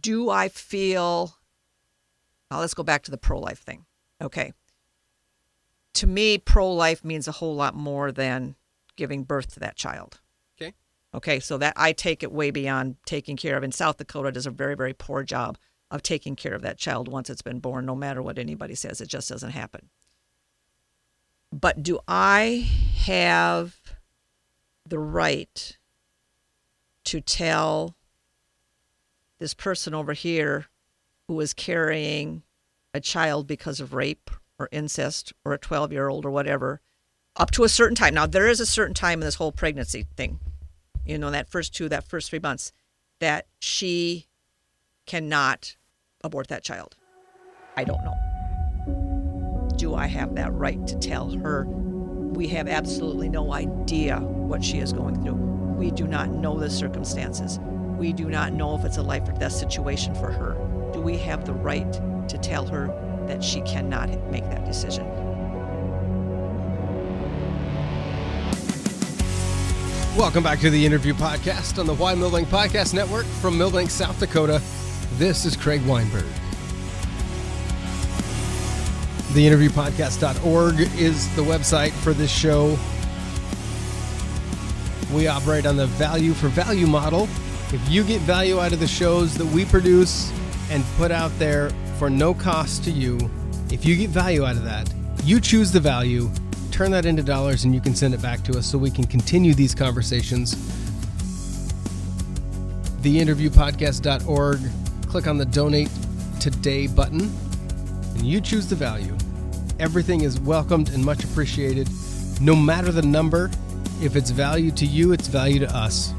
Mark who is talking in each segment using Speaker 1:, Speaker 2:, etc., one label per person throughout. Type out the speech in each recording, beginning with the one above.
Speaker 1: do I feel? Well, let's go back to the pro life thing. Okay. To me, pro life means a whole lot more than giving birth to that child.
Speaker 2: Okay.
Speaker 1: Okay. So that I take it way beyond taking care of. And South Dakota does a very, very poor job of taking care of that child once it's been born, no matter what anybody says. It just doesn't happen. But do I have the right to tell this person over here who is carrying a child because of rape or incest or a 12 year old or whatever up to a certain time. Now, there is a certain time in this whole pregnancy thing, you know, that first two, that first three months, that she cannot abort that child. I don't know. Do I have that right to tell her we have absolutely no idea what she is going through? We do not know the circumstances. We do not know if it's a life or death situation for her. Do we have the right to tell her that she cannot make that decision?
Speaker 2: Welcome back to the interview podcast on the Why Millbank Podcast Network from Millbank, South Dakota. This is Craig Weinberg. TheInterviewPodcast.org is the website for this show. We operate on the value for value model. If you get value out of the shows that we produce and put out there for no cost to you, if you get value out of that, you choose the value, turn that into dollars, and you can send it back to us so we can continue these conversations theinterviewpodcast.org. Click on the donate today button and you choose the value. Everything is welcomed and much appreciated, no matter the number. If it's value to you, it's value to us.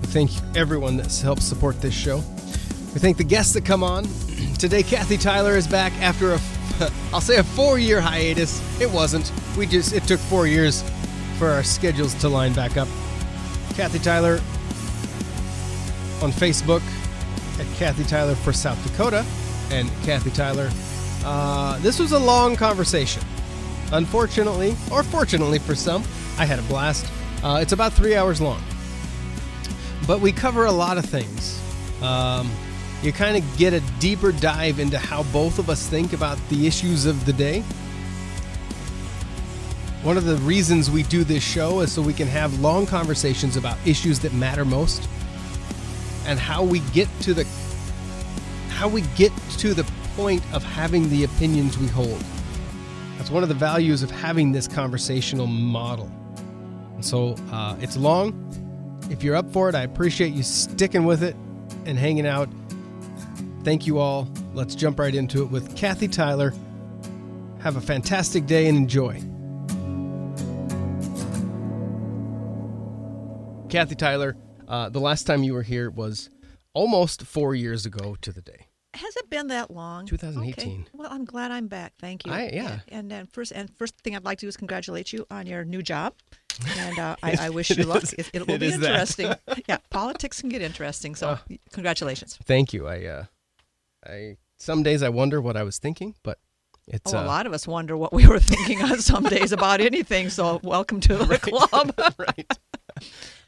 Speaker 2: We thank everyone that's helped support this show. We thank the guests that come on. Today, Kathy Tyler is back after a, I'll say a four-year hiatus. It wasn't. We just, it took four years for our schedules to line back up. Kathy Tyler on Facebook at Kathy Tyler for South Dakota and Kathy Tyler. Uh, this was a long conversation. Unfortunately, or fortunately for some, I had a blast. Uh, it's about three hours long. But we cover a lot of things. Um, you kind of get a deeper dive into how both of us think about the issues of the day. One of the reasons we do this show is so we can have long conversations about issues that matter most and how we get to the how we get to the point of having the opinions we hold. That's one of the values of having this conversational model. And so uh, it's long. If you're up for it, I appreciate you sticking with it and hanging out. Thank you all. Let's jump right into it with Kathy Tyler. Have a fantastic day and enjoy. Kathy Tyler, uh, the last time you were here was almost four years ago to the day.
Speaker 1: Has it been that long?
Speaker 2: 2018.
Speaker 1: Okay. Well, I'm glad I'm back. Thank you.
Speaker 2: I- yeah.
Speaker 1: And then first, and first thing I'd like to do is congratulate you on your new job, and uh, I, I wish you luck.
Speaker 2: is-
Speaker 1: It, it
Speaker 2: it
Speaker 1: will be
Speaker 2: is that. Uh.
Speaker 1: interesting. yeah, politics can get interesting. So, congratulations.
Speaker 2: Thank you. I, uh, I some days I wonder what I was thinking, but it's
Speaker 1: Oh, a
Speaker 2: uh,
Speaker 1: lot of us wonder what we were thinking on some days about anything. So, welcome to the club.
Speaker 2: right.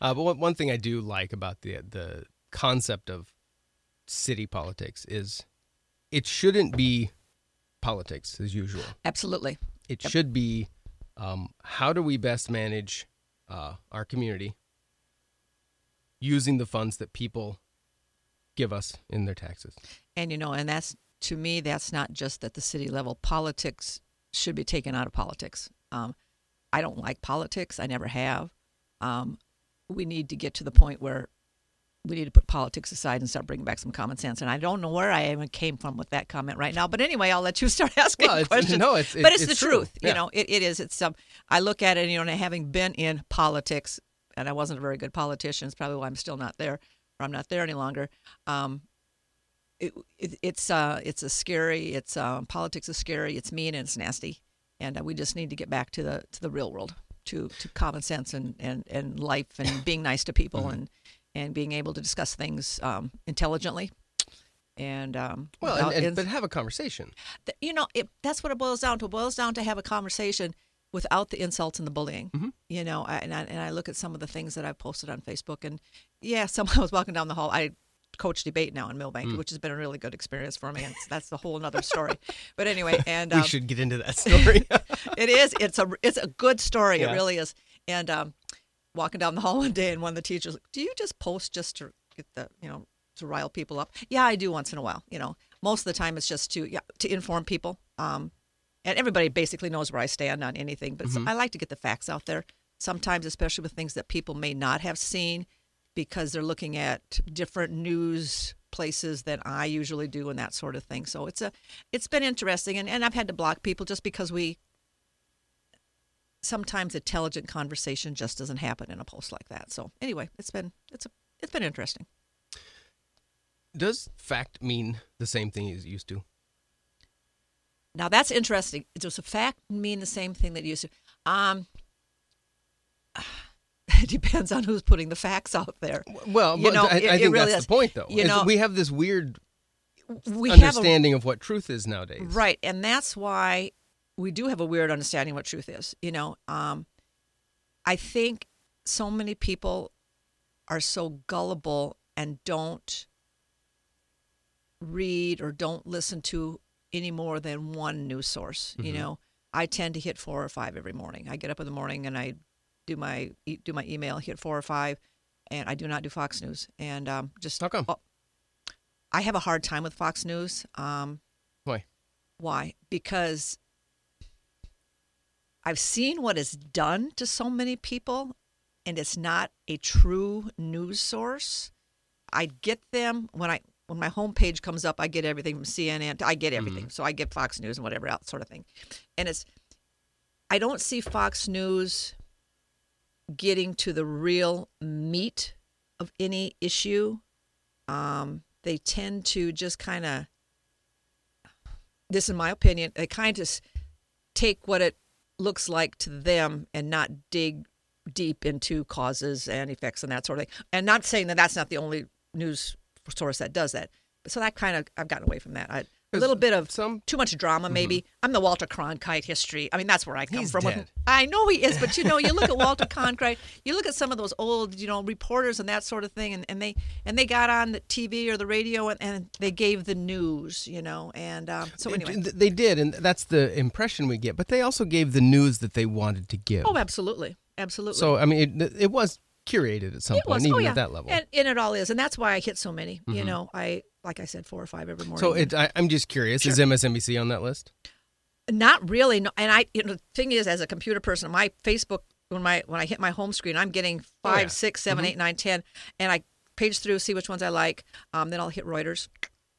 Speaker 2: Uh, but one, one thing I do like about the the concept of city politics is it shouldn't be politics as usual.
Speaker 1: Absolutely.
Speaker 2: It should be um, how do we best manage uh, our community using the funds that people give us in their taxes.
Speaker 1: And you know, and that's to me, that's not just at the city level. Politics should be taken out of politics. Um, I don't like politics. I never have. Um, we need to get to the point where we need to put politics aside and start bringing back some common sense. And I don't know where I even came from with that comment right now. But anyway, I'll let you start asking
Speaker 2: Well, it's-
Speaker 1: questions.
Speaker 2: no, it's-
Speaker 1: but it's,
Speaker 2: it's- it's
Speaker 1: the
Speaker 2: true.
Speaker 1: truth.
Speaker 2: Yeah.
Speaker 1: You know, it, it is. It's um, I look at it, you know, and having been in politics, and I wasn't a very good politician. It's probably why I'm still not there, or I'm not there any longer. Um, it, it, it's uh, it's a scary. It's um, politics is scary. It's mean and it's nasty, and uh, we just need to get back to the to the real world, to to common sense and and and life and being nice to people
Speaker 2: Mm-hmm.
Speaker 1: and and being able to discuss things um, intelligently. And um,
Speaker 2: Well,
Speaker 1: without
Speaker 2: and, and,
Speaker 1: ins-
Speaker 2: but have a conversation.
Speaker 1: th- you know, it, that's what it boils down to. It boils down to have a conversation without the insults and the bullying. You know, I, and I and I look at some of the things that I've posted on Facebook, and yeah, someone I was walking down the hall. I coach debate now in Millbank, which has been a really good experience for me. And that's the whole another story. But anyway, and um,
Speaker 2: we should get into that story.
Speaker 1: it is. It's a it's a good story.
Speaker 2: Yeah.
Speaker 1: It really is. And um, walking down the hall one day, and one of the teachers, do you just post just to get the you know to rile people up? Yeah, I do once in a while. You know, most of the time it's just to yeah to inform people. Um, and everybody basically knows where I stand on anything, but so- I like to get the facts out there. Sometimes, especially with things that people may not have seen, because they're looking at different news places than I usually do and that sort of thing. So it's a it's been interesting and, and I've had to block people just because we sometimes intelligent conversation just doesn't happen in a post like that. So anyway, it's been it's a it's been interesting.
Speaker 2: Does fact mean the same thing as it used to?
Speaker 1: Now that's interesting. Does a fact mean the same thing that it used to? Um, it depends on who's putting the facts out there.
Speaker 2: Well,
Speaker 1: You
Speaker 2: but
Speaker 1: know,
Speaker 2: I,
Speaker 1: it-
Speaker 2: I
Speaker 1: it
Speaker 2: think
Speaker 1: really
Speaker 2: that's
Speaker 1: is.
Speaker 2: the point, though.
Speaker 1: You
Speaker 2: is
Speaker 1: know-
Speaker 2: we have this weird
Speaker 1: We have a
Speaker 2: understanding of what truth is nowadays.
Speaker 1: Right. And that's why we do have a weird understanding of what truth is. You know, um, I think so many people are so gullible and don't read or don't listen to any more than one news source.
Speaker 2: Mm-hmm.
Speaker 1: You know, I tend to hit four or five every morning. I get up in the morning and I do my e- do my email, hit four or five, and I do not do Fox News. And um, just
Speaker 2: How come?
Speaker 1: oh, I have a hard time with Fox News. Um,
Speaker 2: Why?
Speaker 1: why? Because I've seen what is done to so many people, and it's not a true news source. I get them when I when my homepage comes up. I get everything from CNN. I get everything, so I get Fox News and whatever else sort of thing. And it's I don't see Fox News getting to the real meat of any issue. Um, they tend to just kind of this is my opinion they kind of s- take what it looks like to them and not dig deep into causes and effects and that sort of thing and not saying that that's not the only news source that does that so that kind of i've gotten away from that I, a little bit of
Speaker 2: some-
Speaker 1: too much drama maybe i'm the walter cronkite history i mean that's where i come
Speaker 2: Mm-hmm. He's
Speaker 1: from with-
Speaker 2: dead.
Speaker 1: i know he is but you know you look at walter cronkite you look at some of those old you know reporters and that sort of thing and, and they and they got on the tv or the radio and, and they gave the news you know and um, so
Speaker 2: It-
Speaker 1: anyway
Speaker 2: th- they did, and that's the impression we get. But they also gave the news that they wanted to give.
Speaker 1: Oh, absolutely, absolutely.
Speaker 2: so I mean, it, it was curated at some
Speaker 1: it
Speaker 2: point,
Speaker 1: was.
Speaker 2: even
Speaker 1: oh, yeah.
Speaker 2: at that level. Mm-hmm.
Speaker 1: and, and it all is, and that's why I hit so many. You know, I like I said, four or five every morning.
Speaker 2: so it, I, I'm just curious: is MSNBC on that list?
Speaker 1: not really. No, and I, you know, the thing is, as a computer person, my Facebook when my when I hit my home screen, I'm getting
Speaker 2: Oh, yeah. Mm-hmm.
Speaker 1: five, six, seven, eight, nine, ten, and I page through, see which ones I like. Um, then I'll hit Reuters,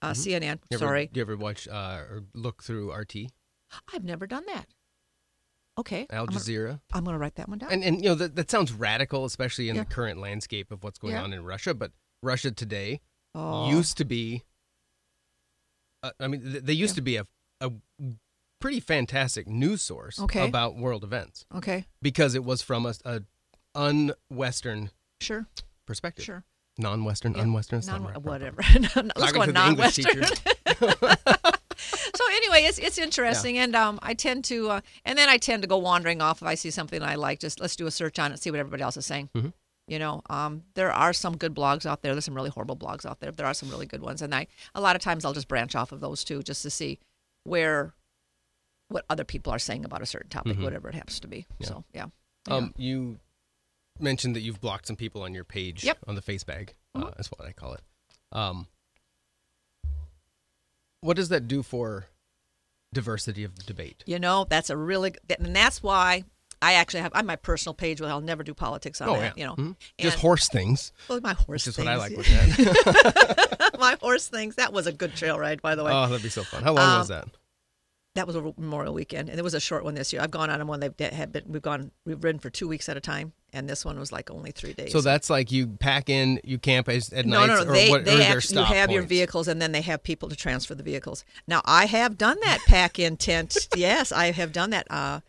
Speaker 1: uh,
Speaker 2: Mm-hmm.
Speaker 1: CNN.
Speaker 2: You ever-
Speaker 1: Sorry,
Speaker 2: Do you ever watch uh, or look through RT,
Speaker 1: I've never done that. Okay,
Speaker 2: Al
Speaker 1: I'm gonna-
Speaker 2: Jazeera?
Speaker 1: I'm going to write that one down.
Speaker 2: And and you know that, that sounds radical, especially in
Speaker 1: Yeah.
Speaker 2: the current landscape of what's going
Speaker 1: Yeah.
Speaker 2: on in Russia. But Russia today
Speaker 1: oh,
Speaker 2: used to be. Uh, I mean, th- they used to be a a pretty fantastic news source
Speaker 1: Okay.
Speaker 2: about world events
Speaker 1: okay,
Speaker 2: because it was from a, a un-Western
Speaker 1: sure,
Speaker 2: perspective,
Speaker 1: sure.
Speaker 2: non-Western,
Speaker 1: Yeah.
Speaker 2: un-Western, it's not
Speaker 1: Non-
Speaker 2: right.
Speaker 1: whatever. Let's
Speaker 2: Talking
Speaker 1: go
Speaker 2: to the English
Speaker 1: non-Western.
Speaker 2: teacher.
Speaker 1: so anyway, it's it's interesting, and um, I tend to, uh, and then I tend to go wandering off if I see something I like. Just let's do a search on it, see what everybody else is saying. You know, um, there are some good blogs out there. There's some really horrible blogs out there. There are some really good ones, and I a lot of times I'll just branch off of those too, just to see where what other people are saying about a certain topic, whatever it happens to be. So yeah.
Speaker 2: Um, you mentioned that you've blocked some people on your page
Speaker 1: Yep. Mm-hmm.
Speaker 2: on the face bag. Uh, that's what I call it. Um, what does that do for diversity of debate?
Speaker 1: You know, that's a really, that- and that's why I actually have I have my personal page where I'll never do politics on
Speaker 2: Oh,
Speaker 1: that.
Speaker 2: yeah.
Speaker 1: You know,
Speaker 2: Mhm.
Speaker 1: and,
Speaker 2: Just horse things,
Speaker 1: well, my horse
Speaker 2: which is
Speaker 1: things.
Speaker 2: what I like looking at.
Speaker 1: my horse things. That was a good trail ride, by the way.
Speaker 2: oh, that'd be so fun. How long
Speaker 1: um,
Speaker 2: was that?
Speaker 1: that was over Memorial Weekend, and it was a short one this year. I've gone on them when they've had been. We've gone. We've ridden for two weeks at a time, and this one was like only three days.
Speaker 2: So that's like you pack in, you camp as- at
Speaker 1: no,
Speaker 2: night,
Speaker 1: no, no.
Speaker 2: or
Speaker 1: They,
Speaker 2: what? or
Speaker 1: they
Speaker 2: their
Speaker 1: actually, you
Speaker 2: stop
Speaker 1: have your
Speaker 2: points?
Speaker 1: vehicles, and then they have people to transfer the vehicles. Now, I have done that pack in tent. yes, I have done that. Uh,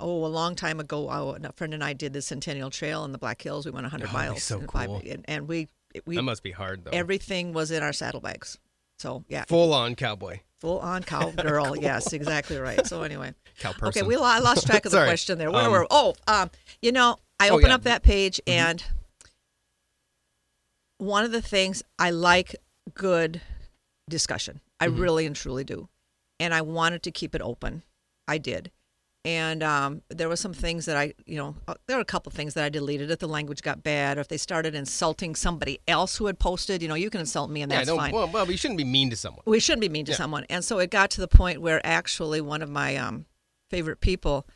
Speaker 1: oh, a long time ago, I, a friend and I did the Centennial Trail in the Black Hills. We went 100
Speaker 2: Oh, that'd be
Speaker 1: miles.
Speaker 2: so
Speaker 1: in five-
Speaker 2: cool.
Speaker 1: and, and we, we
Speaker 2: That must be hard though.
Speaker 1: everything was in our saddlebags. So yeah,
Speaker 2: Full on cowboy,
Speaker 1: Full on cowgirl. Yes, exactly right. So anyway,
Speaker 2: cow
Speaker 1: okay,
Speaker 2: person.
Speaker 1: we I lost track of the
Speaker 2: Sorry.
Speaker 1: question there. Where
Speaker 2: Um,
Speaker 1: were? Oh, um, you know, I
Speaker 2: Oh,
Speaker 1: open
Speaker 2: yeah.
Speaker 1: up that page and one of the things I like good discussion. I
Speaker 2: Mm-hmm.
Speaker 1: really and truly do. And I wanted to keep it open. I did. And um, there were some things that I, you know, uh, there were a couple things that I deleted if the language got bad or if they started insulting somebody else who had posted. You know, you can insult me and
Speaker 2: Yeah,
Speaker 1: that's
Speaker 2: don't,
Speaker 1: fine
Speaker 2: well, well, you shouldn't be mean to someone.
Speaker 1: we shouldn't be mean to
Speaker 2: Yeah.
Speaker 1: someone. And so it got to the point where actually one of my um, favorite people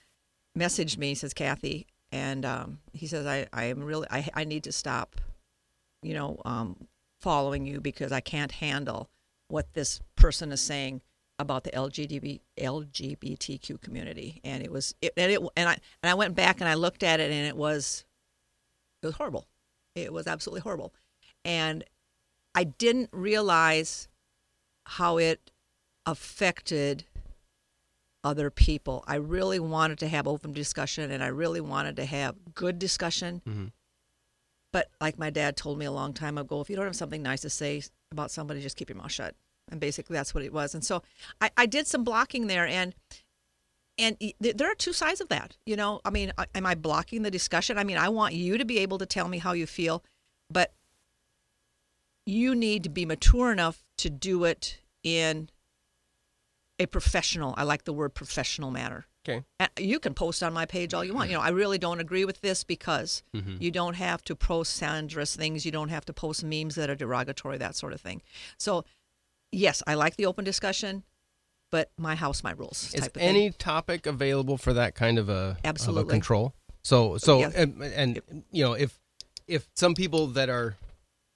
Speaker 1: messaged me, says Kathy, and um, he says, I, I am really, I, I need to stop, you know, um, following you because I can't handle what this person is saying about the LGBT, LGBTQ community. And it was, it, and it, and I, and I went back and I looked at it and it was, it was horrible. It was absolutely horrible. And I didn't realize how it affected other people. I really wanted to have open discussion and I really wanted to have good discussion. But like my dad told me a long time ago, if you don't have something nice to say about somebody, just keep your mouth shut. And basically that's what it was. And so I, I did some blocking there and and y- th- there are two sides of that you know i mean I- am i blocking the discussion i mean i want you to be able to tell me how you feel but you need to be mature enough to do it in a professional i like the word professional manner
Speaker 2: Okay.
Speaker 1: and you can post on my page all you want you know i really don't agree with this because
Speaker 2: Mm-hmm.
Speaker 1: you don't have to post slanderous things you don't have to post memes that are derogatory that sort of thing so yes i like the open discussion but my house my rules
Speaker 2: Is
Speaker 1: type of thing.
Speaker 2: any topic available for that kind of a, of a
Speaker 1: Absolutely.
Speaker 2: control? So so
Speaker 1: Yes.
Speaker 2: and, and you know if if some people that are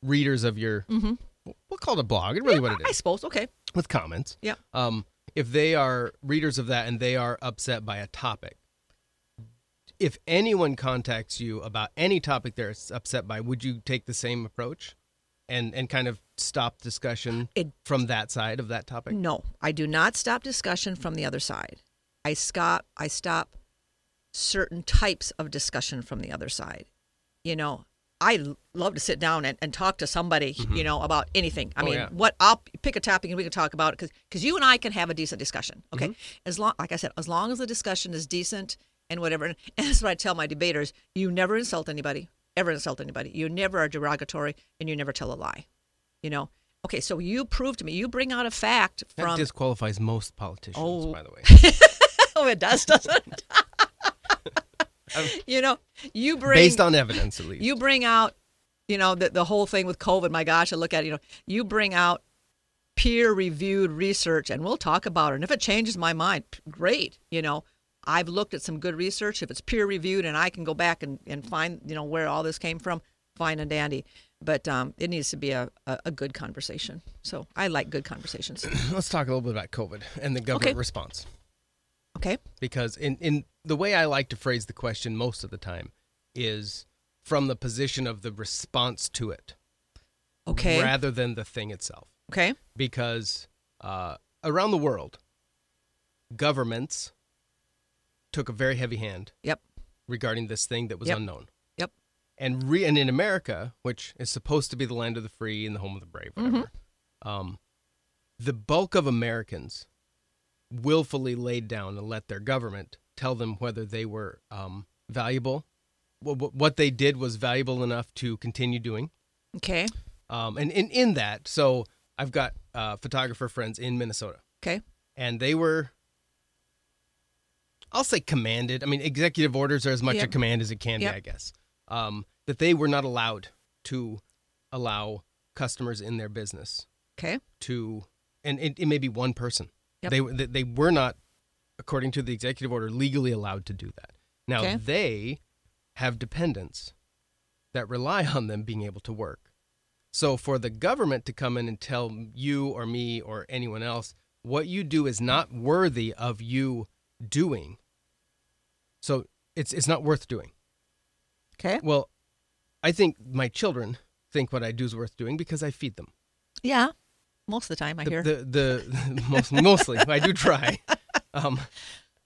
Speaker 2: readers of your we'll call it a blog, it really what it
Speaker 1: Mm-hmm. I
Speaker 2: is
Speaker 1: suppose. Okay.
Speaker 2: with comments.
Speaker 1: Yeah.
Speaker 2: Um, if they are readers of that and they are upset by a topic, if anyone contacts you about any topic they're s- upset by, would you take the same approach and and kind of stop discussion
Speaker 1: It-
Speaker 2: from that side of that topic?
Speaker 1: No, I do not stop discussion from the other side. I stop. I stop certain types of discussion from the other side. You know, I l- love to sit down and, and talk to somebody. You know, about anything. I
Speaker 2: Mm-hmm. Oh,
Speaker 1: mean,
Speaker 2: yeah.
Speaker 1: what I'll pick a topic and we can talk about it because you and I can have a decent discussion. Okay,
Speaker 2: Mm-hmm.
Speaker 1: as long like I said, as long as the discussion is decent and whatever. And, and that's what I tell my debaters: you never insult anybody, ever insult anybody. You never are derogatory, and you never tell a lie. You know. Okay, so you prove to me, you bring out a fact
Speaker 2: That
Speaker 1: from
Speaker 2: disqualifies most politicians,
Speaker 1: Oh.
Speaker 2: by the way.
Speaker 1: Oh, it does, doesn't it? you know, you bring
Speaker 2: based on evidence at least.
Speaker 1: you bring out, you know, the, the whole thing with COVID. My gosh, I look at it, you know, you bring out peer reviewed research, and we'll talk about it. And if it changes my mind, p- great. You know, I've looked at some good research. If it's peer reviewed, and I can go back and, and find you know where all this came from, fine and dandy. But um, it needs to be a, a, a good conversation. So I like good conversations.
Speaker 2: Let's talk a little bit about COVID and the government
Speaker 1: Okay.
Speaker 2: response.
Speaker 1: Okay.
Speaker 2: Because in, in the way I like to phrase the question most of the time is from the position of the response to it
Speaker 1: Okay.
Speaker 2: rather than the thing itself.
Speaker 1: Okay.
Speaker 2: Because uh, around the world, governments took a very heavy hand
Speaker 1: Yep.
Speaker 2: regarding this thing that was
Speaker 1: Yep.
Speaker 2: unknown.
Speaker 1: Yep.
Speaker 2: and re- and in America, which is supposed to be the land of the free and the home of the brave,
Speaker 1: Mm-hmm.
Speaker 2: whatever, um, the bulk of Americans willfully laid down and let their government tell them whether they were um, valuable, wh- wh- what they did was valuable enough to continue doing,
Speaker 1: Okay.
Speaker 2: um, and in in that, so I've got uh, photographer friends in Minnesota,
Speaker 1: Okay.
Speaker 2: and they were. I'll say commanded. I mean, executive orders are as much a
Speaker 1: Yep.
Speaker 2: command as it can
Speaker 1: Yep.
Speaker 2: be, I guess. Um, that they were not allowed to allow customers in their business
Speaker 1: Okay.
Speaker 2: to, and it, it may be one person.
Speaker 1: Yep.
Speaker 2: They They they were not, according to the executive order, legally allowed to do that. Now
Speaker 1: Okay.
Speaker 2: they have dependents that rely on them being able to work. So for the government to come in and tell you or me or anyone else what you do is not worthy of you doing. So it's it's not worth doing.
Speaker 1: Okay.
Speaker 2: Well, I think my children think what I do is worth doing because I feed them.
Speaker 1: Yeah, most of the time I
Speaker 2: the,
Speaker 1: hear.
Speaker 2: the, the most, mostly I do try. Um,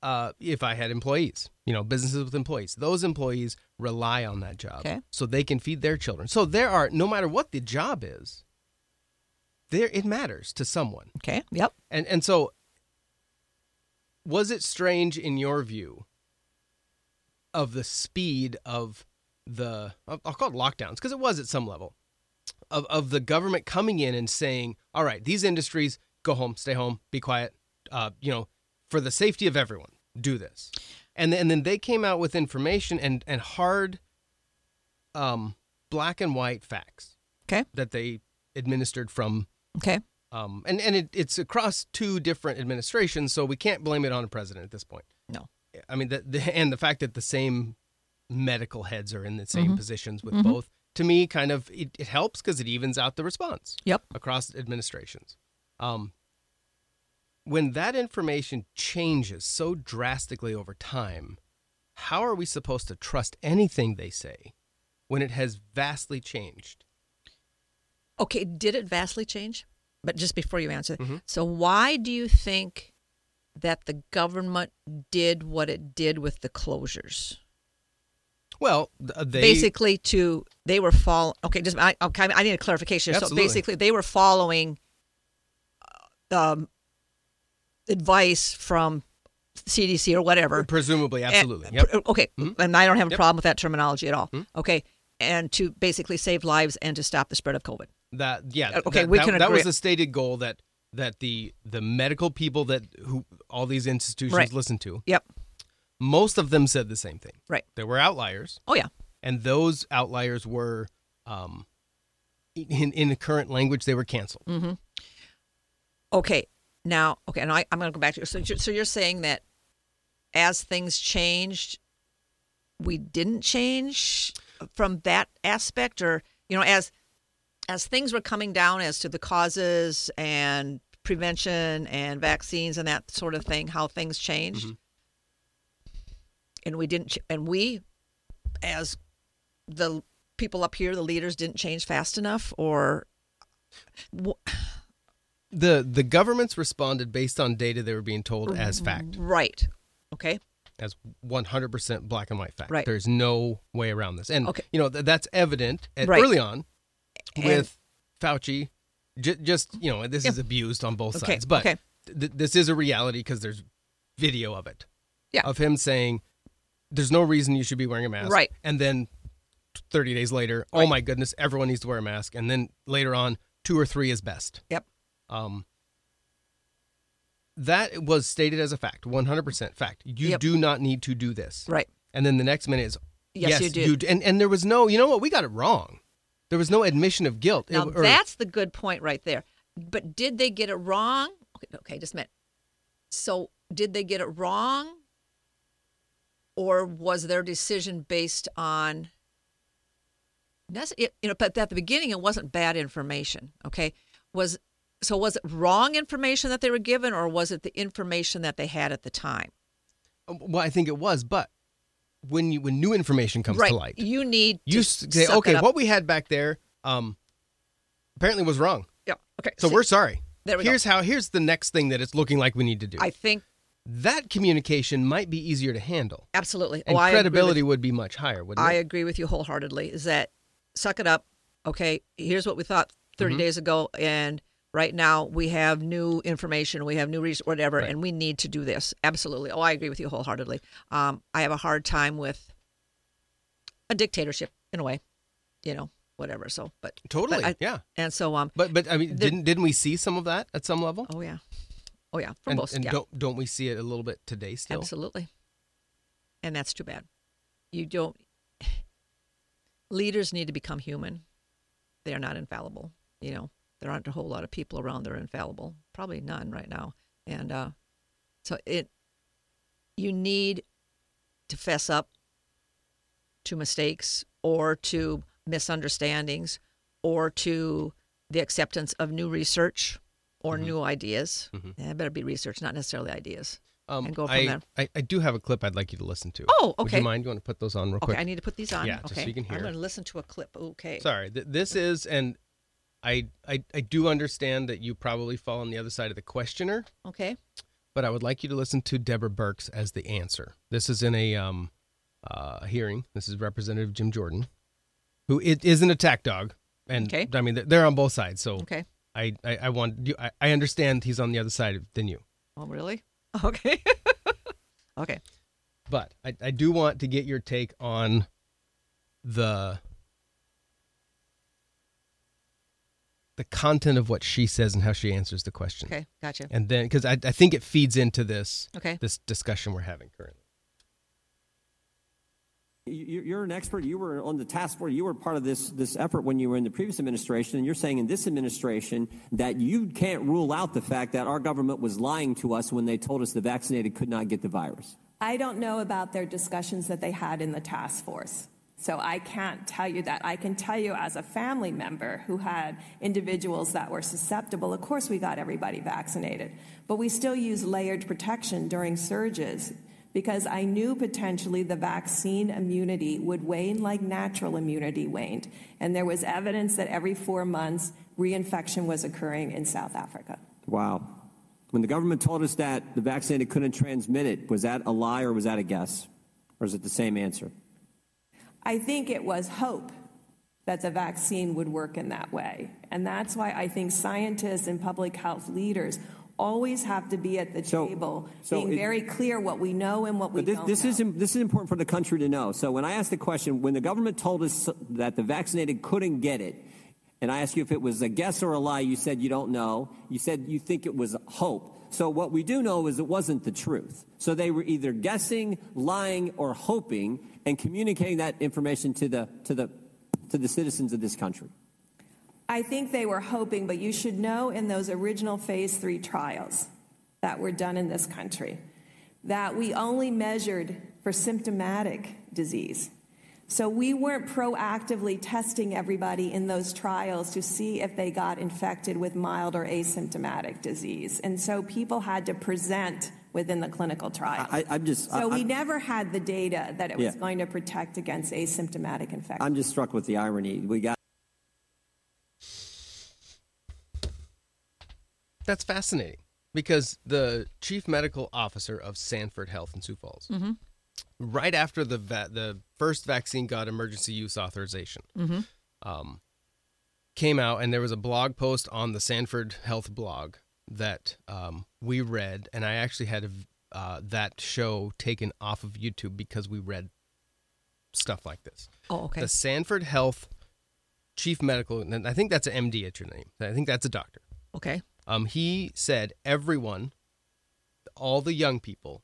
Speaker 2: uh, if I had employees, you know, businesses with employees, those employees rely on that job
Speaker 1: Okay.
Speaker 2: so they can feed their children. So there are no matter what the job is, there it matters to someone.
Speaker 1: okay. Yep.
Speaker 2: And and so was it strange in your view of the speed of the I'll I'll call it lockdowns because it was at some level of, of the government coming in and saying, all right, these industries, go home, stay home, be quiet, uh, you know, for the safety of everyone, do this. And, then- and then they came out with information and, and hard um, black and white facts
Speaker 1: Okay.
Speaker 2: that they administered from
Speaker 1: Okay.
Speaker 2: um, and and it, it's across two different administrations, so we can't blame it on a president at this point.
Speaker 1: No.
Speaker 2: I mean, the, the, and the fact that the same medical heads are in the same positions with both, to me, kind of it, it helps because it evens out the response
Speaker 1: Yep.
Speaker 2: across administrations. Um, when that information changes so drastically over time, how are we supposed to trust anything they say when it has vastly changed?
Speaker 1: Okay, did it vastly change? But just before you answer,
Speaker 2: Mm-hmm.
Speaker 1: so why do you think that the government did what it did with the closures?
Speaker 2: Well, th- uh, they
Speaker 1: basically, to they were fall. Okay, just I okay, I need a clarification.
Speaker 2: Absolutely.
Speaker 1: So basically, they were following uh, um, advice from CDC or whatever.
Speaker 2: presumably
Speaker 1: And-
Speaker 2: absolutely. Yep. Mm-hmm.
Speaker 1: pr- Okay, and I don't have a
Speaker 2: Yep. Mm-hmm.
Speaker 1: problem with that terminology at all. Okay, and to basically save lives and to stop the spread of COVID.
Speaker 2: That yeah.
Speaker 1: Uh, okay,
Speaker 2: that,
Speaker 1: we
Speaker 2: that,
Speaker 1: can
Speaker 2: that was
Speaker 1: agree-
Speaker 2: the stated goal that that the the medical people that who all these institutions
Speaker 1: Right.
Speaker 2: listen to,
Speaker 1: Yep.
Speaker 2: most of them said the same thing.
Speaker 1: Right.
Speaker 2: There were outliers,
Speaker 1: Oh yeah.
Speaker 2: and those outliers were, um, in in the current language, they were canceled.
Speaker 1: Mm. Okay. Now, okay, and I, I'm going to go back to you. So, you're- so you're saying that as things changed, we didn't change from that aspect, or you know, as as things were coming down as to the causes and prevention and vaccines and that sort of thing, how things changed, and we didn't, ch- and we as the people up here, the leaders didn't change fast enough, or wh-
Speaker 2: The the governments responded based on data they were being told
Speaker 1: Mm-hmm.
Speaker 2: as fact,
Speaker 1: right? Okay.
Speaker 2: as one hundred percent black and white fact.
Speaker 1: Right.
Speaker 2: There's no way around this, and
Speaker 1: Okay.
Speaker 2: you know th- that's evident at,
Speaker 1: Right.
Speaker 2: early on
Speaker 1: And-
Speaker 2: with Fauci. J- just you know, and this is abused on both
Speaker 1: Okay,
Speaker 2: sides, but
Speaker 1: okay.
Speaker 2: th- this is a reality because there's video of it.
Speaker 1: Yeah.
Speaker 2: of him saying, "There's no reason you should be wearing a mask."
Speaker 1: Right.
Speaker 2: and then thirty days later, oh my goodness, everyone needs to wear a mask, and then later on, two or three is best.
Speaker 1: Yep.
Speaker 2: Um, that was stated as a fact, one hundred percent fact. You
Speaker 1: Yep.
Speaker 2: do not need to do this.
Speaker 1: Right.
Speaker 2: And then the next minute is
Speaker 1: Yes, you do.
Speaker 2: d- And and there was no, you know what? We got it wrong. There was no admission of guilt. It-
Speaker 1: Now
Speaker 2: or-
Speaker 1: that's the good point right there. But did they get it wrong? Okay, okay, just a minute. So did they get it wrong, or was their decision based on? That's it, you know, but at the beginning it wasn't bad information. Okay, was so was it wrong information that they were given, or was it the information that they had at the time?
Speaker 2: well, I think it was, but when you when new information comes
Speaker 1: right.
Speaker 2: to light,
Speaker 1: You need
Speaker 2: you
Speaker 1: to
Speaker 2: s- say,
Speaker 1: suck it
Speaker 2: okay,
Speaker 1: up."
Speaker 2: what we had back there, um, apparently was wrong.
Speaker 1: Yeah. Okay.
Speaker 2: So
Speaker 1: see,
Speaker 2: we're sorry.
Speaker 1: There we go.
Speaker 2: here's how. Here's the next thing that it's looking like we need to do.
Speaker 1: I think
Speaker 2: that communication might be easier to handle,
Speaker 1: absolutely.
Speaker 2: and
Speaker 1: Oh, I agree with
Speaker 2: credibility would be much higher, wouldn't
Speaker 1: I
Speaker 2: it?
Speaker 1: agree with you wholeheartedly. Is that suck it up? Okay, here's what we thought 30
Speaker 2: Mm-hmm.
Speaker 1: days ago, and right now we have new information, we have new research, whatever,
Speaker 2: Right.
Speaker 1: and we need to do this. Absolutely. Oh, I agree with you wholeheartedly. Um, I have a hard time with a dictatorship in a way, you know, whatever. So, but but
Speaker 2: Totally.
Speaker 1: I-
Speaker 2: yeah.
Speaker 1: And so, um,
Speaker 2: But but I mean,
Speaker 1: The-
Speaker 2: didn't didn't we see some of that at some level?
Speaker 1: oh yeah, oh yeah, from
Speaker 2: and
Speaker 1: both.
Speaker 2: and
Speaker 1: yeah.
Speaker 2: don't don't we see it a little bit today still?
Speaker 1: Absolutely. And that's too bad. You don't, leaders need to become human. They are not infallible. You know, there aren't a whole lot of people around that are infallible, probably none right now. And uh, so it, you need to fess up to mistakes or to misunderstandings or to the acceptance of new research or new ideas. Yeah, it better be research, not necessarily ideas.
Speaker 2: Um,
Speaker 1: And go from
Speaker 2: I,
Speaker 1: there.
Speaker 2: I I do have a clip I'd like you to listen to.
Speaker 1: Oh,
Speaker 2: Would
Speaker 1: okay.
Speaker 2: you mind? You want to put those on real
Speaker 1: Okay,
Speaker 2: quick?
Speaker 1: I need to put these on.
Speaker 2: Yeah,
Speaker 1: okay.
Speaker 2: just so you can
Speaker 1: I'm
Speaker 2: hear.
Speaker 1: going to listen to a clip. Okay.
Speaker 2: Sorry. Th- this is and. I, I, I do understand that you probably fall on the other side of the questioner,
Speaker 1: Okay.
Speaker 2: but I would like you to listen to Deborah Burks as the answer. This is in a um, uh, hearing. This is Representative Jim Jordan, who it is an attack dog, and
Speaker 1: Okay.
Speaker 2: I mean they're- they're on both sides. So
Speaker 1: Okay.
Speaker 2: I, I, I want you. I, I understand he's on the other side than you,
Speaker 1: Oh, really? Okay. okay.
Speaker 2: but I, I do want to get your take on the the content of what she says and how she answers the question.
Speaker 1: Okay, gotcha.
Speaker 2: And then, because I, I think it feeds into this
Speaker 1: Okay.
Speaker 2: this discussion we're having currently.
Speaker 3: You- You're an expert. You were on the task force. You were part of this this effort when you were in the previous administration, and you're saying in this administration that you can't rule out the fact that our government was lying to us when they told us the vaccinated could not get the virus.
Speaker 4: I don't know about their discussions that they had in the task force. So I can't tell you that. I can tell you as a family member who had individuals that were susceptible, of course we got everybody vaccinated, but we still use layered protection during surges because I knew potentially the vaccine immunity would wane like natural immunity waned. And there was evidence that every four months reinfection was occurring in South Africa.
Speaker 3: Wow. When the government told us that the vaccinated couldn't transmit it, was that a lie or was that a guess? Or is it the same answer?
Speaker 4: I think it was hope that the vaccine would work in that way. And that's why I think scientists and public health leaders always have to be at the
Speaker 3: So-
Speaker 4: table,
Speaker 3: so
Speaker 4: being
Speaker 3: it-
Speaker 4: very clear what we know and what we
Speaker 3: But this,
Speaker 4: don't
Speaker 3: this
Speaker 4: know.
Speaker 3: is im- this is important for the country to know. So when I asked the question, when the government told us that the vaccinated couldn't get it, and I asked you if it was a guess or a lie, you said you don't know. You said you think it was hope. So what we do know is it wasn't the truth. So they were either guessing, lying, or hoping, and communicating that information to the to the to the citizens of this country.
Speaker 4: I think they were hoping, but you should know in those original phase three trials that were done in this country that we only measured for symptomatic disease. So we weren't proactively testing everybody in those trials to see if they got infected with mild or asymptomatic disease. And so people had to present within the clinical trial.
Speaker 3: I, I'm just I-
Speaker 4: so we
Speaker 3: I'm-
Speaker 4: never had the data that it was
Speaker 3: Yeah.
Speaker 4: going to protect against asymptomatic infection.
Speaker 3: I'm just struck with the irony. We got.
Speaker 2: That's fascinating because the chief medical officer of Sanford Health in Sioux Falls, right after the va- the first vaccine got emergency use authorization, um, came out and there was a blog post on the Sanford Health blog that um, we read, and I actually had a v uh, that show taken off of YouTube because we read stuff like this.
Speaker 1: Oh, okay.
Speaker 2: The Sanford Health chief medical, and I think that's an MD at your name. I think that's a doctor.
Speaker 1: Okay.
Speaker 2: Um, he said everyone, all the young people,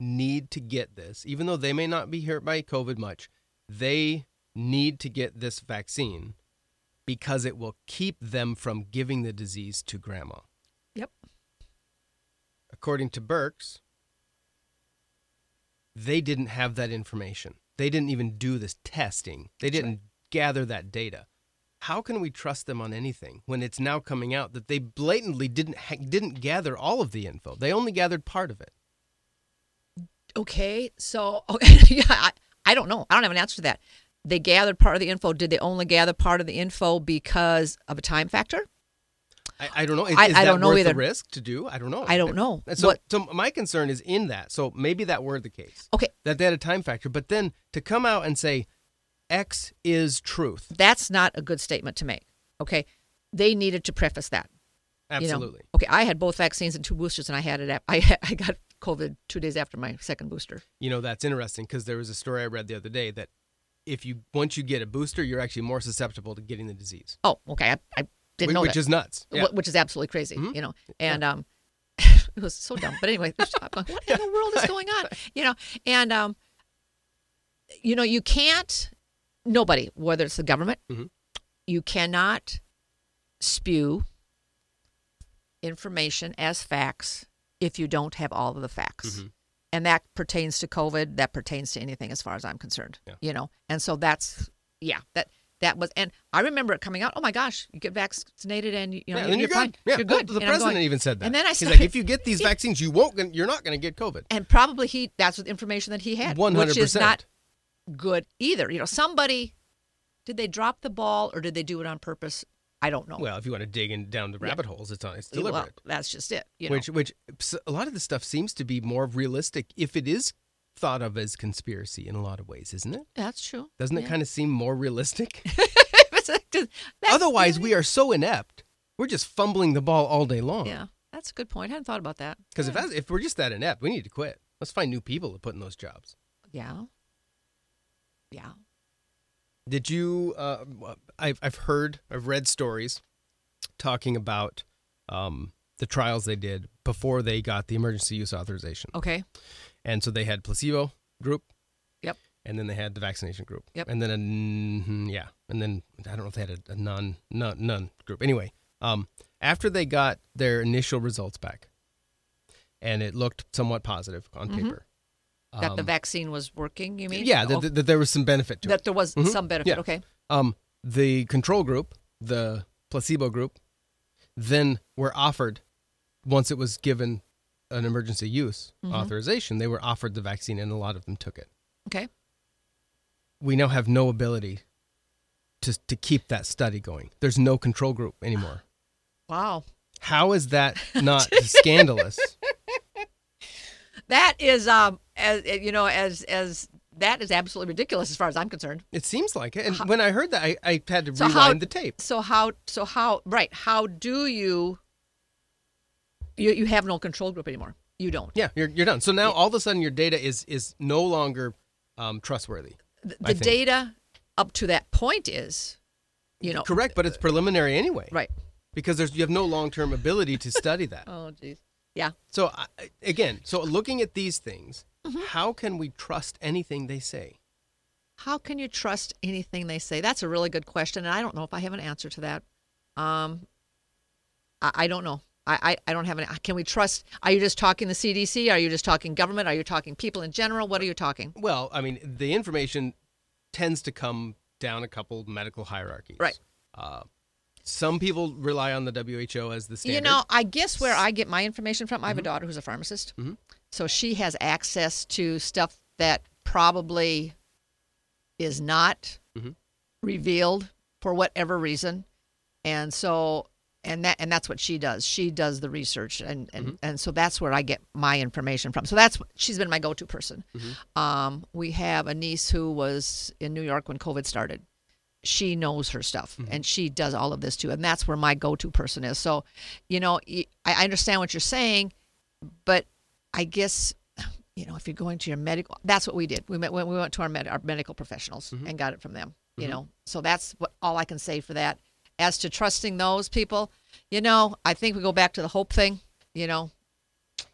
Speaker 2: need to get this, even though they may not be hurt by COVID much. They need to get this vaccine because it will keep them from giving the disease to grandma.
Speaker 1: Yep.
Speaker 2: According to Burks, they didn't have that information. They didn't even do this testing. They didn't gather that data. How can we trust them on anything when it's now coming out that they blatantly didn't ha- didn't gather all of the info? They only gathered part of it.
Speaker 1: Okay. So, okay, yeah, I, I don't know. I don't have an answer to that. They gathered part of the info. Did they only gather part of the info because of a time factor?
Speaker 2: I, I don't know. Is,
Speaker 1: I-
Speaker 2: is
Speaker 1: I
Speaker 2: that
Speaker 1: don't know
Speaker 2: worth
Speaker 1: either.
Speaker 2: The risk to do. I don't know.
Speaker 1: I don't know.
Speaker 2: And So,
Speaker 1: What-
Speaker 2: so my concern is in that. So maybe that were the case.
Speaker 1: Okay.
Speaker 2: That they had a time factor, but then to come out and say X is truth.
Speaker 1: That's not a good statement to make. Okay. They needed to preface that. you know.
Speaker 2: Absolutely.
Speaker 1: Okay. I had both vaccines and two boosters, and I had it. At, I had, I got COVID two days after my second booster.
Speaker 2: You know, that's interesting because there was a story I read the other day that if you once you get a booster, you're actually more susceptible to getting the disease.
Speaker 1: Oh, okay. I, I didn't
Speaker 2: Wh-
Speaker 1: know
Speaker 2: which
Speaker 1: that.
Speaker 2: is nuts.
Speaker 1: wh-
Speaker 2: Yeah. Mm-hmm.
Speaker 1: which is absolutely crazy, you know. And um, it was so dumb. But anyway, I'm going, what in the world is going on? You know, and um, you know, you can't. Nobody, whether it's the government, you cannot spew information as facts if you don't have all of the facts.
Speaker 2: Mm-hmm.
Speaker 1: And that pertains to COVID. That pertains to anything, as far as I'm concerned. You know, and so that's yeah. That that was, and I remember it coming out. Oh my gosh, you get vaccinated, and you know,
Speaker 2: Yeah,
Speaker 1: you're,
Speaker 2: then you're
Speaker 1: fine.
Speaker 2: good. Yeah.
Speaker 1: You're
Speaker 2: Well,
Speaker 1: good.
Speaker 2: the
Speaker 1: And I'm
Speaker 2: president
Speaker 1: going-
Speaker 2: even said that.
Speaker 1: And then I
Speaker 2: He's
Speaker 1: started,
Speaker 2: like, if you get these vaccines, you won't. gon- You're not going to get COVID.
Speaker 1: and probably he that's what information that he had,
Speaker 2: One
Speaker 1: which
Speaker 2: hundred
Speaker 1: is not
Speaker 2: percent.
Speaker 1: good either. You know, somebody did they drop the ball or did they do it on purpose? I don't know.
Speaker 2: Well, if you want to dig in down the rabbit holes, it's on. It's
Speaker 1: Well,
Speaker 2: deliberate.
Speaker 1: that's just it. You know,
Speaker 2: which which s- a lot of the stuff seems to be more realistic if it is thought of as conspiracy in a lot of ways isn't it
Speaker 1: that's true.
Speaker 2: doesn't it
Speaker 1: Yeah.
Speaker 2: kind of seem more realistic
Speaker 1: That's- that's-
Speaker 2: otherwise we are so inept we're just fumbling the ball all day long
Speaker 1: Yeah, that's a good point. I hadn't thought about that.
Speaker 2: because if, that's- if we're just that inept we need to quit let's find new people to put in those jobs
Speaker 1: Yeah. Yeah.
Speaker 2: uh, did you uh, I've, I've heard i've read stories talking about um, the trials they did before they got the emergency use authorization.
Speaker 1: Okay.
Speaker 2: And so they had placebo group,
Speaker 1: Yep.
Speaker 2: and then they had the vaccination group.
Speaker 1: Yep.
Speaker 2: And then a n- yeah, and then I don't know if they had a, a non non none group. Anyway, um, after they got their initial results back, and it looked somewhat positive on paper. um,
Speaker 1: that the vaccine was working, you mean?
Speaker 2: Yeah, that
Speaker 1: Oh,
Speaker 2: that- that there was some benefit to it.
Speaker 1: that there was some benefit.
Speaker 2: Yeah.
Speaker 1: Okay.
Speaker 2: Um, the control group, the placebo group, then were offered once it was given an emergency use
Speaker 1: Mm-hmm.
Speaker 2: authorization. They were offered the vaccine, and a lot of them took it.
Speaker 1: Okay.
Speaker 2: We now have no ability to to keep that study going. There's no control group anymore.
Speaker 1: Wow.
Speaker 2: How is that not scandalous?
Speaker 1: That is um as you know as as that is absolutely ridiculous as far as I'm concerned.
Speaker 2: It seems like it. And when I heard that, I, I had to
Speaker 1: So how-
Speaker 2: rewind the tape.
Speaker 1: So how so how right, how do you you you have no control group anymore. You don't.
Speaker 2: Yeah, you're, you're done. So now all of a sudden your data is is no longer um, trustworthy.
Speaker 1: The,
Speaker 2: I
Speaker 1: the
Speaker 2: think.
Speaker 1: data up to that point is you know
Speaker 2: Correct, but it's preliminary anyway.
Speaker 1: Right.
Speaker 2: because there's you have no long term ability to study that.
Speaker 1: Oh geez. Yeah.
Speaker 2: So I, again, so looking at these things,
Speaker 1: Mm-hmm.
Speaker 2: how can we trust anything they say?
Speaker 1: How can you trust anything they say? That's a really good question, and I don't know if I have an answer to that. Um, I, I don't know. I, I, I don't have an. Can we trust? Are you just talking the CDC? Are you just talking government? Are you talking people in general? What are you talking?
Speaker 2: Well, I mean, the information tends to come down a couple medical hierarchies.
Speaker 1: Right.
Speaker 2: Uh, some people rely on the WHO as the standard. Mm-hmm.
Speaker 1: You know, I guess where I get my information from, I have a daughter who's a pharmacist, so she has access to stuff that probably is not
Speaker 2: Mm-hmm.
Speaker 1: revealed for whatever reason, and so and that and that's what she does. She does the research, and and,
Speaker 2: Mm-hmm.
Speaker 1: and so that's where I get my information from. So that's she's been my go-to person.
Speaker 2: Mm-hmm.
Speaker 1: Um, we have a niece who was in New York when COVID started she knows her stuff and she does all of this too and that's where my go-to person is so you know y- i I understand what you're saying but i guess you know if you're going to your medical that's what we did we met, we went to our, med, our medical professionals and got it from them you know so that's what all i can say for that as to trusting those people you know i think we go back to the hope thing you know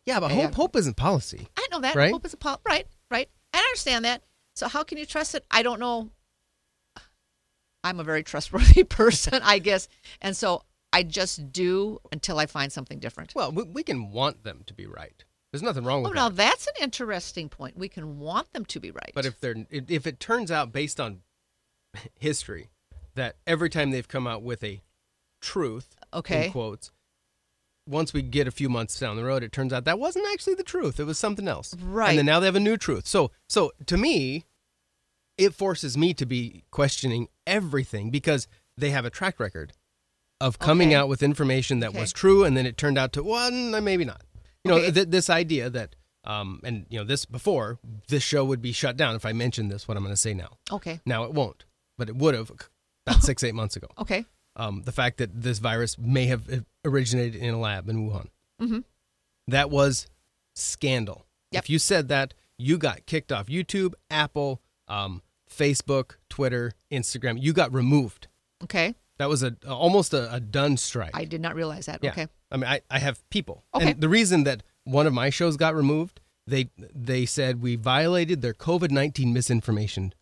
Speaker 2: yeah, but
Speaker 1: Yeah.
Speaker 2: hope hope isn't policy.
Speaker 1: I know that.
Speaker 2: Right?
Speaker 1: Hope is a pol- right, right. I understand that. So how can you trust it? I don't know. I'm a very trustworthy person, I guess, and so I just do until I find something different.
Speaker 2: Well, we, we can want them to be right. There's nothing wrong with
Speaker 1: Oh,
Speaker 2: that.
Speaker 1: now that's an interesting point. We can want them to be right,
Speaker 2: But if they're if if it turns out based on history that every time they've come out with a truth,
Speaker 1: Okay.
Speaker 2: in quotes, once we get a few months down the road, it turns out that wasn't actually the truth; it was something else.
Speaker 1: Right.
Speaker 2: And then now they have a new truth. So, so to me, it forces me to be questioning everything because they have a track record of coming
Speaker 1: Okay.
Speaker 2: out with information that
Speaker 1: Okay.
Speaker 2: was true and then it turned out to one well, maybe not you know
Speaker 1: Okay.
Speaker 2: th- this idea that um and you know this before this show would be shut down if i mentioned this what i'm going to say now
Speaker 1: okay,
Speaker 2: now it won't but it would have about six eight months ago
Speaker 1: okay,
Speaker 2: um the fact that this virus may have uh, originated in a lab in wuhan mm-hmm. that was scandal
Speaker 1: Yep.
Speaker 2: if you said that you got kicked off youtube apple um facebook twitter instagram you got removed
Speaker 1: okay.
Speaker 2: that was a almost a, a done strike.
Speaker 1: I did not realize that.
Speaker 2: Yeah.
Speaker 1: Okay,
Speaker 2: I mean, I, I have people.
Speaker 1: Okay.
Speaker 2: And the reason that one of my shows got removed, they they said we violated their COVID nineteen misinformation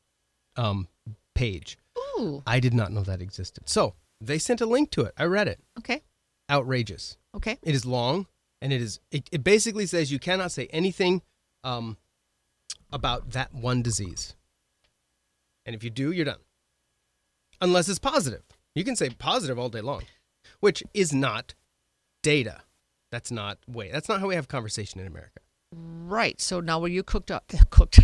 Speaker 2: um, page.
Speaker 1: ooh,
Speaker 2: I did not know that existed. So they sent a link to it. I read it.
Speaker 1: okay,
Speaker 2: Outrageous.
Speaker 1: okay,
Speaker 2: It is long, and it is it, it basically says you cannot say anything um, about that one disease, and if you do, you're done. Unless it's positive, you can say positive all day long, which is not data. That's not way. That's not how we have conversation in America.
Speaker 1: right. So now were you cooked up, cooked,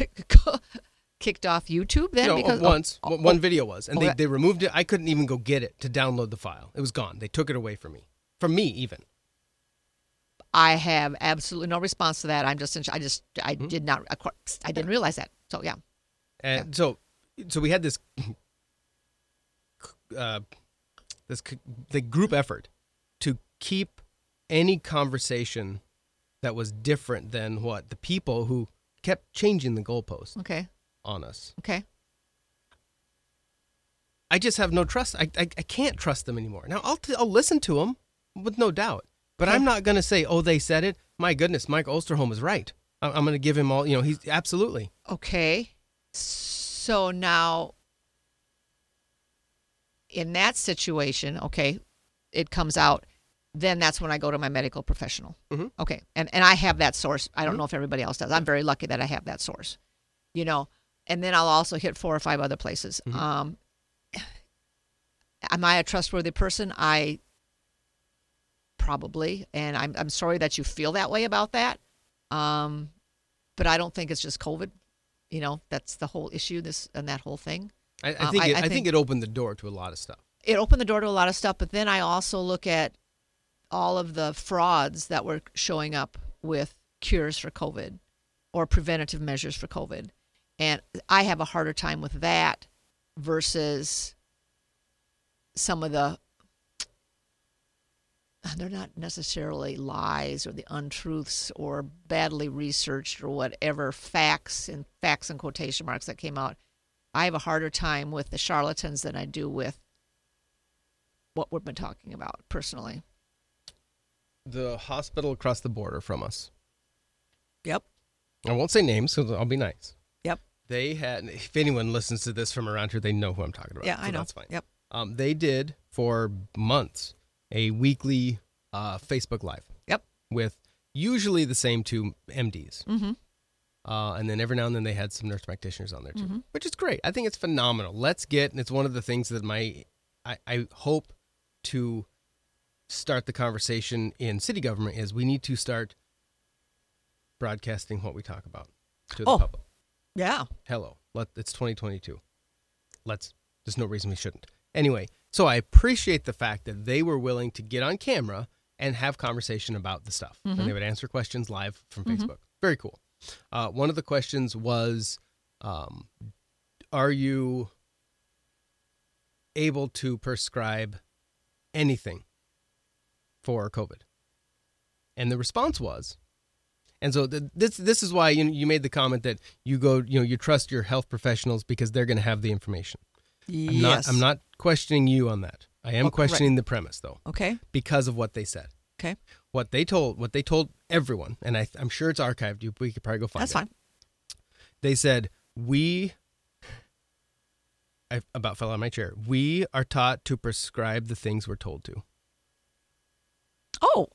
Speaker 1: kicked off YouTube then?
Speaker 2: No,
Speaker 1: because
Speaker 2: once
Speaker 1: oh,
Speaker 2: one
Speaker 1: oh,
Speaker 2: video was, and
Speaker 1: oh,
Speaker 2: they,
Speaker 1: that-
Speaker 2: they removed it. I couldn't even go get it to download the file. It was gone. They took it away from me, from me even.
Speaker 1: I have absolutely no response to that. I'm just, in, I just, I did not, of course, I didn't realize that. So yeah,
Speaker 2: And so, so we had this, uh, this c- the group effort to keep any conversation that was different than what the people who kept changing the goalposts
Speaker 1: okay,
Speaker 2: on us.
Speaker 1: okay,
Speaker 2: I just have no trust. I, I, I can't trust them anymore. Now, I'll, t- I'll listen to them with no doubt, but I'm not going to say, oh, they said it. My goodness, Mike Osterholm is right. I- I'm going to give him all, you know, he's absolutely.
Speaker 1: Okay. So now, in that situation, okay, it comes out. Then that's when I go to my medical professional. Okay, and and I have that source. I don't know if everybody else does. I'm very lucky that I have that source. You know, and then I'll also hit four or five other places. Um, am I a trustworthy person? I probably, and I'm I'm sorry that you feel that way about that. Um, but I don't think it's just COVID. You know, that's the whole issue. This and that whole thing.
Speaker 2: I, I
Speaker 1: Um,
Speaker 2: think,
Speaker 1: I-
Speaker 2: it, I,
Speaker 1: I
Speaker 2: think
Speaker 1: think-
Speaker 2: it opened the door to a lot of stuff.
Speaker 1: It opened the door to a lot of stuff. But then I also look at all of the frauds that were showing up with cures for COVID or preventative measures for COVID, and I have a harder time with that versus some of the they're not necessarily lies or the untruths or badly researched or whatever facts and facts and quotation marks that came out. I have a harder time with the charlatans than I do with what we've been talking about personally.
Speaker 2: The hospital across the border from us.
Speaker 1: Yep.
Speaker 2: I won't say names because I'll be nice.
Speaker 1: Yep.
Speaker 2: They had, if anyone listens to this from around here, they know who I'm talking about.
Speaker 1: Yeah,
Speaker 2: so
Speaker 1: I know.
Speaker 2: That's fine.
Speaker 1: Yep.
Speaker 2: Um, they did for months a weekly uh, Facebook Live
Speaker 1: Yep.
Speaker 2: with usually the same two MDs. Mm-hmm. Uh, and then every now and then they had some nurse practitioners on there too, which is great. I think it's phenomenal. Let's get, and it's one of the things that my, I, I hope to start the conversation in city government is we need to start broadcasting what we talk about to the
Speaker 1: Oh.
Speaker 2: public.
Speaker 1: Yeah.
Speaker 2: Hello. Let it's 2022. Let's. There's no reason we shouldn't. Anyway, so I appreciate the fact that they were willing to get on camera and have conversation about the stuff, and they would answer questions live from Facebook. Very cool. Uh, one of the questions was, um, "Are you able to prescribe anything for COVID?" And the response was, and so th- this this is why you you made the comment that you go you know you trust your health professionals because they're going to have the information. I'm
Speaker 1: yes.
Speaker 2: not I'm not questioning you on that. I am
Speaker 1: Okay, right.
Speaker 2: questioning the premise though
Speaker 1: Okay.
Speaker 2: because of what they said.
Speaker 1: Okay.
Speaker 2: What they told what they told everyone and I I'm sure it's archived. You we could probably go find
Speaker 1: That's
Speaker 2: it.
Speaker 1: fine.
Speaker 2: They said we I about fell out of my chair. We are taught to prescribe the things we're told to.
Speaker 1: Oh,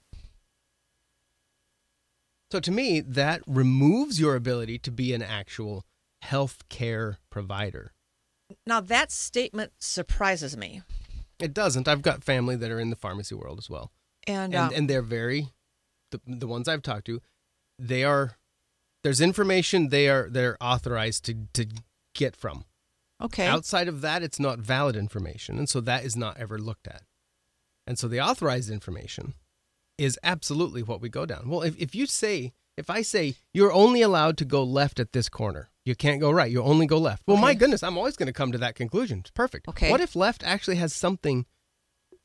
Speaker 2: So to me, that removes your ability to be an actual healthcare provider.
Speaker 1: now that statement surprises me.
Speaker 2: It doesn't. I've got family that are in the pharmacy world as well,
Speaker 1: And,
Speaker 2: and
Speaker 1: um,
Speaker 2: and they're very, the, the ones I've talked to, they are. There's information they are they're authorized to to get from.
Speaker 1: okay.
Speaker 2: Outside of that, it's not valid information, and so that is not ever looked at. And so the authorized information is absolutely what we go down. Well, if, if you say if I say you're only allowed to go left at this corner, you can't go right. You only go left. Well, my
Speaker 1: Okay.
Speaker 2: goodness, I'm always going to come to that conclusion. It's perfect.
Speaker 1: Okay.
Speaker 2: What if left actually has something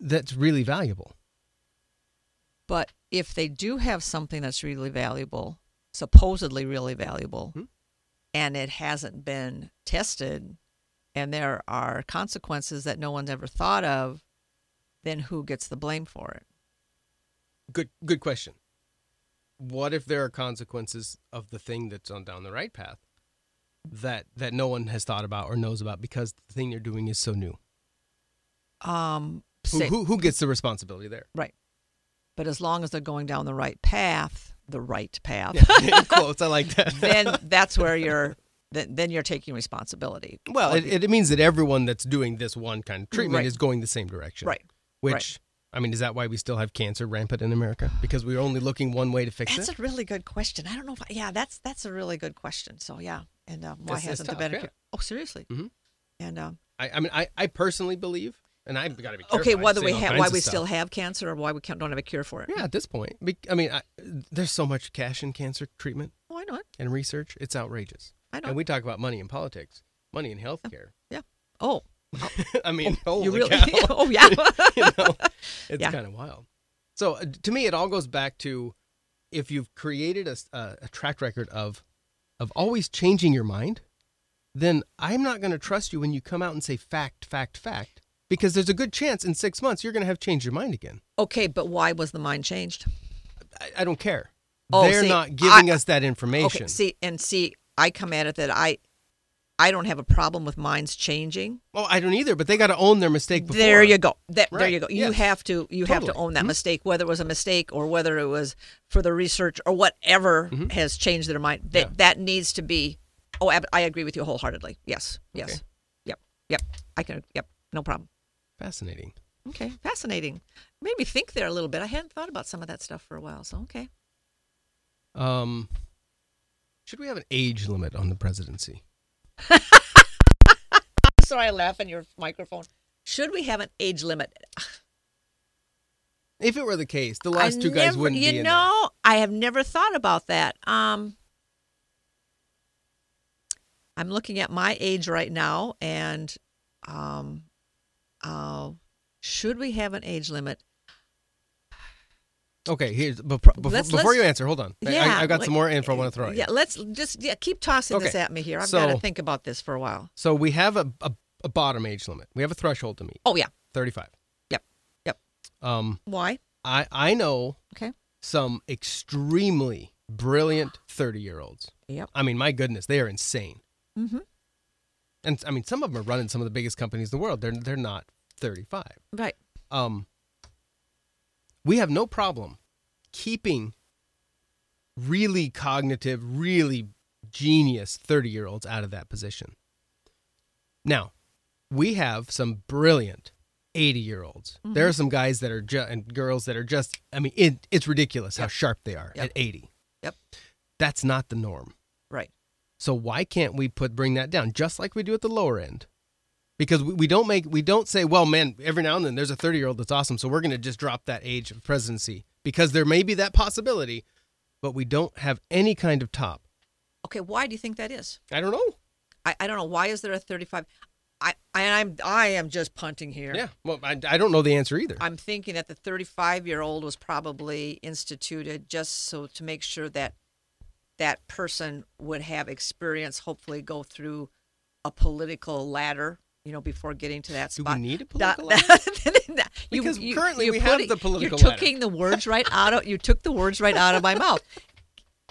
Speaker 2: that's really valuable?
Speaker 1: but if they do have something that's really valuable, supposedly really valuable,
Speaker 2: Hmm?
Speaker 1: and it hasn't been tested, and there are consequences that no one's ever thought of, then who gets the blame for it?
Speaker 2: Good good question. What if there are consequences of the thing that's on down the right path that that no one has thought about or knows about because the thing you're doing is so new?
Speaker 1: Um,
Speaker 2: Who,
Speaker 1: say-
Speaker 2: who, who gets the responsibility there?
Speaker 1: Right. But as long as they're going down the right path, the right path,
Speaker 2: In quotes, I like that.
Speaker 1: then that's where you're. Then, then you're taking responsibility.
Speaker 2: Well, it, it means that everyone that's doing this one kind of treatment
Speaker 1: Right.
Speaker 2: is going the same direction.
Speaker 1: Right.
Speaker 2: Which,
Speaker 1: Right.
Speaker 2: I mean, is that why we still have cancer rampant in America? Because we're only looking one way to fix
Speaker 1: That's
Speaker 2: it?
Speaker 1: a really good question. I don't know if I, yeah, that's that's a really good question. So yeah, and um, why
Speaker 2: It's- it's
Speaker 1: hasn't the
Speaker 2: tough,
Speaker 1: benefit?
Speaker 2: yeah.
Speaker 1: Oh, seriously. Mm-hmm. And um,
Speaker 2: I, I mean, I, I personally believe, and I've got to be careful.
Speaker 1: okay,
Speaker 2: I
Speaker 1: whether
Speaker 2: say
Speaker 1: we
Speaker 2: all
Speaker 1: ha-
Speaker 2: kinds
Speaker 1: why
Speaker 2: of
Speaker 1: we
Speaker 2: stuff.
Speaker 1: still have cancer or why we can't, don't have a cure for it.
Speaker 2: Yeah, at this point. Be- I mean, I, there's so much cash in cancer treatment
Speaker 1: Oh, I know it.
Speaker 2: and research. It's outrageous.
Speaker 1: I know.
Speaker 2: And we talk about money in politics, money in healthcare.
Speaker 1: Yeah. Oh,
Speaker 2: I mean, holy
Speaker 1: you really?
Speaker 2: cow.
Speaker 1: oh yeah.
Speaker 2: you know, it's
Speaker 1: Yeah.
Speaker 2: kind of wild. So uh, to me, it all goes back to if you've created a, s- a- a track record of of always changing your mind, then I'm not going to trust you when you come out and say fact, fact, fact, because there's a good chance in six months you're going to have changed your mind again.
Speaker 1: Okay, but why was the mind changed?
Speaker 2: I, I don't care.
Speaker 1: Oh,
Speaker 2: They're
Speaker 1: see,
Speaker 2: not giving
Speaker 1: I-
Speaker 2: us that information.
Speaker 1: Okay, see, and see, I come at it that I, I don't have a problem with minds changing.
Speaker 2: oh, I don't either, but they got to own their mistake before.
Speaker 1: There you go. That, There
Speaker 2: Right,
Speaker 1: you go. You
Speaker 2: yes.
Speaker 1: have to you have to
Speaker 2: Totally.
Speaker 1: own that mistake, whether it was a mistake or whether it was for the research or whatever has changed their mind. That that needs to be. Oh, ab- I agree with you wholeheartedly. Yes. Yes.
Speaker 2: Okay.
Speaker 1: Yep. Yep. I can. Yep. No problem.
Speaker 2: Fascinating.
Speaker 1: Okay. Fascinating. Made me think there a little bit. I hadn't thought about some of that stuff for a while. So okay.
Speaker 2: Um, should we have an age limit on the presidency?
Speaker 1: Sorry, I laugh in your microphone. Should we have an age limit?
Speaker 2: If it were the case, the
Speaker 1: I
Speaker 2: last two guys
Speaker 1: never-
Speaker 2: wouldn't
Speaker 1: you
Speaker 2: be in there.
Speaker 1: know i have never thought about that um i'm looking at my age right now and um uh, should we have an age limit
Speaker 2: Okay, here's before, before,
Speaker 1: Let's-
Speaker 2: before
Speaker 1: let's-
Speaker 2: you answer. Hold on, I-
Speaker 1: yeah
Speaker 2: I, I've got some
Speaker 1: like-
Speaker 2: more info I want to throw at you.
Speaker 1: yeah let's just yeah keep tossing this
Speaker 2: Okay,
Speaker 1: at me here i've got
Speaker 2: so-
Speaker 1: to think about this for a while
Speaker 2: So we have a, a, a bottom age limit. We have a threshold to meet.
Speaker 1: oh yeah
Speaker 2: Thirty-five.
Speaker 1: yep yep
Speaker 2: Um,
Speaker 1: why
Speaker 2: I I know
Speaker 1: okay
Speaker 2: some extremely brilliant thirty-year-olds.
Speaker 1: yep
Speaker 2: I mean, my goodness, they are insane. Mm-hmm. And I mean, some of them are running some of the biggest companies in the world. They're they're not thirty-five.
Speaker 1: right
Speaker 2: um, we have no problem keeping really cognitive, really genius 30 year olds out of that position. Now, we have some brilliant 80 year olds. There are some guys that are just, and girls that are just, I mean, it, it's ridiculous how sharp they are
Speaker 1: Yep.
Speaker 2: at 80.
Speaker 1: Yep.
Speaker 2: That's not the norm.
Speaker 1: right
Speaker 2: So why can't we put bring that down just like we do at the lower end? Because we, we don't make we don't say, well, man, every now and then there's a 30 year old that's awesome, so we're going to just drop that age of presidency because there may be that possibility, but we don't have any kind of top.
Speaker 1: okay why do you think that is
Speaker 2: I don't know.
Speaker 1: i, I don't know why is there a 35 i and i'm i am just punting here
Speaker 2: Yeah. Well, I, I don't know the answer either.
Speaker 1: I'm thinking that the 35 year old was probably instituted just so to make sure that that person would have experience, hopefully go through a political ladder, you know, before getting to that
Speaker 2: Do we
Speaker 1: spot.
Speaker 2: need a
Speaker 1: Da-
Speaker 2: political
Speaker 1: You-
Speaker 2: Because
Speaker 1: you-
Speaker 2: currently
Speaker 1: you're
Speaker 2: we have
Speaker 1: putting-
Speaker 2: the political
Speaker 1: You're
Speaker 2: ladder.
Speaker 1: taking the words right out of you took the words right out of my mouth.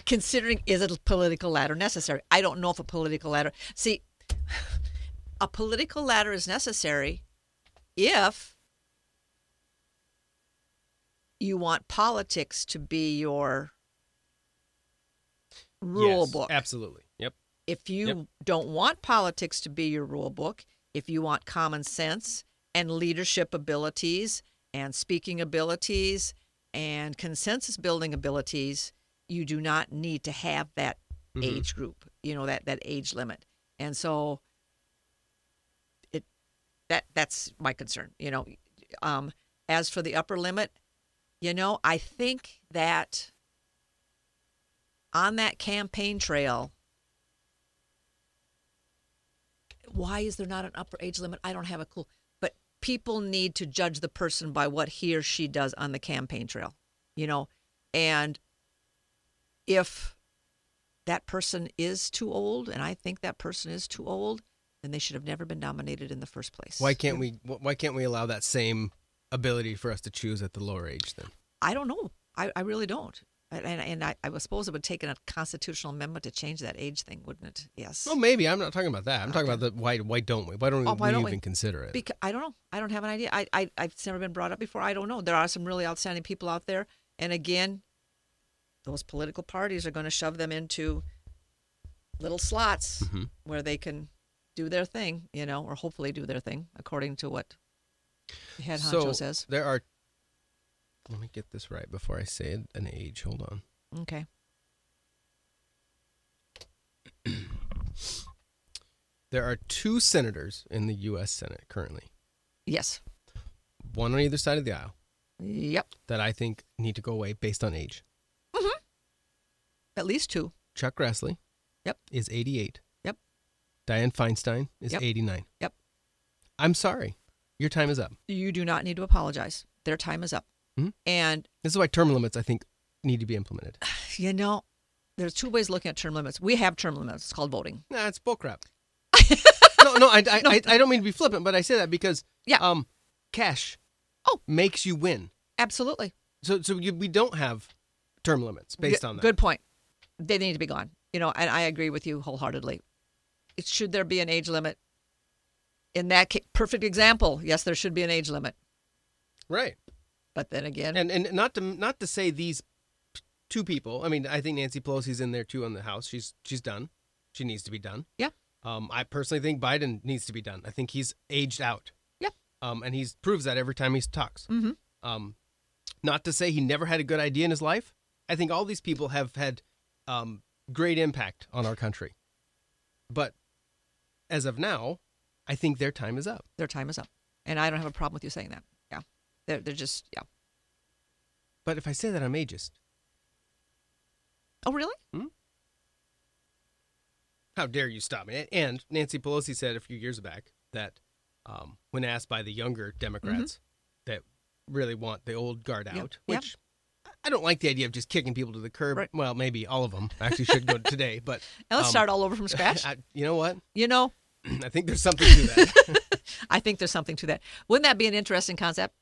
Speaker 1: Considering is it a political ladder necessary? I don't know if a political ladder. See, a political ladder is necessary if you want politics to be your rule
Speaker 2: Yes,
Speaker 1: book.
Speaker 2: Absolutely. Yep.
Speaker 1: If you
Speaker 2: Yep.
Speaker 1: don't want politics to be your rule book, if you want common sense and leadership abilities and speaking abilities and consensus building abilities, you do not need to have that age group, you know, that, that age limit. And so it that that's my concern, you know. Um, as for the upper limit, you know, I think that on that campaign trail, why is there not an upper age limit? I don't have a clue. But people need to judge the person by what he or she does on the campaign trail, you know? And if that person is too old, and I think that person is too old, then they should have never been nominated in the first place.
Speaker 2: Why can't we why can't we allow that same ability for us to choose at the lower age then?
Speaker 1: I don't know. I, I really don't. And, and, and I, I would suppose it would take a constitutional amendment to change that age thing, wouldn't it? Yes.
Speaker 2: Well, maybe I'm not talking about that. I'm talking about the why why don't we? Why don't
Speaker 1: Oh,
Speaker 2: we
Speaker 1: why don't
Speaker 2: even
Speaker 1: we?
Speaker 2: consider it?
Speaker 1: Because I don't know. I don't have an idea. I, I I've never been brought up before. I don't know. There are some really outstanding people out there, and again, those political parties are going to shove them into little slots
Speaker 2: Mm-hmm.
Speaker 1: where they can do their thing, you know, or hopefully do their thing according to what the head honcho
Speaker 2: so
Speaker 1: says.
Speaker 2: there are. Let me get this right before I say it- an age. Hold on.
Speaker 1: Okay.
Speaker 2: There are two senators in the U.S. Senate currently,
Speaker 1: Yes.
Speaker 2: one on either side of the aisle,
Speaker 1: Yep.
Speaker 2: that I think need to go away based on age.
Speaker 1: At least two.
Speaker 2: Chuck Grassley.
Speaker 1: Yep.
Speaker 2: Is 88.
Speaker 1: Yep.
Speaker 2: Dianne Feinstein is
Speaker 1: Yep.
Speaker 2: 89.
Speaker 1: Yep.
Speaker 2: I'm sorry. Your time is up.
Speaker 1: You do not need to apologize. Their time is up.
Speaker 2: Mhm.
Speaker 1: And
Speaker 2: This is why term limits, I think, need to be implemented.
Speaker 1: you know, there's two ways of looking at term limits. We have term limits. It's called voting.
Speaker 2: nah, it's bullcrap. no, no, I, I, I, I don't mean to be flippant, but I say that because
Speaker 1: Yeah.
Speaker 2: um, cash
Speaker 1: Oh.
Speaker 2: makes you win.
Speaker 1: Absolutely.
Speaker 2: So so you, we don't have term limits based
Speaker 1: Good-
Speaker 2: on that.
Speaker 1: Good point. They need to be gone. You know, and I agree with you wholeheartedly. It, should there be an age limit? In that ca- perfect example, yes, there should be an age limit.
Speaker 2: right?
Speaker 1: But then again,
Speaker 2: And and not to not to say these two people. I mean, I think Nancy Pelosi's in there too on the House. She's she's done. She needs to be done.
Speaker 1: yeah,
Speaker 2: Um, I personally think Biden needs to be done. I think he's aged out.
Speaker 1: yeah,
Speaker 2: Um, and he proves that every time he talks. Mm-hmm. Um, not to say he never had a good idea in his life. I think all these people have had um, great impact on our country. But as of now, I think their time is up.
Speaker 1: their time is up. And I don't have a problem with you saying that. Yeah. They're, they're just, yeah.
Speaker 2: But if I say that, I'm ageist.
Speaker 1: Oh, really?
Speaker 2: How dare you stop me? And Nancy Pelosi said a few years back that um, when asked by the younger Democrats
Speaker 1: Mm-hmm.
Speaker 2: that really want the old guard out,
Speaker 1: Yeah, yeah.
Speaker 2: which I- I don't like the idea of just kicking people to the curb.
Speaker 1: Right.
Speaker 2: Well, maybe all of them actually should go today, but
Speaker 1: And let's
Speaker 2: um,
Speaker 1: start all over from scratch.
Speaker 2: I, you know what?
Speaker 1: you know,
Speaker 2: I think there's something to that.
Speaker 1: I think there's something to that. Wouldn't that be an interesting concept?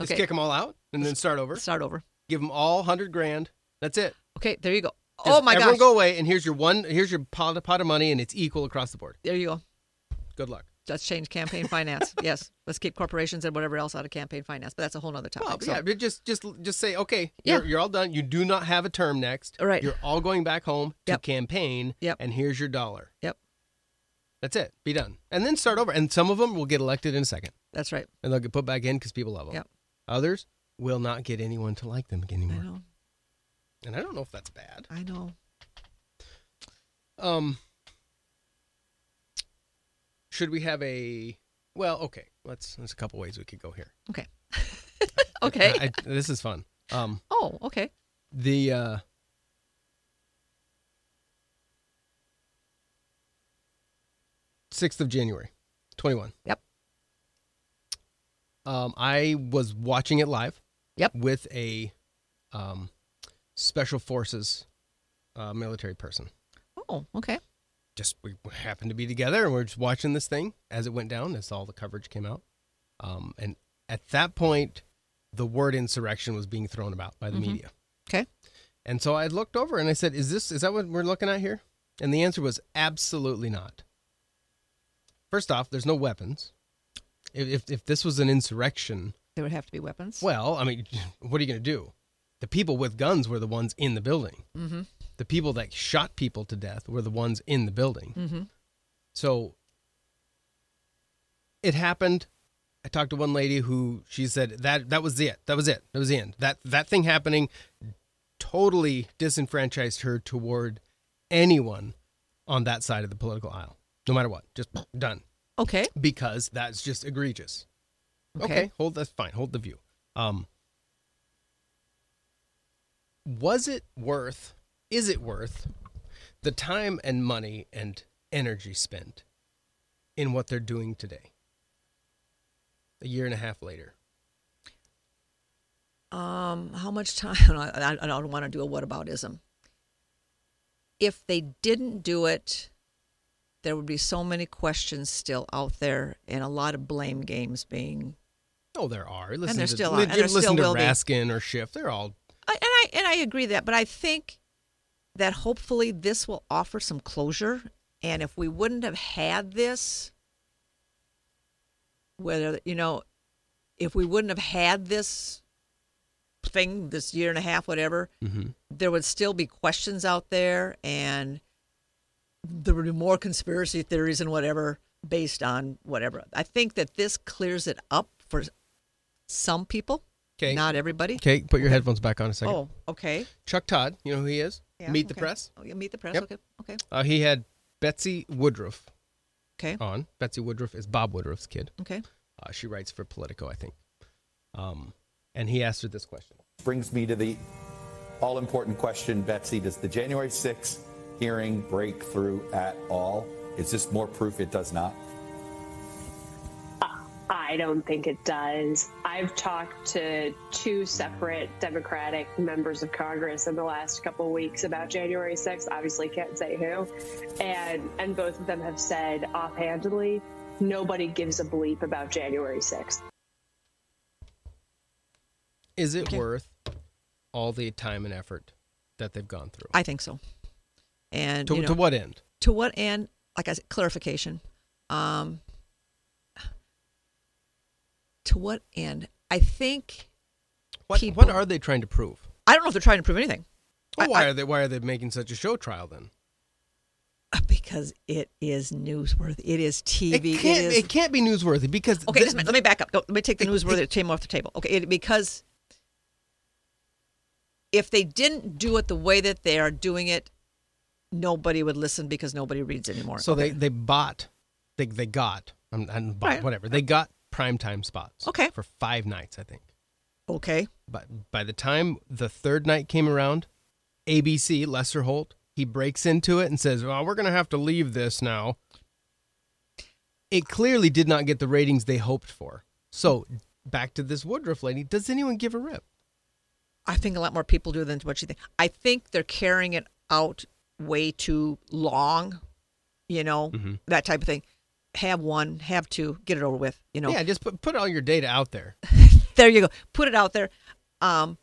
Speaker 2: Just kick them all out and then start over.
Speaker 1: Start over.
Speaker 2: Give them all hundred grand. That's it.
Speaker 1: Okay, there you go. oh
Speaker 2: Just
Speaker 1: my
Speaker 2: everyone
Speaker 1: gosh.
Speaker 2: go away, and here's your one. Here's your pot, pot of money, and it's equal across the board.
Speaker 1: There you go.
Speaker 2: Good luck.
Speaker 1: Let's change campaign finance. yes. Let's keep corporations and whatever else out of campaign finance. But that's a whole nother topic.
Speaker 2: Well, but
Speaker 1: so-
Speaker 2: yeah, but just just just say okay.
Speaker 1: Yeah.
Speaker 2: You're, you're all done. You do not have a term next.
Speaker 1: All right.
Speaker 2: You're all going back home to
Speaker 1: Yep.
Speaker 2: campaign.
Speaker 1: Yep.
Speaker 2: And here's your dollar.
Speaker 1: Yep.
Speaker 2: That's it. Be done. And then start over. And some of them will get elected in a second,
Speaker 1: That's right.
Speaker 2: and they'll get put back in because people love them.
Speaker 1: Yep.
Speaker 2: Others will not get anyone to like them
Speaker 1: I
Speaker 2: anymore.
Speaker 1: know.
Speaker 2: And I don't know if that's bad.
Speaker 1: I know.
Speaker 2: Um, should we have a? Well, okay. Let's. There's a couple ways we could go here.
Speaker 1: Okay. okay.
Speaker 2: I, I- this is fun. Um,
Speaker 1: oh, okay.
Speaker 2: the uh, sixth of January, twenty-one.
Speaker 1: Yep.
Speaker 2: Um, I was watching it live.
Speaker 1: Yep.
Speaker 2: With a um, special forces uh, military person.
Speaker 1: Oh, okay.
Speaker 2: just we happened to be together and we are just watching this thing as it went down as all the coverage came out um, and at that point the word insurrection was being thrown about by the media
Speaker 1: Okay.
Speaker 2: and so i looked over and i said is this is that what we're looking at here and the answer was absolutely not first off there's no weapons if, if, if this was an insurrection
Speaker 1: There would have to be weapons.
Speaker 2: well i mean what are you going to do the people with guns were the ones in the building
Speaker 1: Mm-hmm.
Speaker 2: the people that shot people to death were the ones in the building
Speaker 1: Mm-hmm.
Speaker 2: so it happened. I talked to one lady who she said that that was it. That was it. That was the end. That that thing happening totally disenfranchised her toward anyone on that side of the political aisle. No matter what. Just done.
Speaker 1: Okay.
Speaker 2: Because that's just egregious. Okay,
Speaker 1: Okay.
Speaker 2: hold that's fine. Hold the view. Um was it worth is it worth the time and money and energy spent in what they're doing today a year and a half later
Speaker 1: Um, how much time? I, I don't want to do a whataboutism. If they didn't do it, there would be so many questions still out there and a lot of blame games being.
Speaker 2: oh there are listen
Speaker 1: there
Speaker 2: to,
Speaker 1: still
Speaker 2: li-
Speaker 1: are, and
Speaker 2: you
Speaker 1: there
Speaker 2: listen
Speaker 1: still
Speaker 2: to
Speaker 1: will be.
Speaker 2: raskin or schiff they're all
Speaker 1: I, and I and I agree that, but I think that hopefully this will offer some closure. And if we wouldn't have had this, whether you know, if we wouldn't have had this thing this year and a half, whatever,
Speaker 2: Mm-hmm.
Speaker 1: there would still be questions out there, and there would be more conspiracy theories and whatever based on whatever. I think that this clears it up for some people,
Speaker 2: 'Kay.
Speaker 1: not everybody.
Speaker 2: okay put your headphones back on a second
Speaker 1: Oh, okay.
Speaker 2: chuck todd you know who he is
Speaker 1: Yeah,
Speaker 2: meet the
Speaker 1: okay.
Speaker 2: press
Speaker 1: Oh, yeah, meet the press.
Speaker 2: Yep.
Speaker 1: Okay. Okay.
Speaker 2: uh, he had betsy woodruff
Speaker 1: Okay.
Speaker 2: on betsy woodruff is bob woodruff's kid
Speaker 1: Okay.
Speaker 2: Uh, she writes for Politico, I think. Um, and he asked her this question.
Speaker 5: brings me to the all important question, Betsy. Does the January 6th hearing break through at all? Is this more proof it does not?
Speaker 6: I I don't think it does. I've talked to two separate Democratic members of Congress in the last couple of weeks about January 6th. Obviously, can't say who, and and both of them have said offhandedly, nobody gives a bleep about January 6th.
Speaker 2: Is it worth all the time and effort that they've gone through?
Speaker 1: I think so. And
Speaker 2: to,
Speaker 1: you know,
Speaker 2: to what end?
Speaker 1: to what end? Like I said, clarification. Um, to what end? I think
Speaker 2: What,
Speaker 1: people-
Speaker 2: what are they trying to prove?
Speaker 1: I don't know if they're trying to prove anything
Speaker 2: Well,
Speaker 1: I-
Speaker 2: why
Speaker 1: I-
Speaker 2: are they why are they making such a show trial then?
Speaker 1: because it is newsworthy. It is TV.
Speaker 2: It can't
Speaker 1: is-
Speaker 2: it can't be newsworthy because
Speaker 1: Okay,
Speaker 2: thi-
Speaker 1: just a minute. let me back up. Go, let me take the newsworthy team off the table. Okay, it, because if they didn't do it the way that they are doing it, nobody would listen because nobody reads anymore.
Speaker 2: so they, they bought they they got I'm, I'm bought,
Speaker 1: Right.
Speaker 2: whatever they got primetime spots.
Speaker 1: Okay.
Speaker 2: for five nights I think.
Speaker 1: okay,
Speaker 2: But by the time the third night came around, ABC Lesser Holt he breaks into it and says, "Well, we're going to have to leave this now." It clearly did not get the ratings they hoped for. So back to this Woodruff lady. Does anyone give a rip?
Speaker 1: I think a lot more people do than what you think. I think they're carrying it out way too long. You know that type of thing. Have one, have two, get it over with. You know,
Speaker 2: Yeah, just put put all your data out there.
Speaker 1: there you go. Put it out there. Um,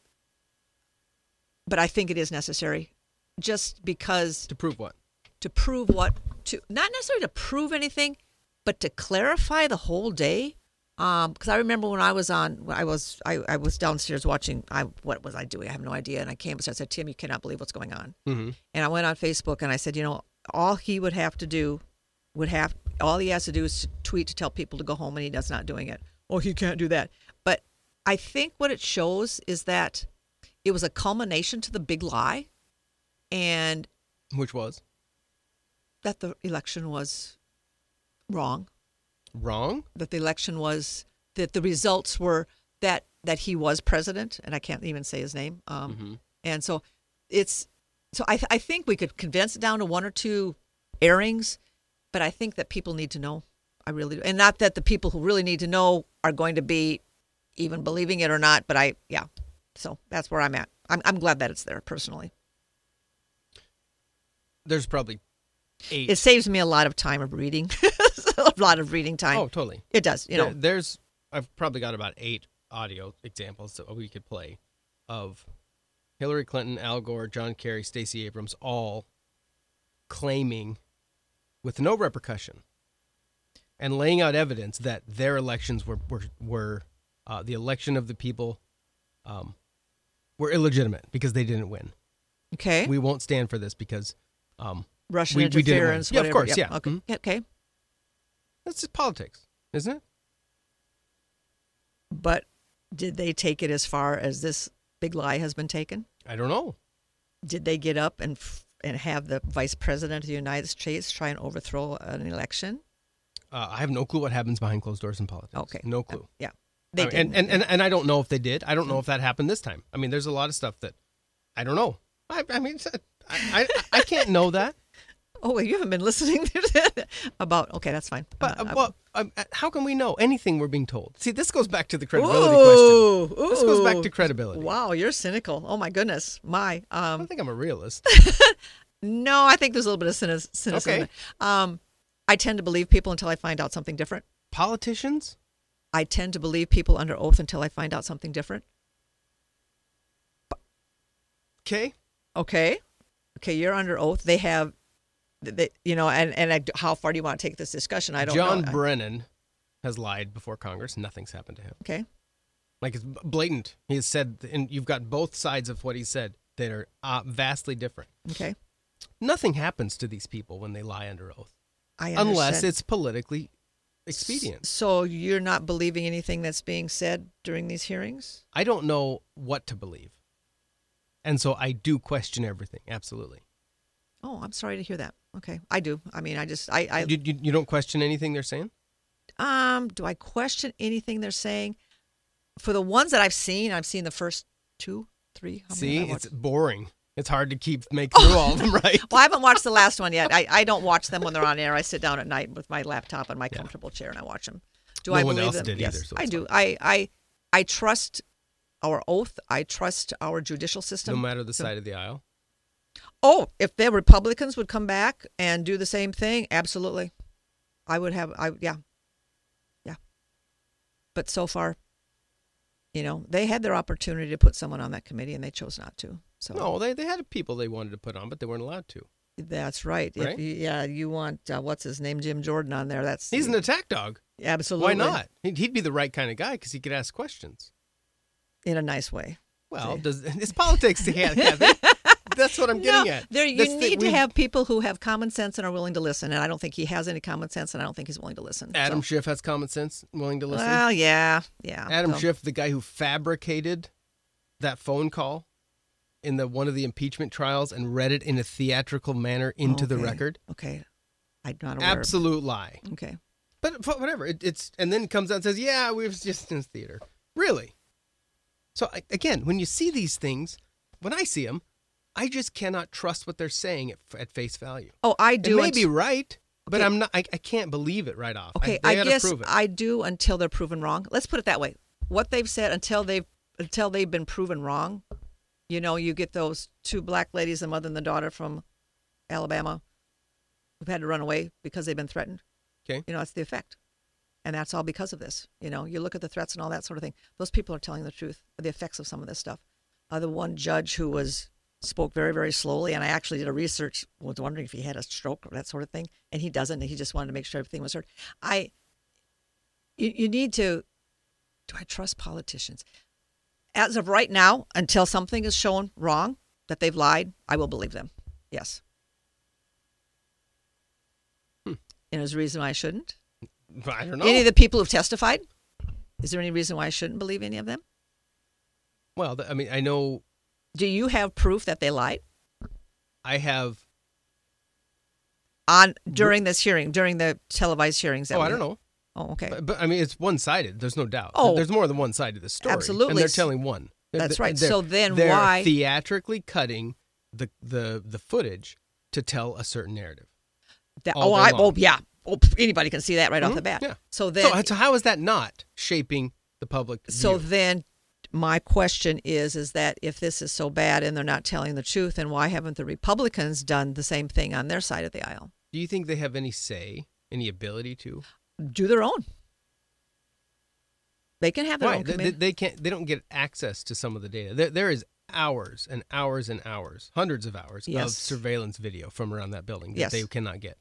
Speaker 1: but I think it is necessary, just because
Speaker 2: To prove what?
Speaker 1: to prove what to not necessarily to prove anything, but to clarify the whole day. Um, because I remember when I was on, when I was I, I was downstairs watching. I what was I doing? I have no idea. And I came upstairs. I said, Tim, you cannot believe what's going on. And I went on Facebook and I said, you know, all he would have to do would have all he has to do is tweet to tell people to go home, and he does not doing it. Oh, he can't do that. But I think what it shows is that it was a culmination to the big lie, and
Speaker 2: Which was
Speaker 1: that the election was wrong,
Speaker 2: wrong.
Speaker 1: that the election was that the results were that that he was president, and I can't even say his name. Um, And so it's so I I think we could condense it down to one or two airings, but I think that people need to know. I really do, and not that the people who really need to know are going to be even believing it or not. But I yeah, so that's where I'm at. I'm I'm glad that it's there personally.
Speaker 2: There's probably eight.
Speaker 1: It saves me a lot of time of reading, a lot of reading time.
Speaker 2: oh, totally.
Speaker 1: It does, you know.
Speaker 2: There- there's I've probably got about eight audio examples that we could play of Hillary Clinton, Al Gore, John Kerry, Stacey Abrams all claiming with no repercussion and laying out evidence that their elections were were, were uh, the election of the people um, were illegitimate because they didn't win.
Speaker 1: Okay.
Speaker 2: We won't stand for this because um,
Speaker 1: Russian
Speaker 2: we- we didn't win.
Speaker 1: interference.
Speaker 2: Yeah, of
Speaker 1: whatever.
Speaker 2: course, yeah.
Speaker 1: Okay.
Speaker 2: Mhm.
Speaker 1: Okay.
Speaker 2: that's just politics, isn't it?
Speaker 1: But did they take it as far as this big lie has been taken?
Speaker 2: I don't know.
Speaker 1: Did they get up and f- and have the vice president of the United States try and overthrow an election?
Speaker 2: Uh, I have no clue what happens behind closed doors in politics.
Speaker 1: Okay.
Speaker 2: no clue.
Speaker 1: Yeah. They
Speaker 2: I mean,
Speaker 1: did.
Speaker 2: and, and, and and I don't know if they did. I don't know if that happened this time. I mean, there's a lot of stuff that I don't know. I, I mean, it's- I, I I can't know that.
Speaker 1: oh, wait, you haven't been listening to about. Okay, that's fine.
Speaker 2: But
Speaker 1: Uh,
Speaker 2: uh,
Speaker 1: uh,
Speaker 2: well, um, uh, how can we know anything we're being told? See, this goes back to the credibility
Speaker 1: ooh,
Speaker 2: question. This goes back
Speaker 1: ooh.
Speaker 2: to credibility.
Speaker 1: Wow, you're cynical. Oh my goodness, my.
Speaker 2: I
Speaker 1: Um,
Speaker 2: don't think I'm a realist.
Speaker 1: no, I think there's a little bit of cynic- cynicism.
Speaker 2: Okay.
Speaker 1: Um, I tend to believe people until I find out something different.
Speaker 2: Politicians,
Speaker 1: I tend to believe people under oath until I find out something different.
Speaker 2: okay?
Speaker 1: Okay, okay, you're under oath. They have, they, you know, and and I, how far do you want to take this discussion? I don't
Speaker 2: John
Speaker 1: know. I-
Speaker 2: Brennan has lied before Congress. Nothing's happened to him.
Speaker 1: okay,
Speaker 2: Like it's blatant. He has said, and you've got both sides of what he said that are uh, vastly different.
Speaker 1: okay.
Speaker 2: Nothing happens to these people when they lie under oath.
Speaker 1: I
Speaker 2: unless
Speaker 1: understand.
Speaker 2: it's politically expedient.
Speaker 1: So you're not believing anything that's being said during these hearings.
Speaker 2: I don't know what to believe. And so I do question everything, absolutely.
Speaker 1: Oh, I'm sorry to hear that. Okay, I do. I mean, I just I, I
Speaker 2: you, you, you don't question anything they're saying?
Speaker 1: Um, do I question anything they're saying? For the ones that I've seen, I've seen the first two, three. how many
Speaker 2: See,
Speaker 1: have I
Speaker 2: it's
Speaker 1: watched?
Speaker 2: boring. It's hard to keep make through all of them, right?
Speaker 1: well, I haven't watched the last one yet. I, I don't watch them when they're on air. I sit down at night with my laptop and my comfortable chair and I watch them. Do
Speaker 2: No
Speaker 1: I
Speaker 2: one
Speaker 1: believe
Speaker 2: else
Speaker 1: them?
Speaker 2: did
Speaker 1: yes,
Speaker 2: either, so
Speaker 1: I
Speaker 2: it's
Speaker 1: do. I, I I trust our oath. I trust our judicial
Speaker 2: no
Speaker 1: system.
Speaker 2: matter the side of the aisle.
Speaker 1: oh, if the Republicans would come back and do the same thing, absolutely, I would have. I yeah, yeah. But so far, you know, they had their opportunity to put someone on that committee and they chose not to. So
Speaker 2: No, they, they had people they wanted to put on, but they weren't allowed to.
Speaker 1: that's right. If
Speaker 2: Right?
Speaker 1: you, yeah, you want uh, what's his name, Jim Jordan, on there? That's
Speaker 2: He's an attack dog.
Speaker 1: absolutely
Speaker 2: Why not? He'd, he'd be the right kind of guy because he could ask questions.
Speaker 1: in a nice way.
Speaker 2: Well, does it's politics to have? that's what I'm getting
Speaker 1: no,
Speaker 2: at.
Speaker 1: There, you
Speaker 2: That's the-
Speaker 1: need to
Speaker 2: we've-
Speaker 1: have people who have common sense and are willing to listen. And I don't think he has any common sense, and I don't think he's willing to listen.
Speaker 2: Adam
Speaker 1: So-
Speaker 2: Schiff has common sense, willing to listen.
Speaker 1: Well, yeah, yeah.
Speaker 2: Adam
Speaker 1: so-
Speaker 2: Schiff, the guy who fabricated that phone call in the one of the impeachment trials and read it in a theatrical manner into the
Speaker 1: okay,
Speaker 2: record.
Speaker 1: Okay, I'm not aware. of-
Speaker 2: Absolute lie.
Speaker 1: Okay.
Speaker 2: But f- whatever. It, it's and then comes out and says, "Yeah, we was just in theater." Really? So I- again, when you see these things, when I see them, I just cannot trust what they're saying at, f- at face value.
Speaker 1: Oh, I do.
Speaker 2: it may
Speaker 1: unt-
Speaker 2: be right, but
Speaker 1: Okay.
Speaker 2: I'm not. I, I can't believe it right off.
Speaker 1: okay,
Speaker 2: I,
Speaker 1: I,
Speaker 2: they gotta
Speaker 1: guess
Speaker 2: prove it.
Speaker 1: I do until they're proven wrong. Let's put it that way. What they've said until they've until they've been proven wrong. You know, you get those two black ladies, the mother and the daughter from Alabama, who've had to run away because they've been threatened.
Speaker 2: okay.
Speaker 1: you know that's the effect and that's all because of this you know you look at the threats and all that sort of thing those people are telling the truth the effects of some of this stuff uh, the one judge who was spoke very very slowly and i actually did a research was wondering if he had a stroke or that sort of thing and he doesn't and he just wanted to make sure everything was heard i you, you need to do i trust politicians as of right now until something is shown wrong that they've lied i will believe them yes and there's a reason why i shouldn't
Speaker 2: But I don't know.
Speaker 1: any of the people who've testified? Is there any reason why I shouldn't believe any of them?
Speaker 2: well, th- I mean, I know
Speaker 1: Do you have proof that they lied
Speaker 2: I have. oh,
Speaker 1: on during this hearing, during the televised hearings? that
Speaker 2: Oh, I
Speaker 1: we
Speaker 2: don't
Speaker 1: had?
Speaker 2: know.
Speaker 1: Oh, okay.
Speaker 2: But, but I mean, it's one sided. There's no doubt.
Speaker 1: Oh.
Speaker 2: there's more than one side to the story. and
Speaker 1: Absolutely.
Speaker 2: they're telling one. They're-
Speaker 1: That's right.
Speaker 2: they're-
Speaker 1: So then
Speaker 2: they're
Speaker 1: why-
Speaker 2: theatrically cutting the the the footage to tell a certain narrative?
Speaker 1: That- oh,
Speaker 2: all day
Speaker 1: I,
Speaker 2: long.
Speaker 1: oh, yeah. Oh, pff, anybody can see that right off
Speaker 2: Mhm,
Speaker 1: the bat.
Speaker 2: yeah.
Speaker 1: So
Speaker 2: So,
Speaker 1: then, so,
Speaker 2: so how is that not shaping the public? view?
Speaker 1: then, my question is: is that if this is so bad and they're not telling the truth, then why haven't the Republicans done the same thing on their side of the aisle?
Speaker 2: do you think they have any say, any ability to?
Speaker 1: Do their own. They can have their
Speaker 2: Why
Speaker 1: own
Speaker 2: they,
Speaker 1: committee.
Speaker 2: they, they can't? They don't get access to some of the data. There, there is hours and hours and hours, hundreds of hours of
Speaker 1: Yes.
Speaker 2: surveillance video from around that building that
Speaker 1: Yes.
Speaker 2: they cannot get.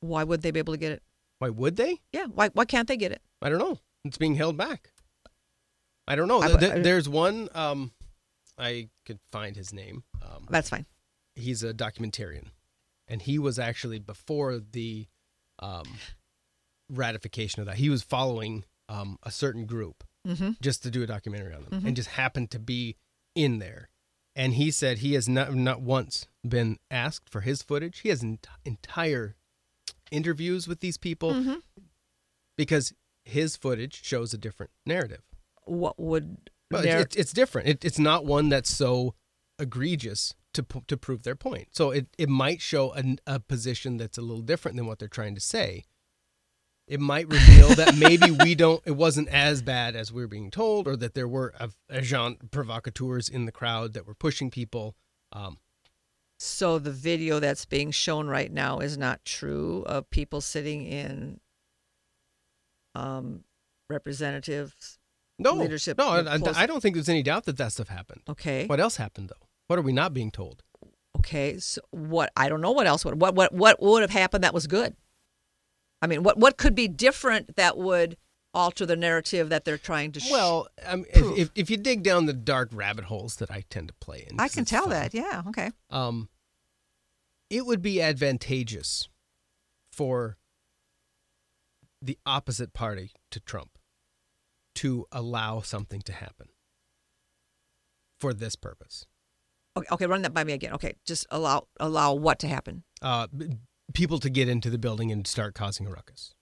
Speaker 1: why would they be able to get it?
Speaker 2: Why would they?
Speaker 1: Yeah. Why? Why can't they get it?
Speaker 2: I don't know. It's being held back. I don't know.
Speaker 1: I-
Speaker 2: Th- th-
Speaker 1: I-
Speaker 2: There's one. Um, I could find his name. Um,
Speaker 1: That's fine.
Speaker 2: he's a documentarian, and he was actually before the um, ratification of that. He was following um, a certain group just to do a documentary on them, and just happened to be in there. And he said he has not not once been asked for his footage. He has ent- entire interviews with these people because his footage shows a different narrative.
Speaker 1: What would?
Speaker 2: Well,
Speaker 1: their-
Speaker 2: it's, it's, it's different. It, it's not one that's so egregious to p- to prove their point. So it, it might show an, a position that's a little different than what they're trying to say. It might reveal that maybe we don't. It wasn't as bad as we were being told, or that there were a, agent provocateurs in the crowd that were pushing people. Um,
Speaker 1: So the video that's being shown right now is not true of people sitting in um, representatives.
Speaker 2: no
Speaker 1: Leadership
Speaker 2: No, I,
Speaker 1: close-
Speaker 2: I don't think there's any doubt that that stuff happened.
Speaker 1: Okay.
Speaker 2: What else happened though? What are we not being told?
Speaker 1: Okay. So what? I don't know what else would. What? What? What would have happened that was good? I mean, what? What could be different that would alter the narrative that they're trying to? sh-
Speaker 2: Well, I mean,
Speaker 1: proof.
Speaker 2: if, if if you dig down the dark rabbit holes that I tend to play in,
Speaker 1: I
Speaker 2: 'cause
Speaker 1: can
Speaker 2: it's
Speaker 1: tell
Speaker 2: fun,
Speaker 1: that. Yeah. Okay.
Speaker 2: um, it would be advantageous for the opposite party to Trump to allow something to happen for this purpose.
Speaker 1: Okay. Okay. Run that by me again. Okay. Just allow allow what to happen.
Speaker 2: Uh, b- people to get into the building and start causing a ruckus,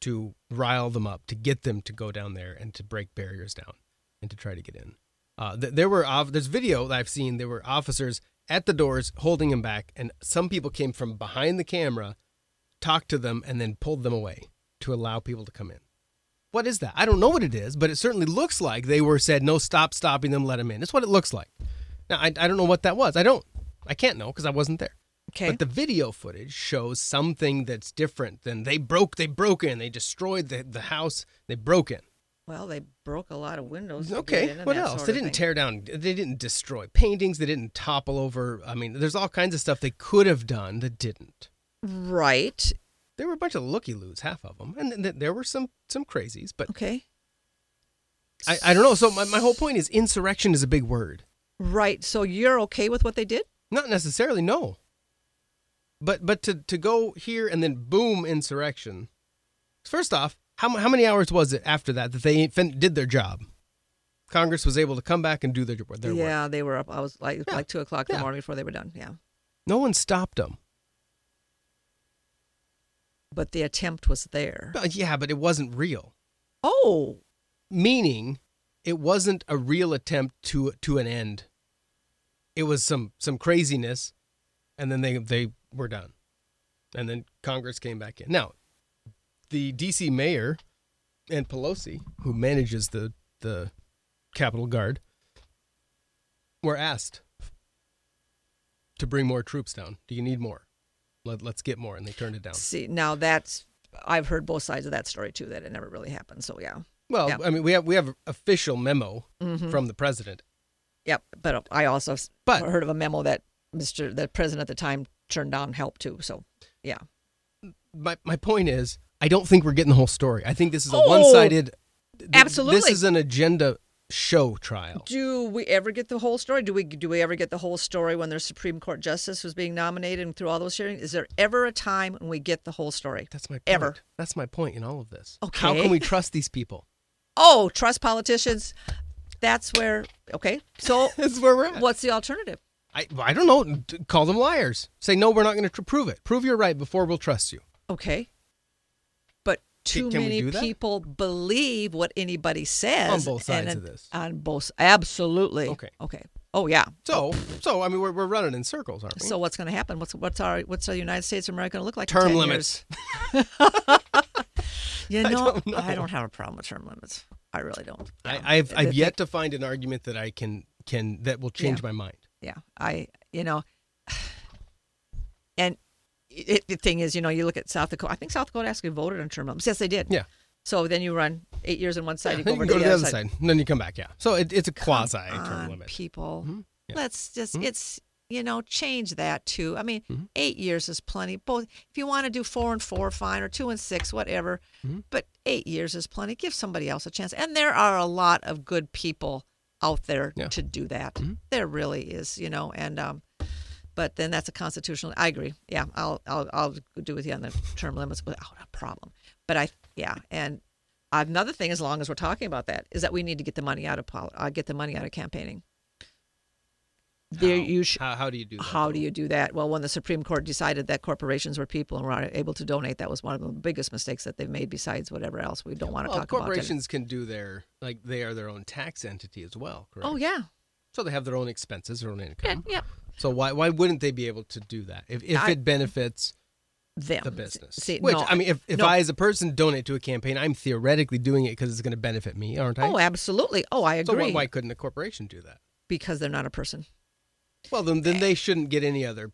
Speaker 2: to rile them up, to get them to go down there and to break barriers down and to try to get in. Uh, th- there were off- there's video that I've seen. There were officers at the doors holding him back, and some people came from behind the camera, talked to them, and then pulled them away to allow people to come in. What is that? I don't know what it is, but it certainly looks like they were said, no, stop stopping them, let them in. It's what it looks like. Now, I, I don't know what that was. I don't. I can't know because I wasn't there.
Speaker 1: Okay.
Speaker 2: But the video footage shows something that's different than they broke, they broke in, they destroyed the, the house, they broke in.
Speaker 1: well, they broke a lot of windows. to get
Speaker 2: Okay,
Speaker 1: in and
Speaker 2: what
Speaker 1: that
Speaker 2: else?
Speaker 1: sort
Speaker 2: They
Speaker 1: of
Speaker 2: didn't
Speaker 1: thing.
Speaker 2: tear down, they didn't destroy paintings, they didn't topple over. I mean, there's all kinds of stuff they could have done that didn't.
Speaker 1: Right.
Speaker 2: There were a bunch of looky loos, half of them, and th- th- there were some some crazies, but
Speaker 1: Okay.
Speaker 2: I, I don't know. So my, my whole point is insurrection is a big word.
Speaker 1: Right. So you're okay with what they did?
Speaker 2: Not necessarily, no. But but to, to go here and then boom insurrection. First off, how mu- how many hours was it after that that they fin- did their job? Congress was able to come back and do their their work.
Speaker 1: yeah, they were up. I was like
Speaker 2: Yeah.
Speaker 1: like two o'clock in
Speaker 2: Yeah.
Speaker 1: the morning before they were done. Yeah.
Speaker 2: No one stopped them.
Speaker 1: But the attempt was there.
Speaker 2: Well, yeah, but it wasn't real.
Speaker 1: Oh,
Speaker 2: Meaning, it wasn't a real attempt to to an end. It was some some craziness, and then they they were done, and then Congress came back in. Now, the D.C. mayor and Pelosi, who manages the the Capitol Guard, were asked to bring more troops down. Do you need more? Let, let's get more, and they turned it down.
Speaker 1: see, now that's I've heard both sides of that story too. That it never really happened. So yeah.
Speaker 2: Well,
Speaker 1: Yeah.
Speaker 2: I mean, we have we have official memo from the president.
Speaker 1: Yep. But I also s-
Speaker 2: But-
Speaker 1: heard of a memo that Mr. the president at the time turned down help too. So yeah.
Speaker 2: My my point is, I don't think we're getting the whole story. I think this is a
Speaker 1: Oh,
Speaker 2: one-sided. th- This
Speaker 1: absolutely.
Speaker 2: is an agenda show trial.
Speaker 1: Do we ever get the whole story? Do we do we ever get the whole story when there's Supreme Court justice who's being nominated and through all those hearings? Is there ever a time when we get the whole story?
Speaker 2: That's my point.
Speaker 1: Ever.
Speaker 2: That's my point in all of this. How can
Speaker 1: Okay.
Speaker 2: we trust these people?
Speaker 1: Oh, trust politicians. That's where okay. So
Speaker 2: That's where we're at.
Speaker 1: what's the alternative?
Speaker 2: Uh, I I don't know. D- Call them liars. Say no. We're not going to tr- prove it. Prove you're right before we'll trust you.
Speaker 1: Okay. But too
Speaker 2: can we do
Speaker 1: many
Speaker 2: that?
Speaker 1: people believe what anybody says
Speaker 2: On both
Speaker 1: and
Speaker 2: sides
Speaker 1: then-
Speaker 2: of this.
Speaker 1: On both absolutely.
Speaker 2: Okay.
Speaker 1: Okay. Oh yeah.
Speaker 2: So so I mean, we're we're running in circles, aren't we?
Speaker 1: So what's going to happen? What's what's our what's our United States of America going to look like? in
Speaker 2: Term
Speaker 1: 10
Speaker 2: limits.
Speaker 1: years? You know, I
Speaker 2: don't know.
Speaker 1: have a problem with term limits. I really don't. Yeah.
Speaker 2: I, I've
Speaker 1: The
Speaker 2: I've
Speaker 1: thing-
Speaker 2: yet to find an argument that I can can that will change
Speaker 1: Yeah.
Speaker 2: my mind.
Speaker 1: yeah i you know and it, the thing is you know you look at south dakota i think south dakota actually voted on term limits yes they did
Speaker 2: Yeah.
Speaker 1: so then you run eight years on one side
Speaker 2: Yeah,
Speaker 1: you
Speaker 2: then
Speaker 1: go
Speaker 2: you
Speaker 1: over
Speaker 2: can go to the other side. and then you come back. Yeah. So it, it's a quasi term
Speaker 1: on,
Speaker 2: limit.
Speaker 1: people
Speaker 2: Mm-hmm. Yeah. Mm-hmm.
Speaker 1: let's just it's you know change that too i mean eight years is plenty both if you want to do four and four fine or two and six whatever
Speaker 2: Mm-hmm.
Speaker 1: but eight years is plenty give somebody else a chance and there are a lot of good people out there
Speaker 2: Yeah. Mm-hmm.
Speaker 1: to do that there really is you know and um but then that's a constitutional i agree yeah i'll i'll, I'll do with you on the term limits without a problem but i yeah and another thing as long as we're talking about that is that we need to get the money out of pol- uh, get the money out of campaigning there
Speaker 2: How?
Speaker 1: you sh-
Speaker 2: how, how do you do that?
Speaker 1: how do you do that? Well, when the Supreme Court decided that corporations were people and were not able to donate, that was one of the biggest mistakes that they've made. Besides whatever else we don't want to
Speaker 2: well,
Speaker 1: talk about.
Speaker 2: corporations can do their like they are their own tax entity as well, correct?
Speaker 1: Oh yeah,
Speaker 2: So they have their own expenses, their own
Speaker 1: yeah,
Speaker 2: income.
Speaker 1: yeah.
Speaker 2: So why why wouldn't they be able to do that if, if
Speaker 1: I-
Speaker 2: it benefits
Speaker 1: Them.
Speaker 2: the business?
Speaker 1: See,
Speaker 2: Which
Speaker 1: no,
Speaker 2: I mean, if, if
Speaker 1: no.
Speaker 2: I as a person donate to a campaign, I'm theoretically doing it because it's going to benefit me, aren't I?
Speaker 1: oh, absolutely. Oh, I
Speaker 2: so
Speaker 1: agree.
Speaker 2: why, why couldn't a corporation do that?
Speaker 1: Because they're not a person.
Speaker 2: Well, then then they shouldn't get any other.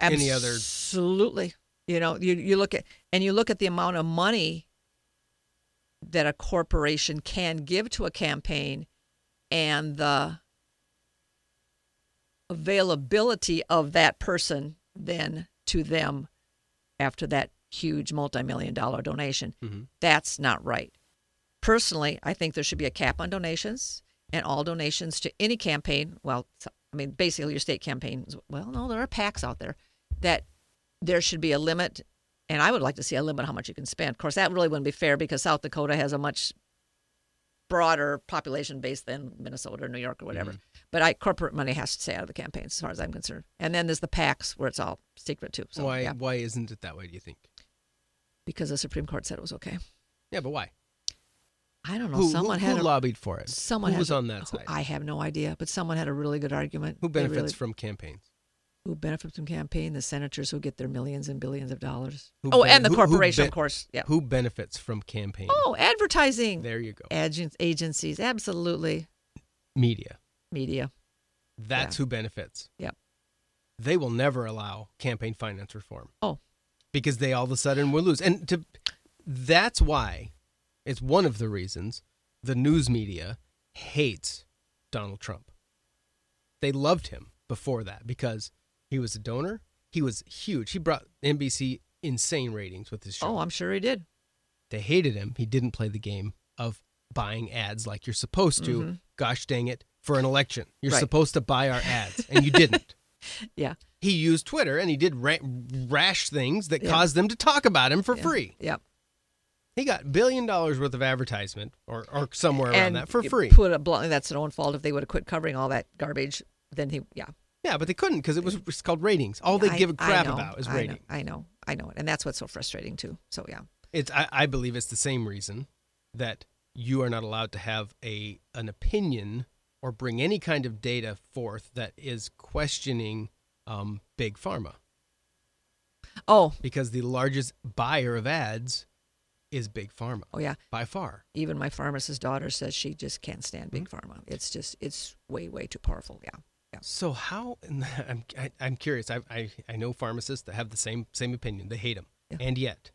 Speaker 2: any other-
Speaker 1: absolutely you know you, you look at and you look at the amount of money that a corporation can give to a campaign and the availability of that person then to them after that huge multi-million dollar donation that's not right personally, I think there should be a cap on donations and all donations to any campaign. Well, so- I mean, basically your state campaigns. Well, no, there are PACs out there that there should be a limit. And I would like to see a limit how much you can spend. Of course, that really wouldn't be fair because South Dakota has a much broader population base than Minnesota or New York or whatever. But I corporate money has to stay out of the campaigns as far as I'm concerned. And then there's the PACs where it's all secret too. So
Speaker 2: why
Speaker 1: yeah,
Speaker 2: why isn't it that way? Do you think?
Speaker 1: because the Supreme Court said it was okay.
Speaker 2: Yeah, but why?
Speaker 1: I don't know.
Speaker 2: who
Speaker 1: someone
Speaker 2: who,
Speaker 1: had
Speaker 2: who
Speaker 1: a,
Speaker 2: lobbied for it?
Speaker 1: Someone
Speaker 2: who
Speaker 1: had
Speaker 2: was
Speaker 1: a-
Speaker 2: on that
Speaker 1: who-
Speaker 2: side?
Speaker 1: I have no idea, but someone had a really good argument.
Speaker 2: Who
Speaker 1: They
Speaker 2: benefits
Speaker 1: really-
Speaker 2: from campaigns?
Speaker 1: who benefits from campaign? The senators who get their millions and billions of dollars.
Speaker 2: Who
Speaker 1: oh,
Speaker 2: ben-
Speaker 1: and the
Speaker 2: who- who
Speaker 1: corporation,
Speaker 2: ben-
Speaker 1: of course. Yeah.
Speaker 2: Who benefits from campaign?
Speaker 1: oh, advertising.
Speaker 2: There you go.
Speaker 1: Agen- agencies, absolutely.
Speaker 2: Media.
Speaker 1: Media.
Speaker 2: That's who benefits.
Speaker 1: Yep.
Speaker 2: They will never allow campaign finance reform.
Speaker 1: Oh.
Speaker 2: Because they all of a sudden will lose. And to that's why it's one of the reasons the news media hates Donald Trump. They loved him before that because he was a donor. He was huge. He brought NBC insane ratings with his show.
Speaker 1: Oh, I'm sure he did.
Speaker 2: They hated him. He didn't play the game of buying ads like you're supposed to. Gosh dang it, for an election. You're
Speaker 1: Mm-hmm. Right.
Speaker 2: supposed to buy our ads, and you didn't.
Speaker 1: Yeah.
Speaker 2: He used Twitter and he did ra- rash things that
Speaker 1: Yeah.
Speaker 2: caused them to talk about him for
Speaker 1: yeah,
Speaker 2: free.
Speaker 1: Yep.
Speaker 2: He got billion dollars worth of advertisement or, or somewhere around
Speaker 1: and
Speaker 2: that for
Speaker 1: you
Speaker 2: free.
Speaker 1: Put it bluntly, that's their own fault. If they would have quit covering all that garbage, then he, yeah.
Speaker 2: yeah, but they couldn't because it was it's called ratings. All they
Speaker 1: I-
Speaker 2: give a
Speaker 1: I
Speaker 2: crap
Speaker 1: know,
Speaker 2: about is
Speaker 1: I know,
Speaker 2: ratings.
Speaker 1: I know, I know it, and that's what's so frustrating too. So yeah,
Speaker 2: It's I, I believe it's the same reason that you are not allowed to have a an opinion or bring any kind of data forth that is questioning um, big pharma
Speaker 1: Oh,
Speaker 2: because the largest buyer of ads is big pharma
Speaker 1: oh yeah.
Speaker 2: by far.
Speaker 1: Even my pharmacist daughter says she just can't stand big pharma. It's just it's way way too powerful. Yeah, yeah.
Speaker 2: So how? and I'm I, I'm curious. I, I I know pharmacists that have the same same opinion. They hate them,
Speaker 1: Yeah.
Speaker 2: and yet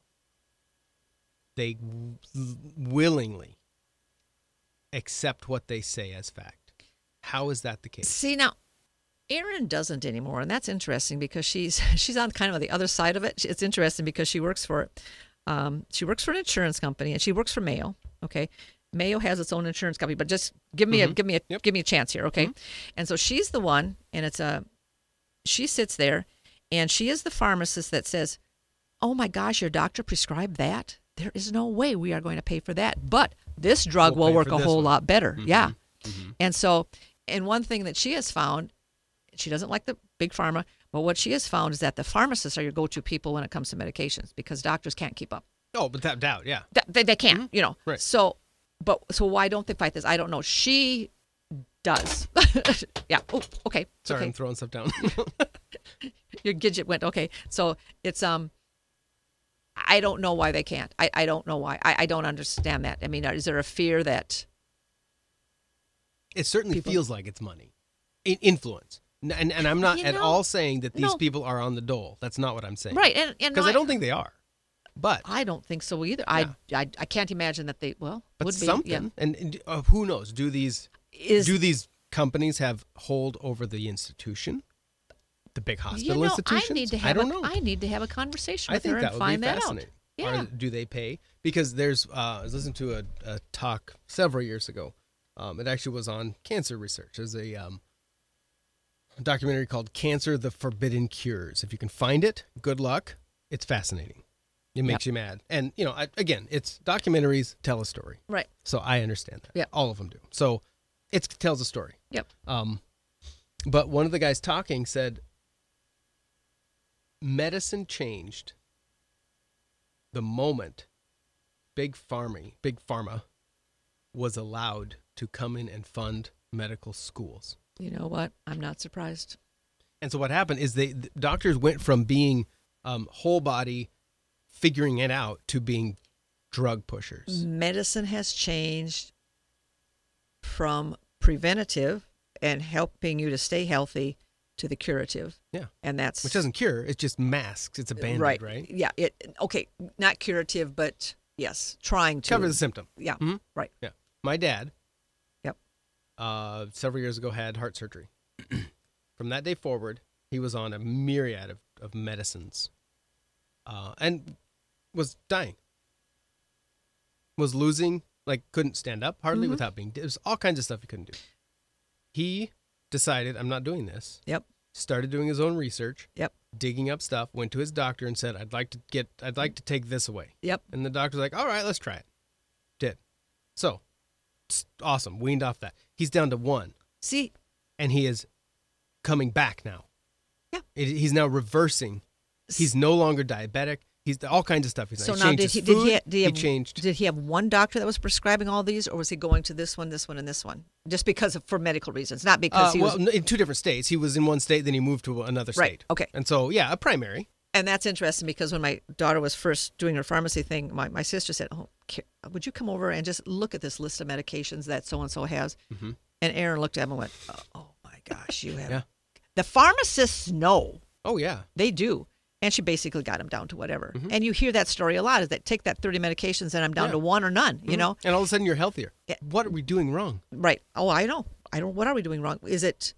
Speaker 2: they w- willingly accept what they say as fact. How is that the case?
Speaker 1: See now, Erin doesn't anymore, and that's interesting because she's she's on kind of the other side of it. It's interesting because she works for, um, she works for an insurance company and she works for Mayo. Okay, Mayo has its own insurance company, but just give me a give me a
Speaker 2: Yep.
Speaker 1: give me a chance here, okay? And so she's the one, and it's a, she sits there, and she is the pharmacist that says, "Oh my gosh, your doctor prescribed that. There is no way we are going to pay for that, but this drug
Speaker 2: We'll
Speaker 1: will
Speaker 2: pay
Speaker 1: work
Speaker 2: for
Speaker 1: a
Speaker 2: this
Speaker 1: whole
Speaker 2: one." Mm-hmm.
Speaker 1: lot better." Yeah. And so, and one thing that she has found, she doesn't like the big pharma, but what she has found is that the pharmacists are your go to people when it comes to medications because doctors can't keep up.
Speaker 2: Oh, without doubt, yeah.
Speaker 1: Th- They, they can't, you know.
Speaker 2: Mm-hmm. Right.
Speaker 1: So, but so why don't they fight this? I don't know. She does. yeah. Oh, okay.
Speaker 2: Sorry,
Speaker 1: okay
Speaker 2: I'm throwing stuff down.
Speaker 1: your gidget went okay so it's um i don't know why they can't i, I don't know why I, I don't understand that i mean is there a fear that
Speaker 2: it certainly
Speaker 1: People-
Speaker 2: feels like it's money, In- influence, N- and and I'm not
Speaker 1: You
Speaker 2: at
Speaker 1: know,
Speaker 2: all saying that these
Speaker 1: no.
Speaker 2: people are on the dole. That's not what I'm saying.
Speaker 1: right and and
Speaker 2: Because
Speaker 1: my-
Speaker 2: I don't think they are. But
Speaker 1: i don't think so either I, I i can't imagine that they well
Speaker 2: but
Speaker 1: would be yeah.
Speaker 2: something, and, and uh, who knows? Do these
Speaker 1: is
Speaker 2: do these companies have hold over the institution, the big hospital
Speaker 1: you know,
Speaker 2: institutions?
Speaker 1: I need to have
Speaker 2: don't
Speaker 1: a,
Speaker 2: know.
Speaker 1: I need to have a conversation
Speaker 2: I
Speaker 1: with
Speaker 2: think
Speaker 1: her
Speaker 2: that
Speaker 1: and
Speaker 2: would be
Speaker 1: find that out.
Speaker 2: fascinating. Are-
Speaker 1: Yeah.
Speaker 2: do they pay? Because there's, uh, I was listening to a, a talk several years ago. Um, it actually was on cancer research. There's a um, documentary called "Cancer: The Forbidden Cures." If you can find it, good luck. It's fascinating. It makes you mad, and you know, I, again, it's documentaries tell a story,
Speaker 1: Right.
Speaker 2: so I understand that.
Speaker 1: Yep.
Speaker 2: all of them do. So it tells a story.
Speaker 1: Yep.
Speaker 2: Um, but one of the guys talking said, medicine changed the moment big pharma, big pharma was allowed to come in and fund medical schools.
Speaker 1: You know what? I'm not surprised.
Speaker 2: And so what happened is they the doctors went from being um, whole body figuring it out to being drug
Speaker 1: Mm-hmm.
Speaker 2: pushers.
Speaker 1: medicine has changed from preventative and helping you to stay healthy to the curative
Speaker 2: Yeah.
Speaker 1: and that's
Speaker 2: Which doesn't cure, it's just masks. It's a band-aid, right?
Speaker 1: Uh, right yeah it okay not curative but yes trying to
Speaker 2: Cover the symptom.
Speaker 1: yeah
Speaker 2: Mhm.
Speaker 1: right
Speaker 2: Yeah. My dad
Speaker 1: yep
Speaker 2: uh, several years ago had heart surgery. From that day forward, he was on a myriad of, of medicines uh, and was dying. Was losing, like, couldn't stand up hardly
Speaker 1: Mm-hmm.
Speaker 2: without being. It was all kinds of stuff he couldn't do. He decided, I'm not doing this.
Speaker 1: yep
Speaker 2: Started doing his own research,
Speaker 1: yep
Speaker 2: digging up stuff, went to his doctor and said, I'd like to get, I'd like to take this away.
Speaker 1: yep
Speaker 2: And the doctor's like, all right, let's try it. Did. So, s- awesome. Weaned off that. He's down to one,
Speaker 1: see
Speaker 2: and he is coming back now.
Speaker 1: Yeah.
Speaker 2: It, he's now reversing. He's no longer diabetic. He's all kinds of stuff. He's
Speaker 1: So
Speaker 2: he
Speaker 1: now
Speaker 2: changed
Speaker 1: did
Speaker 2: his
Speaker 1: he
Speaker 2: food.
Speaker 1: did he, ha- did he, have,
Speaker 2: changed.
Speaker 1: Did he have one doctor that was prescribing all these, or was he going to this one, this one, and this one, just because of for medical reasons, not because
Speaker 2: Uh,
Speaker 1: he
Speaker 2: well,
Speaker 1: was?
Speaker 2: n- in two different states. He was in one state, then he moved to another state.
Speaker 1: Right, okay.
Speaker 2: And so, yeah, a primary.
Speaker 1: And that's interesting because when my daughter was first doing her pharmacy thing, my, my sister said, "Oh, Ki- would you come over and just look at this list of medications that so and so has?" And Aaron looked at him and went, "Oh, "Oh my gosh, you have."
Speaker 2: Mm-hmm. Yeah.
Speaker 1: The pharmacists know.
Speaker 2: Oh, yeah.
Speaker 1: They do. And she basically got him down to whatever. And you hear that story a lot is that take that 30 medications and I'm down
Speaker 2: Mm-hmm. Yeah. Mm-hmm.
Speaker 1: to one or none, you know?
Speaker 2: And all of a sudden, you're healthier.
Speaker 1: Yeah.
Speaker 2: What are we doing wrong?
Speaker 1: Right. Oh, I know. I don't what are we doing wrong? Is it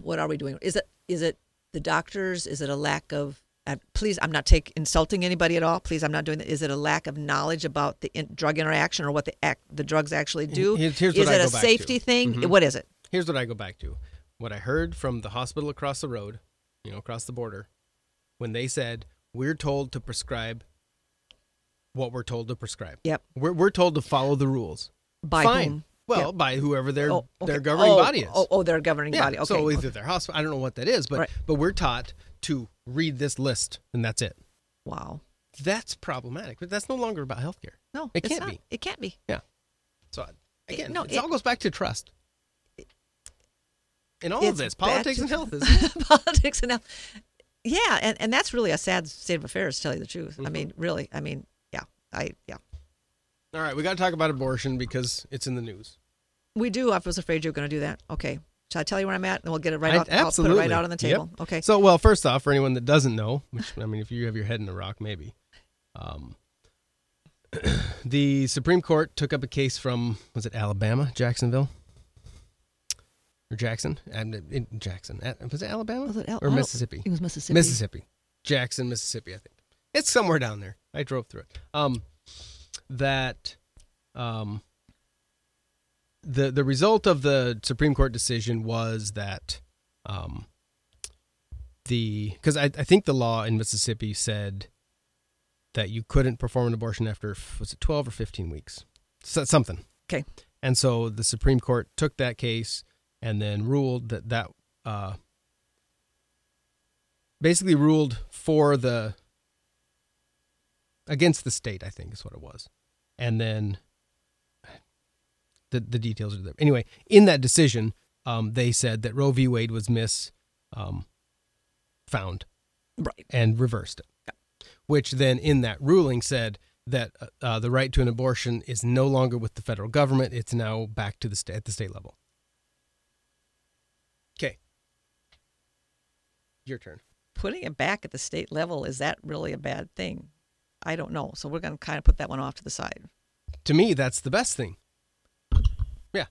Speaker 1: what are we doing? Is it is it the doctors? Is it a lack of uh, please I'm not take insulting anybody at all. Please I'm not doing that. Is it a lack of knowledge about the in, drug interaction or what the act, the drugs actually do?
Speaker 2: Mm-hmm. Here's- here's
Speaker 1: is
Speaker 2: what I
Speaker 1: it
Speaker 2: go
Speaker 1: a
Speaker 2: back to. Mm-hmm.
Speaker 1: safety thing? What is it?
Speaker 2: Here's what I go back to what I heard from the hospital across the road, you know, across the border, when they said, we're told to prescribe what we're told to prescribe.
Speaker 1: Yep.
Speaker 2: We're, we're told to follow the rules.
Speaker 1: By
Speaker 2: Fine.
Speaker 1: whom?
Speaker 2: Well,
Speaker 1: Yep.
Speaker 2: by whoever their,
Speaker 1: Oh, okay.
Speaker 2: their governing
Speaker 1: Oh,
Speaker 2: body is.
Speaker 1: Oh, oh, their governing
Speaker 2: yeah.
Speaker 1: body. Okay.
Speaker 2: So either their hospital, I don't know what that is, but,
Speaker 1: Right.
Speaker 2: but we're taught to read this list and that's it.
Speaker 1: wow.
Speaker 2: That's problematic, but that's no longer about healthcare.
Speaker 1: No,
Speaker 2: it
Speaker 1: it's
Speaker 2: can't
Speaker 1: not.
Speaker 2: be.
Speaker 1: It can't be.
Speaker 2: Yeah. So again,
Speaker 1: no,
Speaker 2: it,
Speaker 1: it-
Speaker 2: all goes back to trust. In all of
Speaker 1: it's
Speaker 2: this,
Speaker 1: back
Speaker 2: politics
Speaker 1: to-
Speaker 2: and health is
Speaker 1: politics and health. Yeah, and, and that's really a sad state of affairs, to tell you the truth.
Speaker 2: Mm-hmm.
Speaker 1: I mean, really, I mean, yeah, I yeah.
Speaker 2: all right. We got to talk about abortion because it's in the news.
Speaker 1: We do. I was afraid you were going to do that. Okay. Shall I tell you where I'm at? And we'll get it right
Speaker 2: I-
Speaker 1: out.
Speaker 2: absolutely,
Speaker 1: I'll put it right out on the
Speaker 2: Yep.
Speaker 1: table. Okay.
Speaker 2: So, well, first off, for anyone that doesn't know, which I mean, if you have your head in the rock, maybe, um, the Supreme Court took up a case from was it Alabama, Jacksonville, or Jackson, and it- it- Jackson, Uh, was it Alabama
Speaker 1: Was it Al-
Speaker 2: or
Speaker 1: I don't-
Speaker 2: Mississippi?
Speaker 1: it was Mississippi.
Speaker 2: Mississippi, Jackson, Mississippi. I think it's somewhere down there. I drove through it. Um, that um, the the result of the Supreme Court decision was that um, the because I, I think the law in Mississippi said that you couldn't perform an abortion after was it twelve or fifteen weeks, so, something.
Speaker 1: okay.
Speaker 2: And so the Supreme Court took that case and then ruled that that uh, basically ruled for the against the state, I think is what it was. And then the the details are there. Anyway, in that decision, um, they said that Roe v. Wade was mis um, found
Speaker 1: Right.
Speaker 2: and reversed it. Which then, in that ruling, said that uh, uh, the right to an abortion is no longer with the federal government; it's now back to the state at the state level. Okay, your turn.
Speaker 1: Putting it back at the state level, is that really a bad thing? I don't know. So we're going to kind of put that one off to the side.
Speaker 2: To me, that's the best thing. Yeah,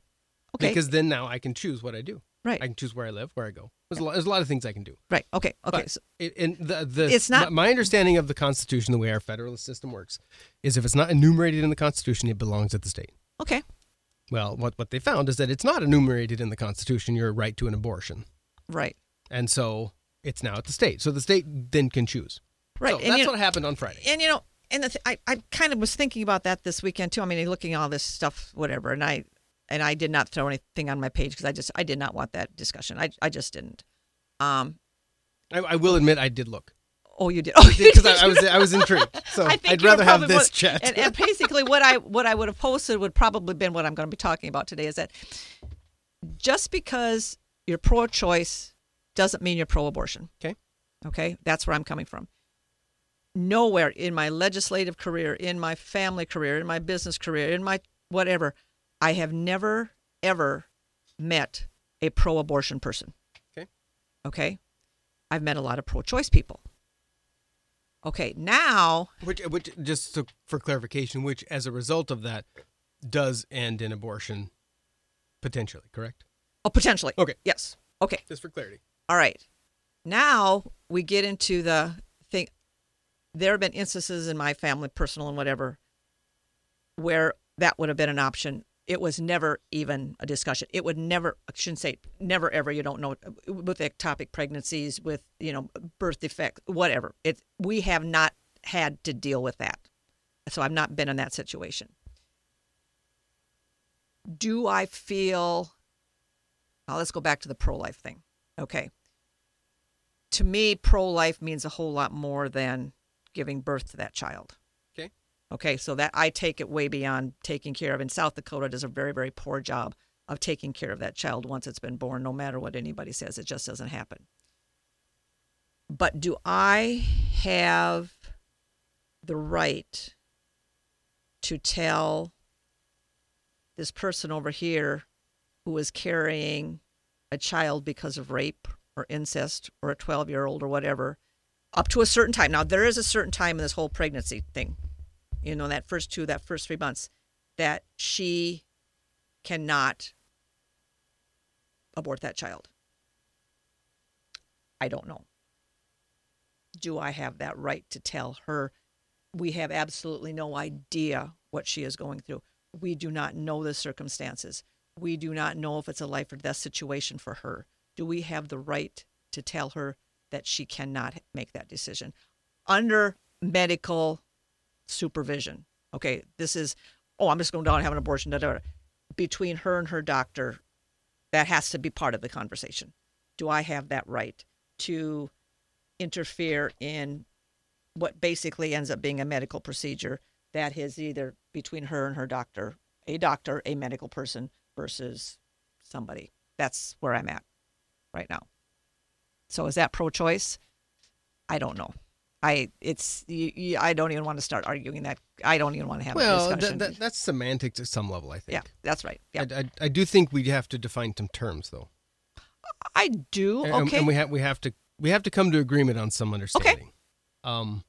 Speaker 1: Okay.
Speaker 2: because then now I can choose what I do.
Speaker 1: Right.
Speaker 2: I can choose where I live, where I go. There's a lot, there's a lot of things I can do.
Speaker 1: right. Okay. Okay.
Speaker 2: But
Speaker 1: so,
Speaker 2: it, and the, the
Speaker 1: It's not-
Speaker 2: my, my understanding of the Constitution, the way our federalist system works, is if it's not enumerated in the Constitution, it belongs at the state.
Speaker 1: okay.
Speaker 2: Well, what what they found is that it's not enumerated in the Constitution your right to an abortion,
Speaker 1: Right.
Speaker 2: and so it's now at the state. So the state then can choose.
Speaker 1: Right.
Speaker 2: So
Speaker 1: and
Speaker 2: that's
Speaker 1: you know-
Speaker 2: what happened on Friday.
Speaker 1: and you know, and the th- I, I kind of was thinking about that this weekend too. I mean, looking at all this stuff, whatever, and I, and I did not throw anything on my page because I just, I did not want that discussion. I, I just didn't. Um.
Speaker 2: I, I will admit I did look
Speaker 1: Oh, you did. Oh, you
Speaker 2: because
Speaker 1: did.
Speaker 2: I, I was I was intrigued. So
Speaker 1: I think
Speaker 2: Oh, I'd
Speaker 1: you were
Speaker 2: rather have
Speaker 1: probably
Speaker 2: this
Speaker 1: what-
Speaker 2: chat.
Speaker 1: And, and basically, what I what I would have posted would probably been what I'm going to be talking about today is that just because you're pro-choice doesn't mean you're pro-abortion.
Speaker 2: okay.
Speaker 1: Okay, that's where I'm coming from. Nowhere in my legislative career, in my family career, in my business career, in my whatever, I have never ever met a pro abortion person.
Speaker 2: Okay.
Speaker 1: Okay. I've met a lot of pro choice people. Okay. Now,
Speaker 2: Which which just so for clarification, which as a result of that does end in abortion potentially, correct?
Speaker 1: oh, potentially.
Speaker 2: Okay.
Speaker 1: Yes. Okay.
Speaker 2: Just for clarity.
Speaker 1: All right. Now we get into the thing. There have been instances in my family, personal and whatever, where that would have been an option. It was never even a discussion. It would never, I shouldn't say never ever, you don't know, with ectopic pregnancies, with, you know, birth defects, whatever. It, we have not had to deal with that. So I've not been in that situation. Do I feel now Oh, let's go back to the pro life thing. Okay. To me, pro life means a whole lot more than giving birth to that child.
Speaker 2: Okay.
Speaker 1: Okay, so that I take it way beyond taking care of. And South Dakota does a very, very poor job of taking care of that child once it's been born, no matter what anybody says. It just doesn't happen. But do I have the right to tell this person over here who is carrying a child because of rape or incest or a 12 year old or whatever up to a certain time? Now, there is a certain time in this whole pregnancy thing you know, that first two, that first three months, that she cannot abort that child. I don't know. Do I have that right to tell her? We have absolutely no idea what she is going through. We do not know the circumstances. We do not know if it's a life or death situation for her. Do we have the right to tell her that she cannot make that decision under medical supervision. Okay, this is, oh, I'm just going down and have an abortion. Da, da, da. Between her and her doctor, that has to be part of the conversation. Do I have that right to interfere in what basically ends up being a medical procedure that is either between her and her doctor, a doctor, a medical person versus somebody? That's where I'm at right now. So is that pro choice? I don't know. I it's you, you, I don't even want to start arguing that. I don't even want to have a
Speaker 2: Well,
Speaker 1: discussion.
Speaker 2: that, that, that's semantics at some level, I think.
Speaker 1: yeah, that's right. Yeah,
Speaker 2: I, I, I do think we have to define some terms, though.
Speaker 1: I, do.
Speaker 2: And- and,
Speaker 1: okay,
Speaker 2: we have we have to we have to come to agreement on some understanding. Um,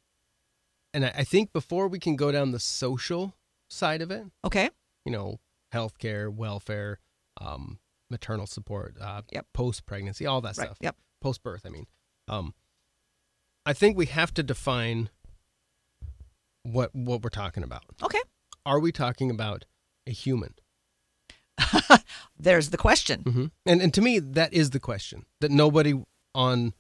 Speaker 2: and I, I think before we can go down the social side of it,
Speaker 1: okay,
Speaker 2: you know, healthcare, welfare, um, maternal support, uh,
Speaker 1: Yep.
Speaker 2: post pregnancy, all that
Speaker 1: Right,
Speaker 2: stuff.
Speaker 1: yep.
Speaker 2: Post birth, I mean. Um, I think we have to define what what we're talking about.
Speaker 1: okay.
Speaker 2: Are we talking about a human?
Speaker 1: There's the question.
Speaker 2: hmm And and to me, that is the question that nobody on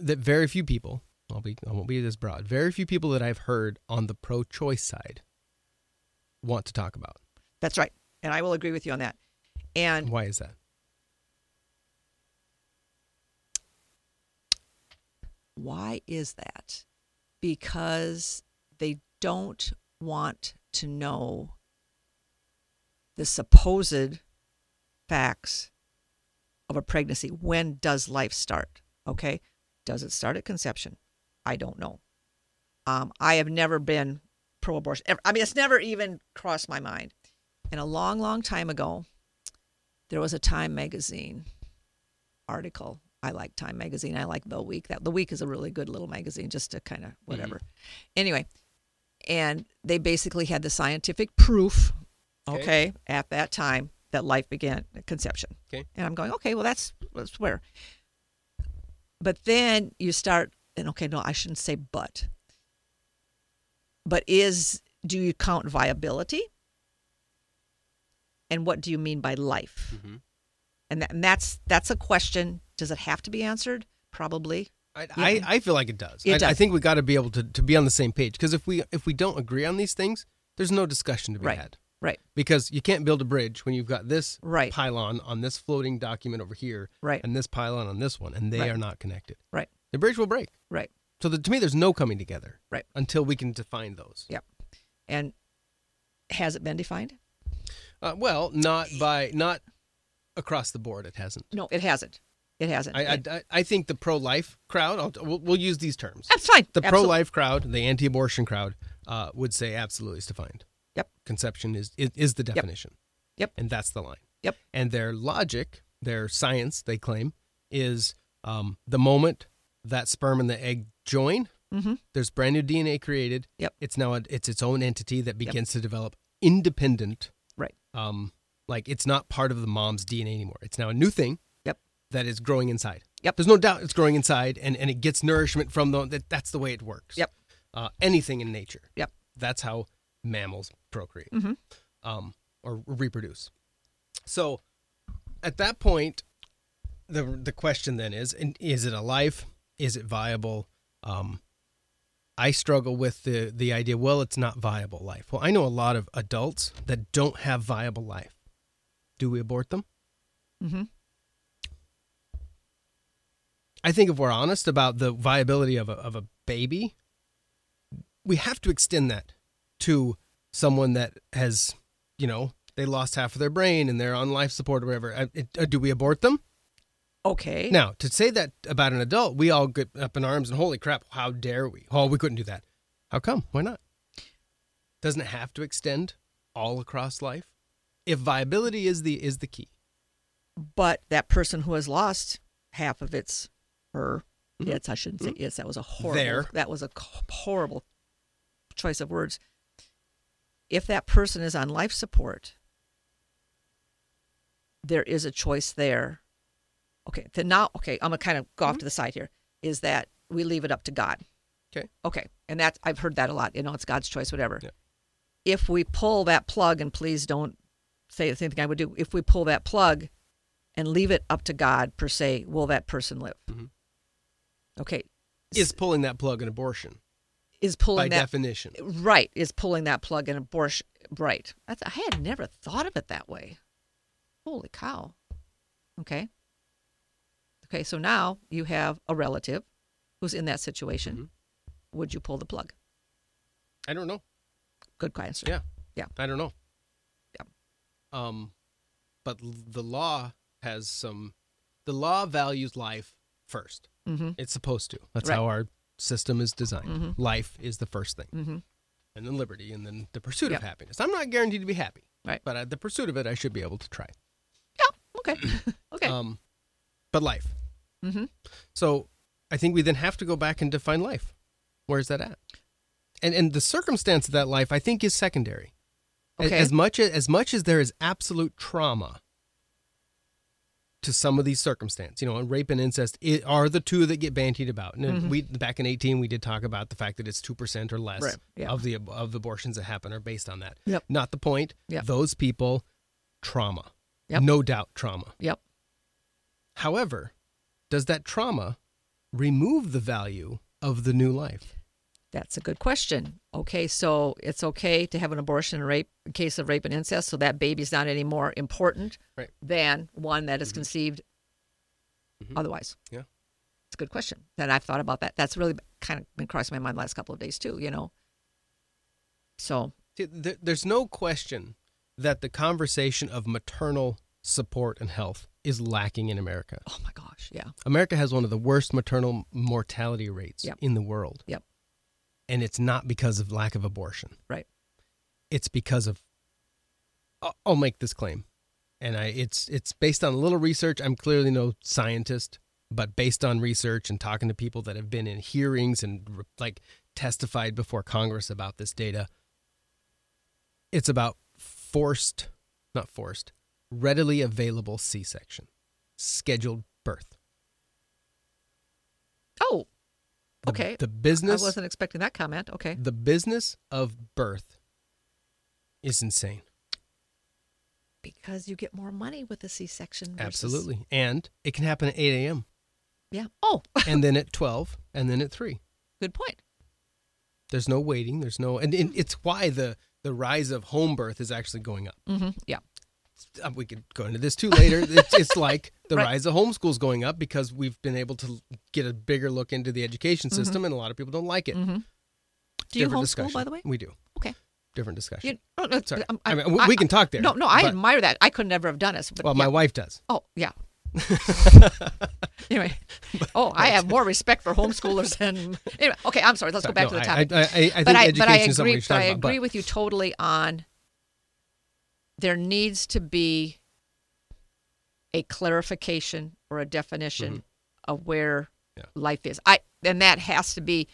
Speaker 2: that very few people. I'll be I won't be this broad. Very few people that I've heard on the pro-choice side want to talk about.
Speaker 1: That's right, and I will agree with you on that. And
Speaker 2: Why is that?
Speaker 1: why is that? Because they don't want to know the supposed facts of a pregnancy. When does life start? Okay. Does it start at conception? I don't know. Um, I have never been pro abortion. I mean, it's never even crossed my mind. And a long, long time ago, there was a Time magazine article. I like Time magazine. I like The Week. That The Week is a really good little magazine, just to kind of
Speaker 2: Mm-hmm.
Speaker 1: whatever. Anyway, and they basically had the scientific proof, okay,
Speaker 2: Okay.
Speaker 1: at that time that life began at conception.
Speaker 2: Okay.
Speaker 1: And I'm going, okay, well that's that's where. But then you start, and okay, no, I shouldn't say but. But is do you count viability? And what do you mean by life? and, that, and that's that's a question does it have to be answered probably
Speaker 2: I, I, I feel like it does.
Speaker 1: It
Speaker 2: I, I
Speaker 1: does.
Speaker 2: think we got to be able to, to be on the same page because if we if we don't agree on these things, there's no discussion to be
Speaker 1: right
Speaker 2: had
Speaker 1: right
Speaker 2: because you can't build a bridge when you've got this
Speaker 1: Right.
Speaker 2: pylon on this floating document over here
Speaker 1: Right.
Speaker 2: and this pylon on this one and they
Speaker 1: Right.
Speaker 2: are not connected.
Speaker 1: right
Speaker 2: The bridge will break.
Speaker 1: right
Speaker 2: So the, to me, there's no coming together
Speaker 1: right
Speaker 2: until we can define those.
Speaker 1: yep and has it been defined
Speaker 2: Uh, well, not by not across the board. It hasn't.
Speaker 1: no it hasn't it hasn't
Speaker 2: I I, I- I think the pro-life crowd. I'll, we'll, we'll use these terms.
Speaker 1: that's fine
Speaker 2: The
Speaker 1: Absolute-
Speaker 2: pro-life crowd, the anti-abortion crowd, uh, would say absolutely is defined.
Speaker 1: yep
Speaker 2: Conception is is, is the definition.
Speaker 1: Yep.
Speaker 2: And that's the line.
Speaker 1: Yep.
Speaker 2: And their logic, their science, they claim, is um, the moment that sperm and the egg join,
Speaker 1: Mhm.
Speaker 2: there's brand new DNA created.
Speaker 1: Yep.
Speaker 2: It's now a, it's its own entity that begins to develop independent.
Speaker 1: right
Speaker 2: Um, like it's not part of the mom's DNA anymore. It's now a new thing
Speaker 1: yep
Speaker 2: that is growing inside.
Speaker 1: Yep.
Speaker 2: There's no doubt it's growing inside, and, and it gets nourishment from the that, that's the way it works.
Speaker 1: Yep.
Speaker 2: Uh, anything in nature.
Speaker 1: yep
Speaker 2: That's how mammals procreate um, or reproduce. So, at that point, the the question then is: and Is it alive? Is it viable? Um, I struggle with the the idea. Well, it's not viable life. Well, I know a lot of adults that don't have viable life. Do we abort them?
Speaker 1: Mhm.
Speaker 2: I think if we're honest about the viability of a, of a baby, we have to extend that to someone that has, you know, they lost half of their brain and they're on life support or whatever. Uh, it- uh, Do we abort them?
Speaker 1: Okay.
Speaker 2: Now, to say that about an adult, we all get up in arms and holy crap, how dare we? Oh, we couldn't do that. How come? Why not? Doesn't it have to extend all across life? If viability is the is the key.
Speaker 1: But that person who has lost half of its her
Speaker 2: Mm-hmm.
Speaker 1: yes, I shouldn't say yes, that was a horrible
Speaker 2: There.
Speaker 1: that was a c- horrible choice of words. If that person is on life support, there is a choice there. Okay, to now okay, I'm gonna kind of go
Speaker 2: Mm-hmm.
Speaker 1: off to the side here. Is that we leave it up to God.
Speaker 2: Okay.
Speaker 1: Okay. And that's I've heard that a lot. You know, it's God's choice, whatever.
Speaker 2: Yeah.
Speaker 1: If we pull that plug, and please don't say the same thing I would do, if we pull that plug and leave it up to God per se, will that person live?
Speaker 2: Mm-hmm.
Speaker 1: Okay.
Speaker 2: Is pulling that plug an abortion
Speaker 1: Is pulling
Speaker 2: by
Speaker 1: that
Speaker 2: definition?
Speaker 1: right, is pulling that plug and abortion right. That's, I had never thought of it that way. Holy cow. Okay. Okay, so now you have a relative who's in that situation.
Speaker 2: Mm-hmm.
Speaker 1: Would you pull the plug?
Speaker 2: I don't know.
Speaker 1: Good question.
Speaker 2: Yeah.
Speaker 1: Yeah.
Speaker 2: I don't know.
Speaker 1: Yeah.
Speaker 2: Um, but l- the law has some. The law values life 1st Mm-hmm. It's supposed to. That's how our system is designed.
Speaker 1: Mm-hmm.
Speaker 2: Life is the first thing, mm-hmm. and then liberty, and then the pursuit
Speaker 1: Yep.
Speaker 2: of happiness. I'm not guaranteed to be happy,
Speaker 1: Right.
Speaker 2: But uh, the pursuit of it, I should be able to try.
Speaker 1: Yeah. Okay. okay.
Speaker 2: Um, but life.
Speaker 1: Mhm.
Speaker 2: So I think we then have to go back and define life. Where's that at? And and the circumstance of that life, I think, is secondary. A-
Speaker 1: Okay.
Speaker 2: As much as, as much as there is absolute trauma to some of these circumstances, you know, and rape and incest i are the two that get bantied about. And
Speaker 1: Mm-hmm.
Speaker 2: we back in eighteen, we did talk about the fact that it's two percent or less
Speaker 1: Right, yeah.
Speaker 2: of the ab- of abortions that happen are based on that.
Speaker 1: Yep.
Speaker 2: Not the point.
Speaker 1: Yep.
Speaker 2: Those people, trauma,
Speaker 1: Yep.
Speaker 2: no doubt, trauma.
Speaker 1: yep.
Speaker 2: However, does that trauma remove the value of the new life?
Speaker 1: That's a good question. Okay, so it's okay to have an abortion and rape in case of rape and incest, so that baby's not any more important
Speaker 2: Right. Mm-hmm.
Speaker 1: than one that is conceived otherwise.
Speaker 2: Yeah.
Speaker 1: It's a good question. And I've thought about that. That's really kind of been crossing my mind the last couple of days too, you know. So
Speaker 2: Th- th- There's no question that the conversation of maternal support and health is lacking in America.
Speaker 1: oh my gosh, yeah.
Speaker 2: America has one of the worst maternal mortality rates
Speaker 1: Yep.
Speaker 2: in the world,
Speaker 1: Yep.
Speaker 2: and it's not because of lack of abortion.
Speaker 1: Right.
Speaker 2: It's because of I- I'll make this claim. And I it's it's based on a little research. I'm clearly no scientist, but based on research and talking to people that have been in hearings and re- like testified before Congress about this data, it's about forced, not forced, readily available C-section, scheduled birth.
Speaker 1: Oh,
Speaker 2: The-
Speaker 1: Okay.
Speaker 2: The business
Speaker 1: I wasn't expecting that comment. Okay.
Speaker 2: the business of birth is insane.
Speaker 1: Because you get more money with a C section.
Speaker 2: Absolutely. And it can happen at 8 a.m.
Speaker 1: Yeah. Oh,
Speaker 2: and then at 12 and then at 3.
Speaker 1: good point.
Speaker 2: There's no waiting. There's no, and it, it's why the the rise of home birth is actually going up.
Speaker 1: hmm Yeah.
Speaker 2: Uh, We could go into this too later. It's, it's like the
Speaker 1: Right.
Speaker 2: rise of homeschools going up because we've been able to get a bigger look into the education system, and a lot of people don't like it.
Speaker 1: Mm-hmm. Do you
Speaker 2: Different
Speaker 1: homeschool,
Speaker 2: discussion.
Speaker 1: by the way?
Speaker 2: We do.
Speaker 1: Okay.
Speaker 2: Different discussion.
Speaker 1: You, oh, no,
Speaker 2: Sorry.
Speaker 1: I'm-
Speaker 2: I
Speaker 1: I'm-
Speaker 2: mean, we- we can talk there,
Speaker 1: No, no, I
Speaker 2: but-
Speaker 1: admire that. I could never have done it. But
Speaker 2: well,
Speaker 1: yeah.
Speaker 2: my wife does.
Speaker 1: Oh, yeah. anyway, oh, I have more respect for homeschoolers than. Anyway, okay, I'm sorry. Let's
Speaker 2: Sorry,
Speaker 1: go back
Speaker 2: no,
Speaker 1: to the
Speaker 2: I-
Speaker 1: topic.
Speaker 2: I- I- I think
Speaker 1: but I, but I
Speaker 2: education is something
Speaker 1: agree.
Speaker 2: we should
Speaker 1: but
Speaker 2: talk
Speaker 1: I
Speaker 2: about, but-
Speaker 1: agree with you totally on. There needs to be a clarification or a definition of where
Speaker 2: Mm-hmm. Yeah.
Speaker 1: life is. I and that has to be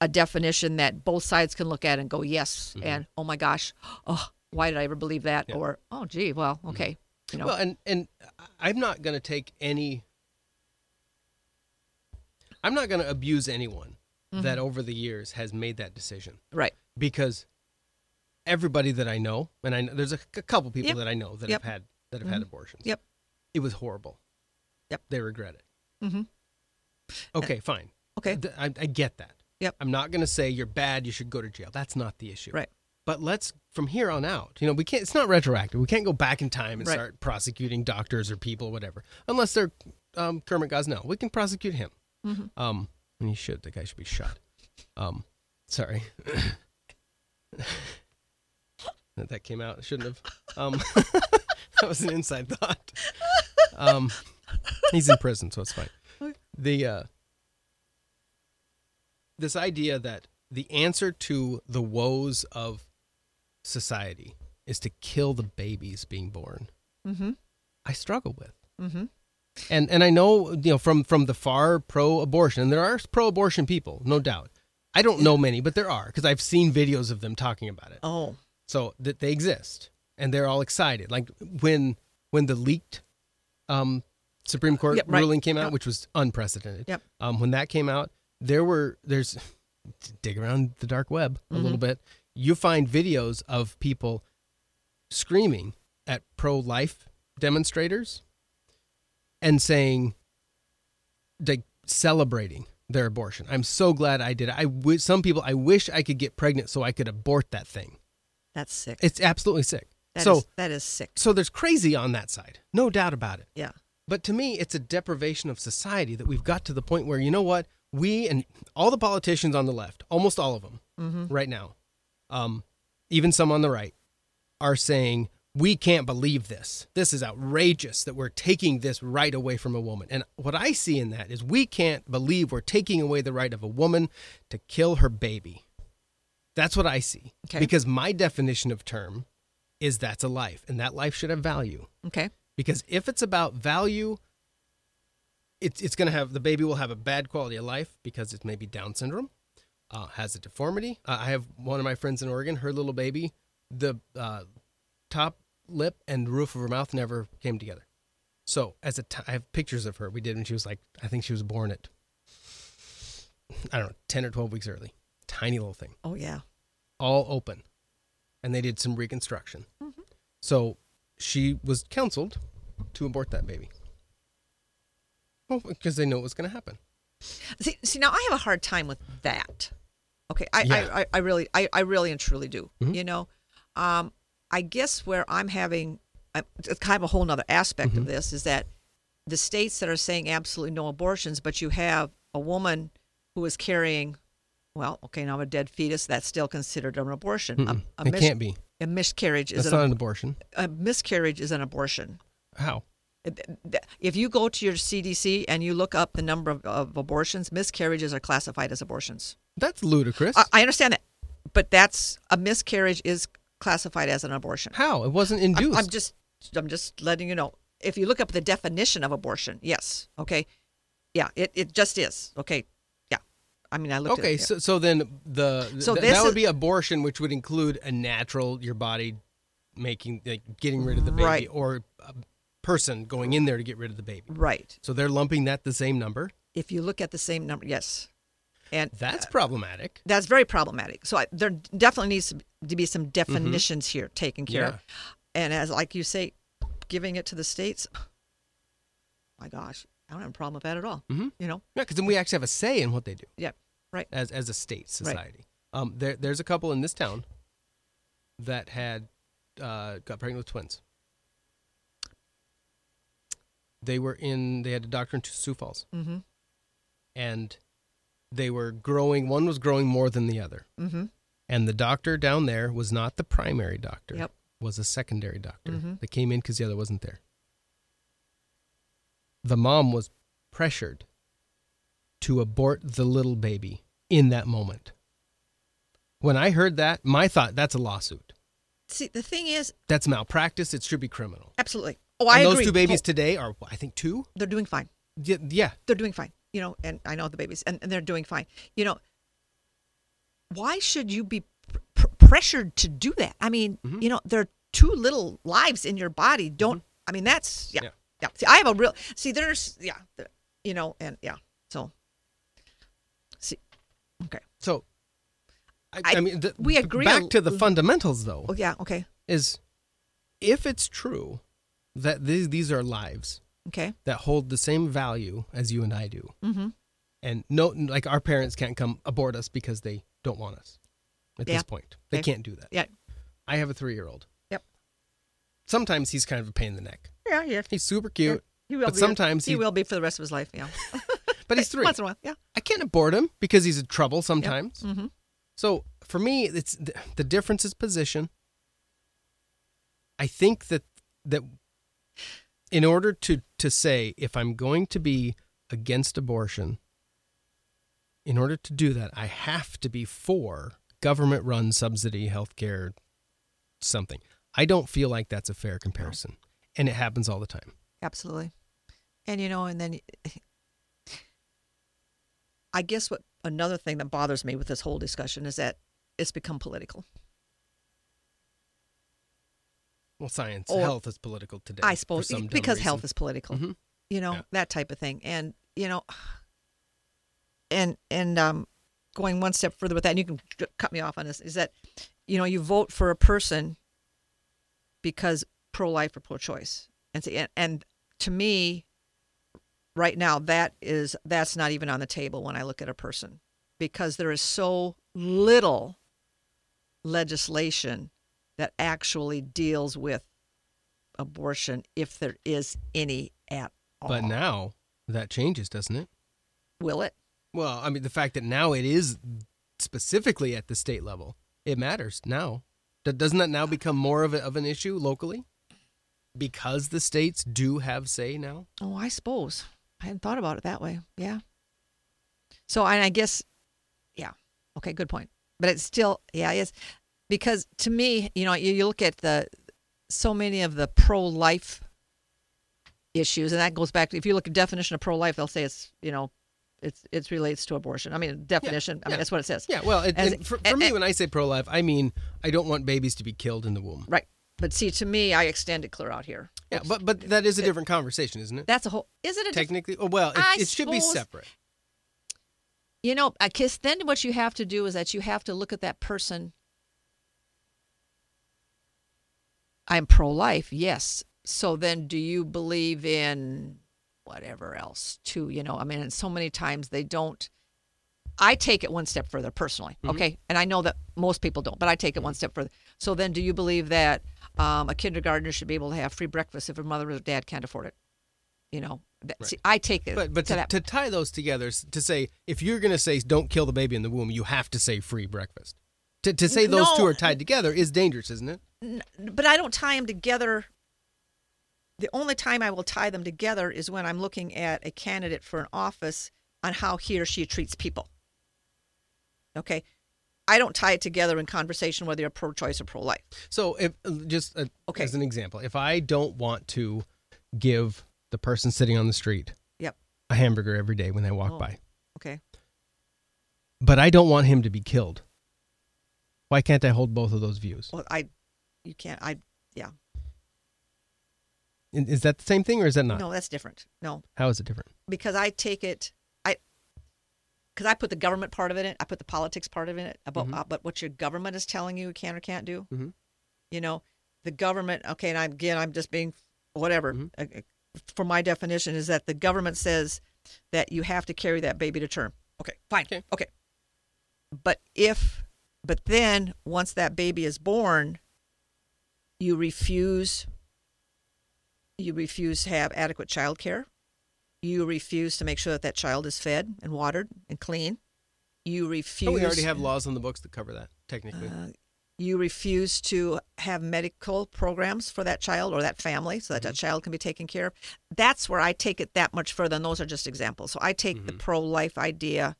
Speaker 1: a definition that both sides can look at and go yes and oh my gosh, oh why did I ever believe that
Speaker 2: Mm-hmm. Yeah. Mm-hmm.
Speaker 1: or oh gee well okay you know
Speaker 2: Well, and and I- I'm not going to take any. I'm not going to abuse anyone that
Speaker 1: Mm-hmm.
Speaker 2: over the years has made that decision
Speaker 1: right
Speaker 2: because everybody that I know, and I know, there's a, c- couple people
Speaker 1: Yep.
Speaker 2: that I know that
Speaker 1: Yep. Mm-hmm.
Speaker 2: have had that have had abortions.
Speaker 1: Yep.
Speaker 2: It was horrible.
Speaker 1: Yep.
Speaker 2: They regret it.
Speaker 1: Mhm.
Speaker 2: Okay, fine.
Speaker 1: okay
Speaker 2: Th- I, I get that.
Speaker 1: Yep.
Speaker 2: I'm not going to say you're bad. You should go to jail. That's not the issue.
Speaker 1: Right.
Speaker 2: But let's from here on out. You know, we can't. It's not retroactive. We can't go back in time and
Speaker 1: Right.
Speaker 2: start prosecuting doctors or people, whatever, unless they're um, Kermit Gosnell. We can prosecute him. Um, and he should. The guy should be shot. Um, Sorry. that that came out. It shouldn't have. Um, that was an inside thought. Um, he's in prison, so it's fine. The uh, this idea that the answer to the woes of society is to kill the babies being born. I struggle with. And and I know you know from from the far pro abortion, and there are pro abortion people, no doubt. I don't know many, but there are because I've seen videos of them talking about it.
Speaker 1: Oh,
Speaker 2: So that they exist, and they're all excited. Like when when the leaked um, Supreme Court
Speaker 1: Yeah, right.
Speaker 2: ruling came out,
Speaker 1: Yeah.
Speaker 2: which was unprecedented.
Speaker 1: Yep.
Speaker 2: Um, when that came out, there were there's dig around the dark web a little
Speaker 1: Mm-hmm.
Speaker 2: bit. You find videos of people screaming at pro-life demonstrators and saying like celebrating their abortion. I'm so glad I did it. I w- some people I wish I could get pregnant so I could abort that thing.
Speaker 1: that's sick.
Speaker 2: It's absolutely sick.
Speaker 1: That
Speaker 2: so
Speaker 1: is- that is sick.
Speaker 2: so there's crazy on that side. No doubt about it.
Speaker 1: Yeah.
Speaker 2: But to me, it's a deprivation of society that we've got to the point where, you know what, we and all the politicians on the left, almost all of them right now, um, even some on the right, are saying, we can't believe this. This is outrageous that we're taking this right away from a woman. And what I see in that is we can't believe we're taking away the right of a woman to kill her baby. That's what I see.
Speaker 1: Okay.
Speaker 2: Because my definition of term is that's a life, and that life should have value
Speaker 1: Okay.
Speaker 2: because if it's about value it's it's going to have the baby will have a bad quality of life because it's maybe down syndrome uh, has a deformity uh, i have one of my friends in oregon her little baby the uh, top lip and roof of her mouth never came together so as a t- i have pictures of her we did when she was like i think she was born at i don't know 10 or 12 weeks early tiny little thing
Speaker 1: Oh yeah.
Speaker 2: all open and they did some reconstruction.
Speaker 1: Mm-hmm.
Speaker 2: So she was counseled to abort that baby. Well, because they knew it was going to happen.
Speaker 1: See, see, now I have a hard time with that. Okay, I,
Speaker 2: Yeah. Mm-hmm.
Speaker 1: I, I, I really, I, I really and truly do. You know, um, I guess where I'm having I, it's kind of a whole nother aspect
Speaker 2: Mm-hmm.
Speaker 1: of this is that the states that are saying absolutely no abortions, but you have a woman who is carrying, well, okay, now a dead fetus that's still considered an abortion. A, a
Speaker 2: it can't be.
Speaker 1: A uh, miscarriage
Speaker 2: That's
Speaker 1: is
Speaker 2: not
Speaker 1: an,
Speaker 2: an abortion.
Speaker 1: a miscarriage is an abortion
Speaker 2: How?
Speaker 1: if you go to your CDC and you look up the number of, of abortions, miscarriages are classified as abortions.
Speaker 2: That's ludicrous.
Speaker 1: I, I understand that, but that's a miscarriage is classified as an abortion.
Speaker 2: How? It wasn't
Speaker 1: I'm-
Speaker 2: induced.
Speaker 1: I'm just, I'm just letting you know. If you look up the definition of abortion, yes, okay, yeah, it, it just is okay, yeah. I mean, I looked. at
Speaker 2: okay,
Speaker 1: it, yeah.
Speaker 2: so, so then the
Speaker 1: So
Speaker 2: th-
Speaker 1: this
Speaker 2: that would
Speaker 1: is-
Speaker 2: be abortion, which would include a natural your body making like getting rid of the baby
Speaker 1: Right.
Speaker 2: or a person going in there to get rid of the baby.
Speaker 1: right.
Speaker 2: So they're lumping that the same number.
Speaker 1: If you look at the same number, yes, and
Speaker 2: That's problematic.
Speaker 1: that's very problematic. So I, there definitely needs to be- to be some definitions here taken care
Speaker 2: Mm-hmm. Yeah.
Speaker 1: of. And as like you say, giving it to the states. My gosh, I don't have a problem with that at all.
Speaker 2: Mm-hmm.
Speaker 1: You know,
Speaker 2: No, because then we actually have a say in what they do.
Speaker 1: yeah, right.
Speaker 2: as as a state
Speaker 1: Right.
Speaker 2: society. Um, there there's a couple in this town that had uh, got pregnant with twins. They were in. They had a doctor in Sioux Falls, mm-hmm. and they were growing. One was growing more than the other, mm-hmm. and the doctor down there was not the primary doctor.
Speaker 1: Yep. Mm-hmm.
Speaker 2: Was a secondary doctor that came in because the other wasn't there. The mom was pressured to abort the little baby in that moment. When I heard that, my thought that's a lawsuit.
Speaker 1: See, the thing is,
Speaker 2: That's malpractice. It should be criminal.
Speaker 1: absolutely. Oh, I
Speaker 2: and
Speaker 1: agree.
Speaker 2: those two babies
Speaker 1: Oh,
Speaker 2: today are, I think, two.
Speaker 1: they're doing fine.
Speaker 2: Yeah, yeah.
Speaker 1: They're doing fine. You know, and I know the babies, and, and they're doing fine. You know, why should you be pr- pr- pressured to do that? I mean,
Speaker 2: Mm-hmm.
Speaker 1: you know, there are two little lives in your body. Don't. I mean, that's yeah,
Speaker 2: Yeah.
Speaker 1: yeah. See, I have a real. See, there's yeah, the- you know, and yeah. So, see, okay.
Speaker 2: So, I, I,
Speaker 1: I-
Speaker 2: mean, the,
Speaker 1: we agree
Speaker 2: Back
Speaker 1: a-
Speaker 2: to the fundamentals, though,
Speaker 1: Oh yeah. Okay.
Speaker 2: is if it's true that these these are lives
Speaker 1: Okay.
Speaker 2: that hold the same value as you and I do,
Speaker 1: Mm-hmm.
Speaker 2: and no, like our parents can't come abort us because they don't want us. At
Speaker 1: Yeah.
Speaker 2: this point, they
Speaker 1: Okay.
Speaker 2: can't do that.
Speaker 1: Yeah.
Speaker 2: I have a three-year-old.
Speaker 1: Yep.
Speaker 2: Sometimes he's kind of a pain in the neck.
Speaker 1: Yeah. Yeah.
Speaker 2: He's super cute,
Speaker 1: He will
Speaker 2: but
Speaker 1: be-
Speaker 2: sometimes
Speaker 1: he,
Speaker 2: he,
Speaker 1: will be for the rest of his life. Yeah.
Speaker 2: But he's three.
Speaker 1: Once in a while. Yeah. Mm-hmm.
Speaker 2: I can't abort him because he's in trouble sometimes. So for me, it's the, the difference is position. I think that that in order to to say if I'm going to be against abortion, in order to do that, I have to be for government-run subsidy healthcare something. I don't feel like that's a fair comparison, and it happens all the time.
Speaker 1: Absolutely. And you know, and then I guess what another thing that bothers me with this whole discussion is that it's become political.
Speaker 2: Well, science,
Speaker 1: Or-
Speaker 2: health is political today.
Speaker 1: I
Speaker 2: for
Speaker 1: suppose e,
Speaker 2: some dumb
Speaker 1: because health
Speaker 2: reason.
Speaker 1: is political.
Speaker 2: Mhm.
Speaker 1: You know,
Speaker 2: Yeah.
Speaker 1: that type of thing. And you know and and um going one step further with that and you can c- cut me off on this is that you know, you vote for a person because pro life or pro choice. And, see, and and to me right now that is that's not even on the table when I look at a person because there is so little legislation that actually deals with abortion if there is any at all.
Speaker 2: But now that changes, doesn't it?
Speaker 1: will it?
Speaker 2: Well, I mean, the fact that now it is specifically at the state level, it matters now. Do- Doesn't that now become more of, a, of an issue locally? Because the states do have say now?
Speaker 1: Oh, I suppose. I hadn't thought about it that way. Yeah. So, and I guess, yeah. Okay, good point. But it's still, yeah, it's because to me, you know, you, you look at the so many of the pro life issues, and that goes back to if you look at definition of pro life, they'll say it's, you know, it's it relates to abortion. I mean, definition. I
Speaker 2: yeah.
Speaker 1: mean, that's what it says.
Speaker 2: Yeah, well, it,
Speaker 1: As-
Speaker 2: and for,
Speaker 1: a-
Speaker 2: for me,
Speaker 1: a-
Speaker 2: when I say pro life, I mean I don't want babies to be killed in the womb.
Speaker 1: right. But see, to me, I extend it clear out here.
Speaker 2: Yeah, but, but that is a different conversation, isn't it?
Speaker 1: That's a whole. Is it a diff-
Speaker 2: Technically, oh, well,
Speaker 1: I
Speaker 2: it, it should be
Speaker 1: suppose-
Speaker 2: separate.
Speaker 1: You know, I guess then what you have to do is that you have to look at that person. I'm pro life, yes. So then do you believe in whatever else too? You know, I mean, and so many times they don't. I take it one step further personally,
Speaker 2: Mm-hmm.
Speaker 1: okay? And I know that most people don't, but I take it one step further. So then do you believe that um, a kindergartner should be able to have free breakfast if her mother or dad can't afford it? You know, that, see, I take it.
Speaker 2: But but
Speaker 1: to
Speaker 2: to,
Speaker 1: that.
Speaker 2: to tie those together, s- to say if you're going to say don't kill the baby in the womb, you have to say free breakfast. To, to say those two
Speaker 1: No.
Speaker 2: are tied together is dangerous, isn't it?
Speaker 1: but I don't tie them together. The only time I will tie them together is when I'm looking at a candidate for an office on how he or she treats people. Okay. I don't tie it together in conversation whether you're pro choice or pro life.
Speaker 2: So if just uh,
Speaker 1: Okay.
Speaker 2: as an example, if I don't want to give the person sitting on the street
Speaker 1: Yep.
Speaker 2: a hamburger every day when they walk
Speaker 1: Oh.
Speaker 2: by,
Speaker 1: Okay.
Speaker 2: but I don't want him to be killed, why can't I hold both of those views?
Speaker 1: Well, I, you can't, I, yeah.
Speaker 2: I- Is that the same thing or is that not?
Speaker 1: No, that's different. No,
Speaker 2: How is it different?
Speaker 1: because I take it, I, because I put the government part of it in, I put the politics part of it about, uh, but what your government is telling you you can or can't do.
Speaker 2: Mhm.
Speaker 1: You know, the government. Okay, and I'm again, I'm just being whatever.
Speaker 2: Mm-hmm.
Speaker 1: uh, uh, For my definition, is that the government says that you have to carry that baby to term. Okay, fine. Okay. But if, but then once that baby is born, you refuse. You refuse to have adequate child care you refuse to make sure that that child is fed and watered and clean. You Uh, refuse.
Speaker 2: Oh, we already have laws on the books that cover that technically.
Speaker 1: You refuse to have medical programs for that child or that family, so that that
Speaker 2: Mm-hmm.
Speaker 1: child can be taken care of. That's where I take it that much further, and those are just examples. So I take
Speaker 2: Mm-hmm.
Speaker 1: the pro-life idea.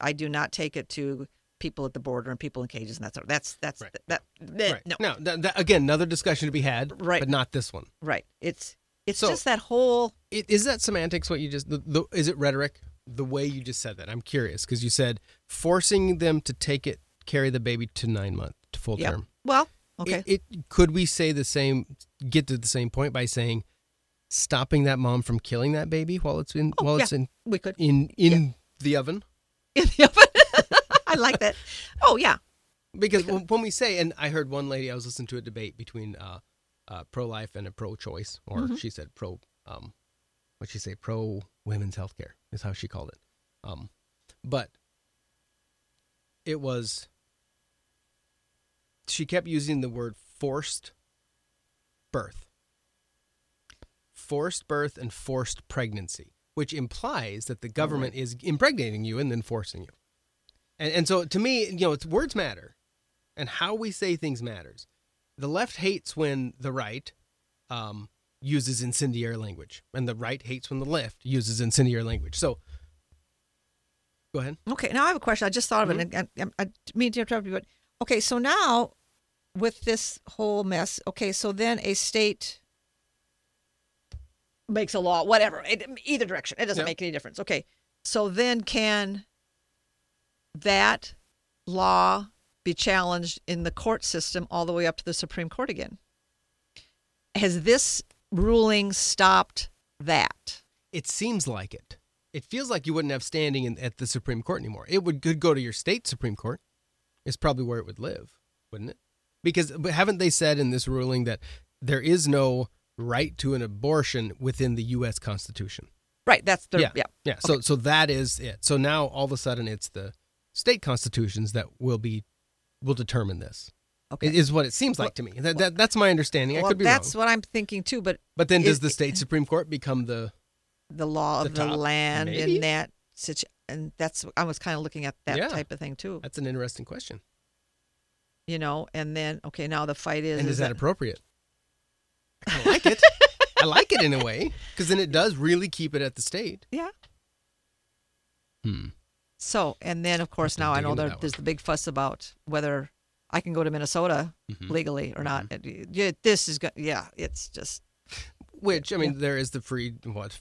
Speaker 1: I do not take it to people at the border and people in cages and that sort. Of, that's that's
Speaker 2: Right.
Speaker 1: that. that
Speaker 2: right.
Speaker 1: No,
Speaker 2: Now, th- th- again, another discussion to be had,
Speaker 1: Right.
Speaker 2: but not this one.
Speaker 1: right. It's it's
Speaker 2: So-
Speaker 1: just that whole
Speaker 2: It, is that semantics? What you just the, the, is it rhetoric? The way you just said that, I'm curious because you said forcing them to take it, carry the baby to nine month to full
Speaker 1: yeah.
Speaker 2: term.
Speaker 1: Well, okay.
Speaker 2: It, it- could we say the same, get to the same point by saying stopping that mom from killing that baby while it's in
Speaker 1: Oh,
Speaker 2: while
Speaker 1: yeah,
Speaker 2: it's in
Speaker 1: we could.
Speaker 2: in in the oven?
Speaker 1: in the oven. I like that. Oh yeah.
Speaker 2: Because when, when we say, and I heard one lady, I was listening to a debate between uh, uh, pro life and a pro choice, or she said pro, um, what'd she say? Pro women's health care is how she called it. Um, but it was, she kept using the word forced birth, forced birth, and forced pregnancy, which implies that the government is impregnating you and then forcing you. And and so to me, you know, it's words matter, and how we say things matters. The left hates when the right um, uses incendiary language, and the right hates when the left uses incendiary language. So go ahead.
Speaker 1: Okay, now I have a question. I just thought of
Speaker 2: Mm-hmm.
Speaker 1: it. And and- and I, didn't mean to interrupt you, but okay, so now with this whole mess, okay, so then a state makes a law, whatever, it, either direction, it doesn't
Speaker 2: Yeah.
Speaker 1: make any difference. Okay, so then can that law be challenged in the court system all the way up to the Supreme Court again? Has this ruling stopped that?
Speaker 2: It seems like it. It feels like you wouldn't have standing in, at the Supreme Court anymore. It would could go to your state Supreme Court. It's probably where it would live, wouldn't it? Because but haven't they said in this ruling that there is no right to an abortion within the U.S. Constitution?
Speaker 1: Right, that's the,
Speaker 2: yeah,
Speaker 1: yeah.
Speaker 2: yeah. So so that is it. So now all of a sudden it's the state constitutions that will be will determine this.
Speaker 1: Okay.
Speaker 2: Is what it seems like to me. That, that that's my understanding. I
Speaker 1: Well,
Speaker 2: could be
Speaker 1: that's
Speaker 2: wrong.
Speaker 1: what I'm thinking too. But
Speaker 2: But then does
Speaker 1: it-
Speaker 2: the state supreme court become the
Speaker 1: the law of
Speaker 2: the
Speaker 1: the,
Speaker 2: top,
Speaker 1: land
Speaker 2: maybe?
Speaker 1: in that situ- and that's I was kind of looking at that
Speaker 2: Yeah.
Speaker 1: type of thing too.
Speaker 2: That's an interesting question.
Speaker 1: You know, and then okay, now the fight is
Speaker 2: and is that,
Speaker 1: that-
Speaker 2: appropriate? I kinda like it. I like it in a way because then it does really keep it at the state.
Speaker 1: yeah.
Speaker 2: Hmm.
Speaker 1: So and then of course
Speaker 2: to
Speaker 1: now I
Speaker 2: dig
Speaker 1: know
Speaker 2: into
Speaker 1: there,
Speaker 2: that
Speaker 1: there's the big fuss about whether I can go to Minnesota
Speaker 2: Mm-hmm.
Speaker 1: legally or not. It- yeah, this is go- yeah, it's just
Speaker 2: Which I mean, there is the free what?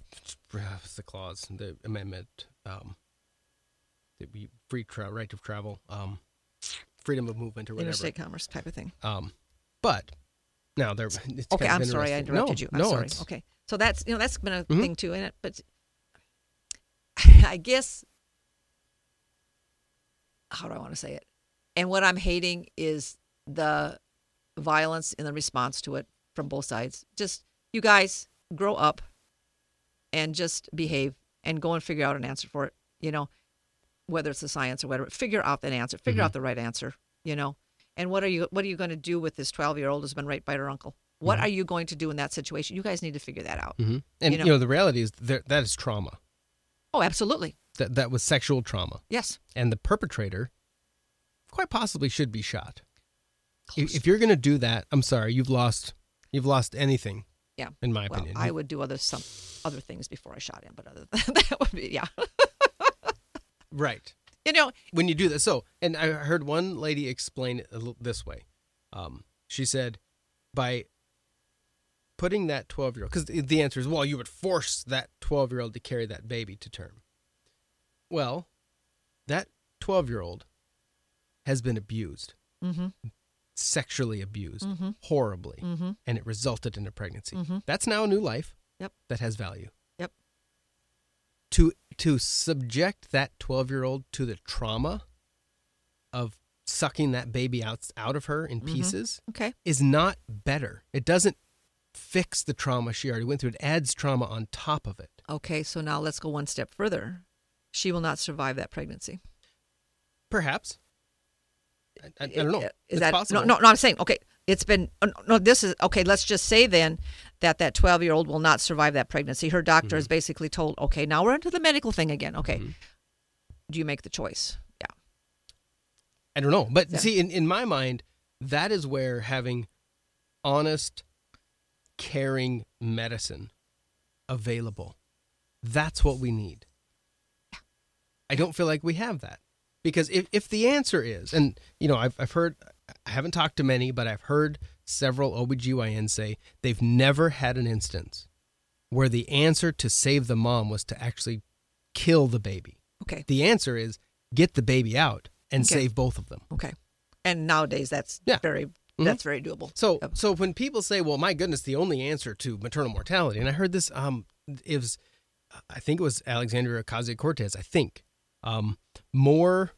Speaker 2: What's the clause? The amendment. Um, the we- free tra- right of travel. Um, freedom of movement or whatever.
Speaker 1: interstate commerce type of thing.
Speaker 2: Um, but now there. It's kind
Speaker 1: Okay,
Speaker 2: of
Speaker 1: I'm sorry I
Speaker 2: interesting.
Speaker 1: interrupted
Speaker 2: No,
Speaker 1: you. I'm
Speaker 2: no,
Speaker 1: sorry.
Speaker 2: it's-
Speaker 1: Okay. So that's you know that's been a
Speaker 2: Mhm.
Speaker 1: thing too in it, but I guess how do I want to say it? And what I'm hating is the violence and the response to it from both sides. Just you guys grow up and just behave and go and figure out an answer for it, you know, whether it's the science or whatever. Figure out that answer.
Speaker 2: Mm-hmm.
Speaker 1: Figure out the right answer, you know. And what are you what are you going to do with this 12-year-old who's been raped by her uncle? What
Speaker 2: Mm-hmm.
Speaker 1: are you going to do in that situation? You guys need to figure that out.
Speaker 2: Mhm. And you
Speaker 1: You
Speaker 2: know,
Speaker 1: know-
Speaker 2: the reality is that that is trauma.
Speaker 1: Oh, absolutely.
Speaker 2: That that was sexual trauma,
Speaker 1: Yes.
Speaker 2: and the perpetrator quite possibly should be shot. If, if you're going to do that, I'm sorry, you've lost you've lost anything
Speaker 1: Yeah.
Speaker 2: in my
Speaker 1: Well,
Speaker 2: opinion.
Speaker 1: I would do other some other things before I shot him, but other than that would be yeah.
Speaker 2: right.
Speaker 1: You know,
Speaker 2: when you do that. So, and I heard one lady explain it a little this way. Um, she said, by putting that 12 year old, because the answer is, well, you would force that 12 year old to carry that baby to term. Well, that 12 year old has been abused,
Speaker 1: Mm-hmm.
Speaker 2: sexually abused horribly,
Speaker 1: Mm-hmm.
Speaker 2: and it resulted in a pregnancy. That's now a new life
Speaker 1: Yep.
Speaker 2: that has value.
Speaker 1: Yep.
Speaker 2: To, to subject that 12 year old to the trauma of sucking that baby out out of her in
Speaker 1: Mm-hmm.
Speaker 2: pieces
Speaker 1: Okay.
Speaker 2: is not better. It doesn't fix the trauma she already went through. It adds trauma on top of it.
Speaker 1: Okay, so now let's go one step further. She will not survive that pregnancy.
Speaker 2: Perhaps. I, I, I don't know.
Speaker 1: Is
Speaker 2: it's
Speaker 1: that
Speaker 2: possible.
Speaker 1: no? No, no. I'm saying okay. It's been oh, no, no. This is okay. Let's just say then that that 12 year old will not survive that pregnancy. Her doctor is
Speaker 2: Mm-hmm.
Speaker 1: basically told, okay, now we're into the medical thing again. Okay, do you make the choice? Yeah.
Speaker 2: I don't know. But
Speaker 1: Yeah.
Speaker 2: see, in, in my mind, that is where having honest, caring medicine available. That's what we need. I don't feel like we have that. Because if, if the answer is, and you know, I've, I've heard, I haven't talked to many, but I've heard several OBGYNs say they've never had an instance where the answer to save the mom was to actually kill the baby.
Speaker 1: Okay.
Speaker 2: The answer is get the baby out and
Speaker 1: Okay.
Speaker 2: save both of them.
Speaker 1: Okay. And nowadays, that's
Speaker 2: Yeah. Mm-hmm.
Speaker 1: very that's very doable.
Speaker 2: So
Speaker 1: Yep.
Speaker 2: so when people say, "Well, my goodness, the only answer to maternal mortality," and I heard this, um, it was, I think it was Alexandria Ocasio Cortez. I think, um, more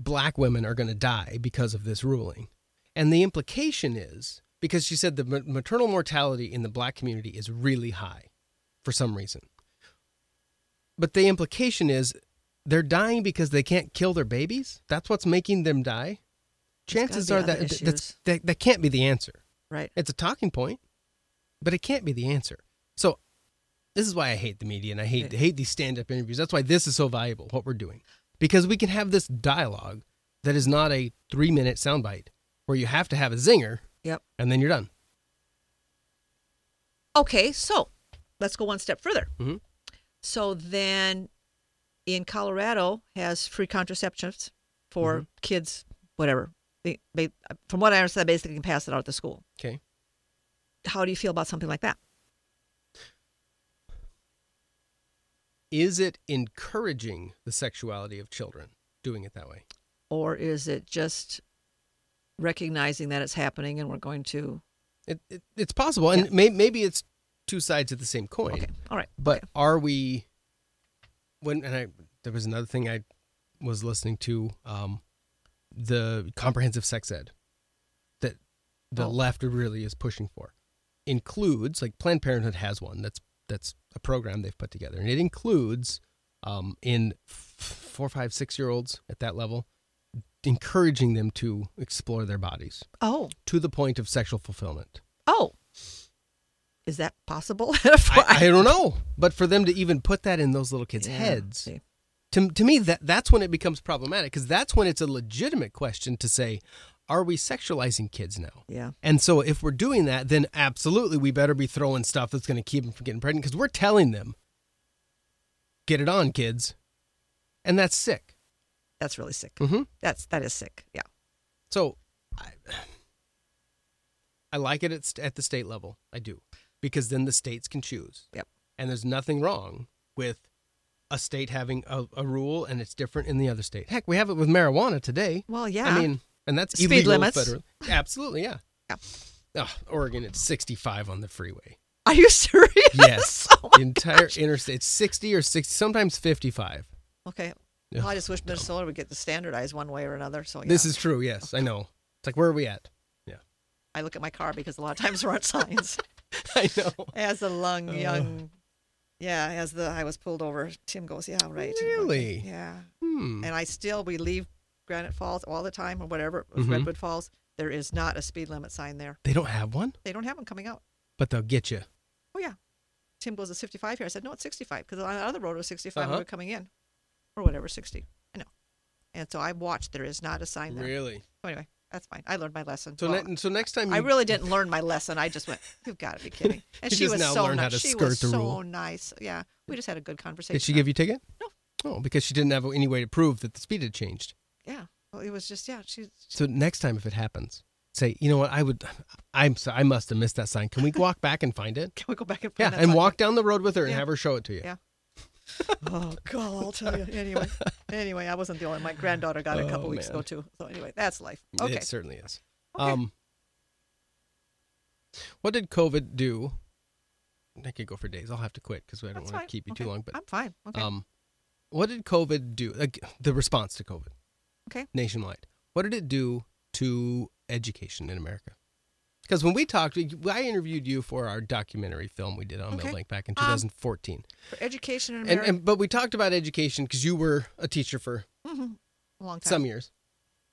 Speaker 2: black women are going to die because of this ruling, and the implication is because she said the ma- maternal mortality in the black community is really high, for some reason. But the implication is they're dying because they can't kill their babies. That's what's making them die.
Speaker 1: gotta
Speaker 2: Chances
Speaker 1: be
Speaker 2: are
Speaker 1: other
Speaker 2: that th-
Speaker 1: issues.
Speaker 2: that's, that that can't be the answer.
Speaker 1: right.
Speaker 2: It's a talking point, but it can't be the answer. So this is why I hate the media and I hate hate these stand up interviews. That's why this is so valuable. What we're doing. because we can have this dialogue that is not a three minute soundbite where you have to have a zinger
Speaker 1: Yep.
Speaker 2: and then you're done.
Speaker 1: Okay, so let's go one step further.
Speaker 2: Mhm.
Speaker 1: So then, in Colorado, has free contraceptives for
Speaker 2: Mm-hmm.
Speaker 1: kids, whatever. They, they, from what I understand, they basically can pass it out at the school.
Speaker 2: Okay.
Speaker 1: How do you feel about something like that?
Speaker 2: Is it encouraging the sexuality of children doing it that way?
Speaker 1: Or is it just recognizing that it's happening and we're going to?
Speaker 2: It, it, it's possible. And may, maybe it's two sides of the same coin.
Speaker 1: Okay, all right.
Speaker 2: But are we when and I there was another thing I was listening to um the comprehensive sex ed that the
Speaker 1: Oh.
Speaker 2: left really is pushing for includes like Planned Parenthood has one that's that's a program they've put together and it includes um in f- four five six year olds at that level encouraging them to explore their bodies
Speaker 1: Oh,
Speaker 2: to the point of sexual fulfillment
Speaker 1: oh. Is that possible?
Speaker 2: I, I don't know but for them to even put that in those little kids
Speaker 1: Yeah,
Speaker 2: heads
Speaker 1: see.
Speaker 2: to, to me that that's when it becomes problematic because that's when it's a legitimate question to say are we sexualizing kids now
Speaker 1: Yeah.
Speaker 2: and so if we're doing that then absolutely we better be throwing stuff that's going to keep them from getting pregnant because we're telling them get it on kids and that's sick
Speaker 1: That's really sick.
Speaker 2: Mhm.
Speaker 1: That's that is sick. Yeah.
Speaker 2: so i, I like it at, st- at the state level i do because then the states can choose
Speaker 1: Yep.
Speaker 2: and there's nothing wrong with a state having a, a rule and it's different in the other state. Heck, we have it with marijuana today.
Speaker 1: Well,
Speaker 2: I
Speaker 1: yeah.
Speaker 2: mean, and that's
Speaker 1: Speed
Speaker 2: illegal
Speaker 1: limits.
Speaker 2: Federally. Absolutely, yeah.
Speaker 1: Yeah.
Speaker 2: Ugh, Oregon, it's 65 on the freeway.
Speaker 1: Are you serious?
Speaker 2: Yes,
Speaker 1: Oh
Speaker 2: the entire interstate, it's 60 or 60, sometimes 55.
Speaker 1: Okay.
Speaker 2: Yeah.
Speaker 1: Well, I just wish Minnesota would get to standardize one way or another. So yeah.
Speaker 2: This is true. Yes, I know. It's like where are we at? Yeah,
Speaker 1: I look at my car because a lot of times there aren't signs.
Speaker 2: I know.
Speaker 1: As a
Speaker 2: Uh.
Speaker 1: lung young, yeah. As the I was pulled over, Tim goes, yeah, right. I'm like,
Speaker 2: Really?
Speaker 1: yeah.
Speaker 2: Hmm.
Speaker 1: And I still we leave Granite Falls all the time or whatever it was
Speaker 2: Mhm.
Speaker 1: Redwood Falls. There is not a speed limit sign there.
Speaker 2: They don't have one,
Speaker 1: They don't have them coming out.
Speaker 2: but they'll get you.
Speaker 1: Oh yeah. Tim goes, it's 65 here. I said, no, it's 65 because on the other road it was 65 when
Speaker 2: Uh-huh.
Speaker 1: we were coming in, or whatever 60. I know. And so I watched. There is not a sign there.
Speaker 2: Really?
Speaker 1: So anyway, that's fine. I learned my lesson.
Speaker 2: So,
Speaker 1: Well,
Speaker 2: ne- so next time you,
Speaker 1: I really didn't learn my lesson. I just went, "You've got to be kidding!" And
Speaker 2: You
Speaker 1: she
Speaker 2: just
Speaker 1: was
Speaker 2: now
Speaker 1: so
Speaker 2: learned how
Speaker 1: nice.
Speaker 2: to
Speaker 1: She
Speaker 2: skirt
Speaker 1: was
Speaker 2: the
Speaker 1: so
Speaker 2: rule.
Speaker 1: nice. Yeah, we just had a good conversation.
Speaker 2: did she give you a ticket?
Speaker 1: No.
Speaker 2: Oh, because she didn't have any way to prove that the speed had changed.
Speaker 1: Yeah. Well, it was just yeah. She.
Speaker 2: So next time, if it happens, say, you know what, I would, I'm, so, I must have missed that sign. Can we walk back and find it?
Speaker 1: Can we go back and
Speaker 2: Yeah,
Speaker 1: find that
Speaker 2: and
Speaker 1: sign?
Speaker 2: walk down the road with her and
Speaker 1: Yeah.
Speaker 2: have her show it to you.
Speaker 1: Yeah. Oh God, I'll tell you. Anyway, anyway, I wasn't the only. My granddaughter got it a couple
Speaker 2: Oh,
Speaker 1: weeks ago
Speaker 2: man.
Speaker 1: too. So anyway, that's life.
Speaker 2: It
Speaker 1: Okay.
Speaker 2: certainly is.
Speaker 1: Okay.
Speaker 2: Um, what did COVID do? I could go for days. I'll have to quit because I don't
Speaker 1: That's
Speaker 2: want
Speaker 1: fine.
Speaker 2: to keep you
Speaker 1: okay.
Speaker 2: too long. But
Speaker 1: I'm fine. Okay.
Speaker 2: um, what did COVID do? Like, the response to COVID
Speaker 1: okay.
Speaker 2: nationwide. What did it do to education in America? Because when we talked, I interviewed you for our documentary film we did on
Speaker 1: Okay.
Speaker 2: Millbank back in
Speaker 1: Um,
Speaker 2: 2014.
Speaker 1: For education in
Speaker 2: and,
Speaker 1: America,
Speaker 2: and but we talked about education because you were a teacher for
Speaker 1: a long time.
Speaker 2: some years.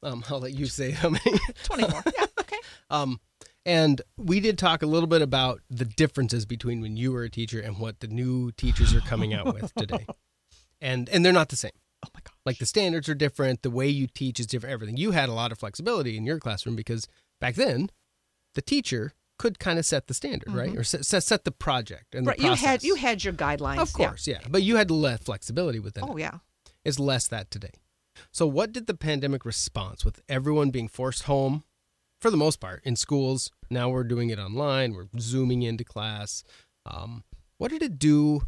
Speaker 2: Um, I'll let you say how many.
Speaker 1: Twenty-four. yeah. Okay.
Speaker 2: Um, and we did talk a little bit about the differences between when you were a teacher and what the new teachers are coming out with today. And and they're not the same.
Speaker 1: Oh my God.
Speaker 2: Like the standards are different, the way you teach is different, everything. You had a lot of flexibility in your classroom because back then, the teacher could kind of set the standard, right? Or set, set set the project
Speaker 1: Mm-hmm.
Speaker 2: and
Speaker 1: Right.
Speaker 2: the
Speaker 1: You had
Speaker 2: process.
Speaker 1: you had your guidelines.
Speaker 2: of course, yeah. But you had less flexibility within
Speaker 1: Yeah.
Speaker 2: it.
Speaker 1: Oh yeah.
Speaker 2: It's less that today. So, what did the pandemic response with everyone being forced home, for the most part, in schools? Now we're doing it online, we're zooming into class. Um, what did it do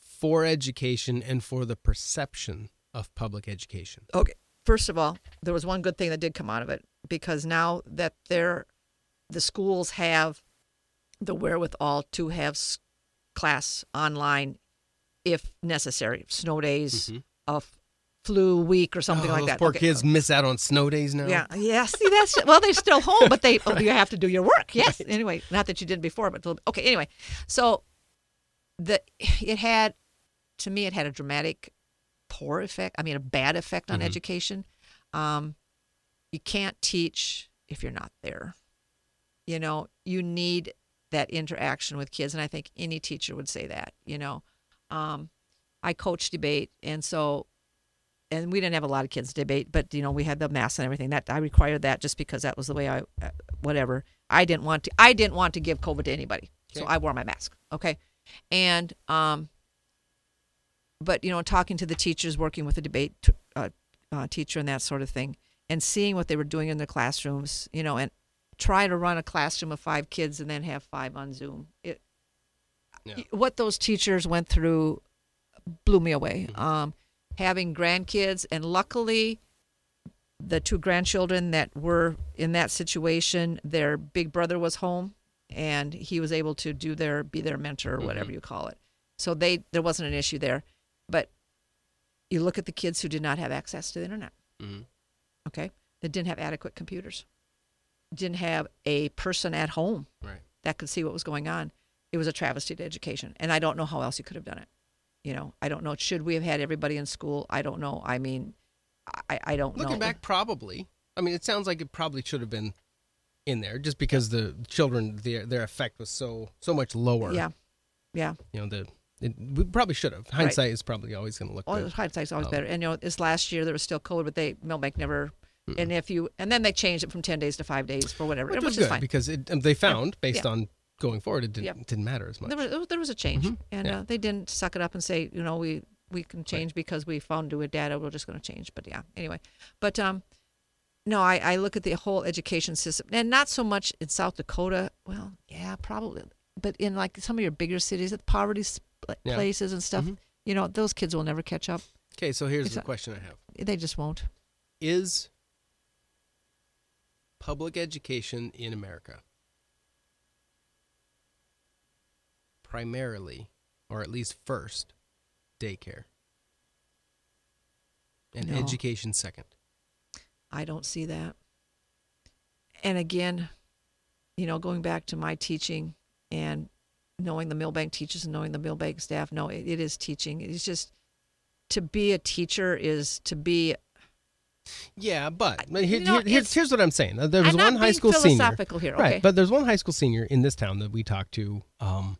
Speaker 2: for education and for the perception of public education?
Speaker 1: Okay. First of all, there was one good thing that did come out of it because now that they're the schools have the wherewithal to have s- class online if necessary, snow days, a f- flu week, or something
Speaker 2: Mm-hmm. Oh,
Speaker 1: like
Speaker 2: those
Speaker 1: that.
Speaker 2: Poor
Speaker 1: Okay.
Speaker 2: kids miss out on snow days now.
Speaker 1: Yeah. Yeah. See, that's well, they're still home, but they oh, you have to do your work. Yes. Anyway, not that you did before, but okay. Anyway, so the it had to me it had a dramatic poor effect. I mean, a bad effect on education. Um, you can't teach if you're not there. You know, you need that interaction with kids, and I think any teacher would say that. You know, um, I coach debate, and so and we didn't have a lot of kids debate, but you know we had the mass and everything. That I required that just because that was the way I, uh, whatever. I didn't want to. I didn't want to give COVID to anybody, so I wore my mask. Okay, and um, but you know talking to the teachers, working with the debate t- uh, uh, teacher and that sort of thing, and seeing what they were doing in their classrooms, you know, and try to run a classroom of five kids and then have five on Zoom. It, what those teachers went through blew me away. Um, having grandkids, and luckily, the two grandchildren that were in that situation, their big brother was home, and he was able to do their be their mentor or whatever you call it. So they there wasn't an issue there, but you look at the kids who did not have access to the internet. Okay, that didn't have adequate computers, didn't have a person at home
Speaker 2: Right.
Speaker 1: that could see what was going on. It was a travesty to education. And I don't know how else you could have done it. You know, I don't know. Should we have had everybody in school? I don't know. I mean, I, I don't
Speaker 2: Looking
Speaker 1: know.
Speaker 2: back, probably. I mean, it sounds like it probably should have been in there, just because the children their their effect was so so much lower.
Speaker 1: Yeah. Yeah.
Speaker 2: You know the. It, we probably should have. Hindsight is probably always going to look
Speaker 1: Well,
Speaker 2: good.
Speaker 1: hindsight's always better. And, you know, this last year there was still COVID, but they, Millbank never, and if you, and then they changed it from 10 days to five days for whatever,
Speaker 2: which,
Speaker 1: which,
Speaker 2: was
Speaker 1: is
Speaker 2: good
Speaker 1: fine.
Speaker 2: because it, um, they found based
Speaker 1: Yeah.
Speaker 2: on going forward, it didn't
Speaker 1: Yep.
Speaker 2: didn't matter as much. Mm-hmm.
Speaker 1: There was, there was- there was a change. And
Speaker 2: Yeah.
Speaker 1: uh, they didn't suck it up and say, you know, we, we can change because we found new data. We're just going to change. But yeah, anyway. But, um, no, I, I look at the whole education system, and not so much in South Dakota. Well, yeah, probably, but in like some of your bigger cities, at poverty spl-
Speaker 2: Yeah. Mm-hmm.
Speaker 1: places and stuff, you know, those kids will never catch up.
Speaker 2: Okay, so here's
Speaker 1: It's
Speaker 2: the
Speaker 1: a-
Speaker 2: question I have:
Speaker 1: They just won't.
Speaker 2: Is public education in America primarily, or at least first, daycare, and
Speaker 1: No.
Speaker 2: education second?
Speaker 1: I don't see that. And again, you know, going back to my teaching and knowing the Millbank teachers and knowing the Millbank staff, no, it, it is teaching. It's just to be a teacher is to be
Speaker 2: Yeah, but
Speaker 1: I-
Speaker 2: but here-
Speaker 1: you know,
Speaker 2: here- here's,
Speaker 1: it's-
Speaker 2: here's what I'm saying. Uh, There was
Speaker 1: I'm not
Speaker 2: one high
Speaker 1: being
Speaker 2: school senior.
Speaker 1: philosophical here, okay.
Speaker 2: Right, but there's one high school senior in this town that we talked to. Um,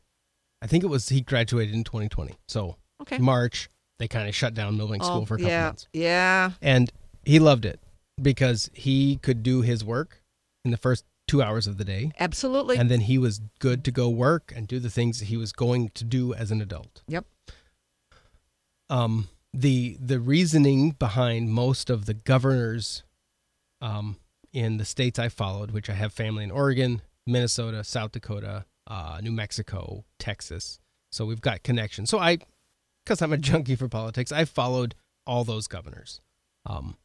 Speaker 2: I think it was he graduated in 2020. So
Speaker 1: okay.
Speaker 2: March they kind of shut down Millbank School
Speaker 1: Oh,
Speaker 2: for a couple
Speaker 1: yeah,
Speaker 2: months,
Speaker 1: yeah.
Speaker 2: and he loved it because he could do his work in the first two hours of the day,
Speaker 1: Absolutely.
Speaker 2: and then he was good to go work and do the things that he was going to do as an adult.
Speaker 1: yep.
Speaker 2: um, the the reasoning behind most of the governors um, in the states I followed, which I have family in Oregon, Minnesota, South Dakota, uh, New Mexico, Texas. So we've got connections. So I, because I'm a junkie for politics, I followed all those governors. Um,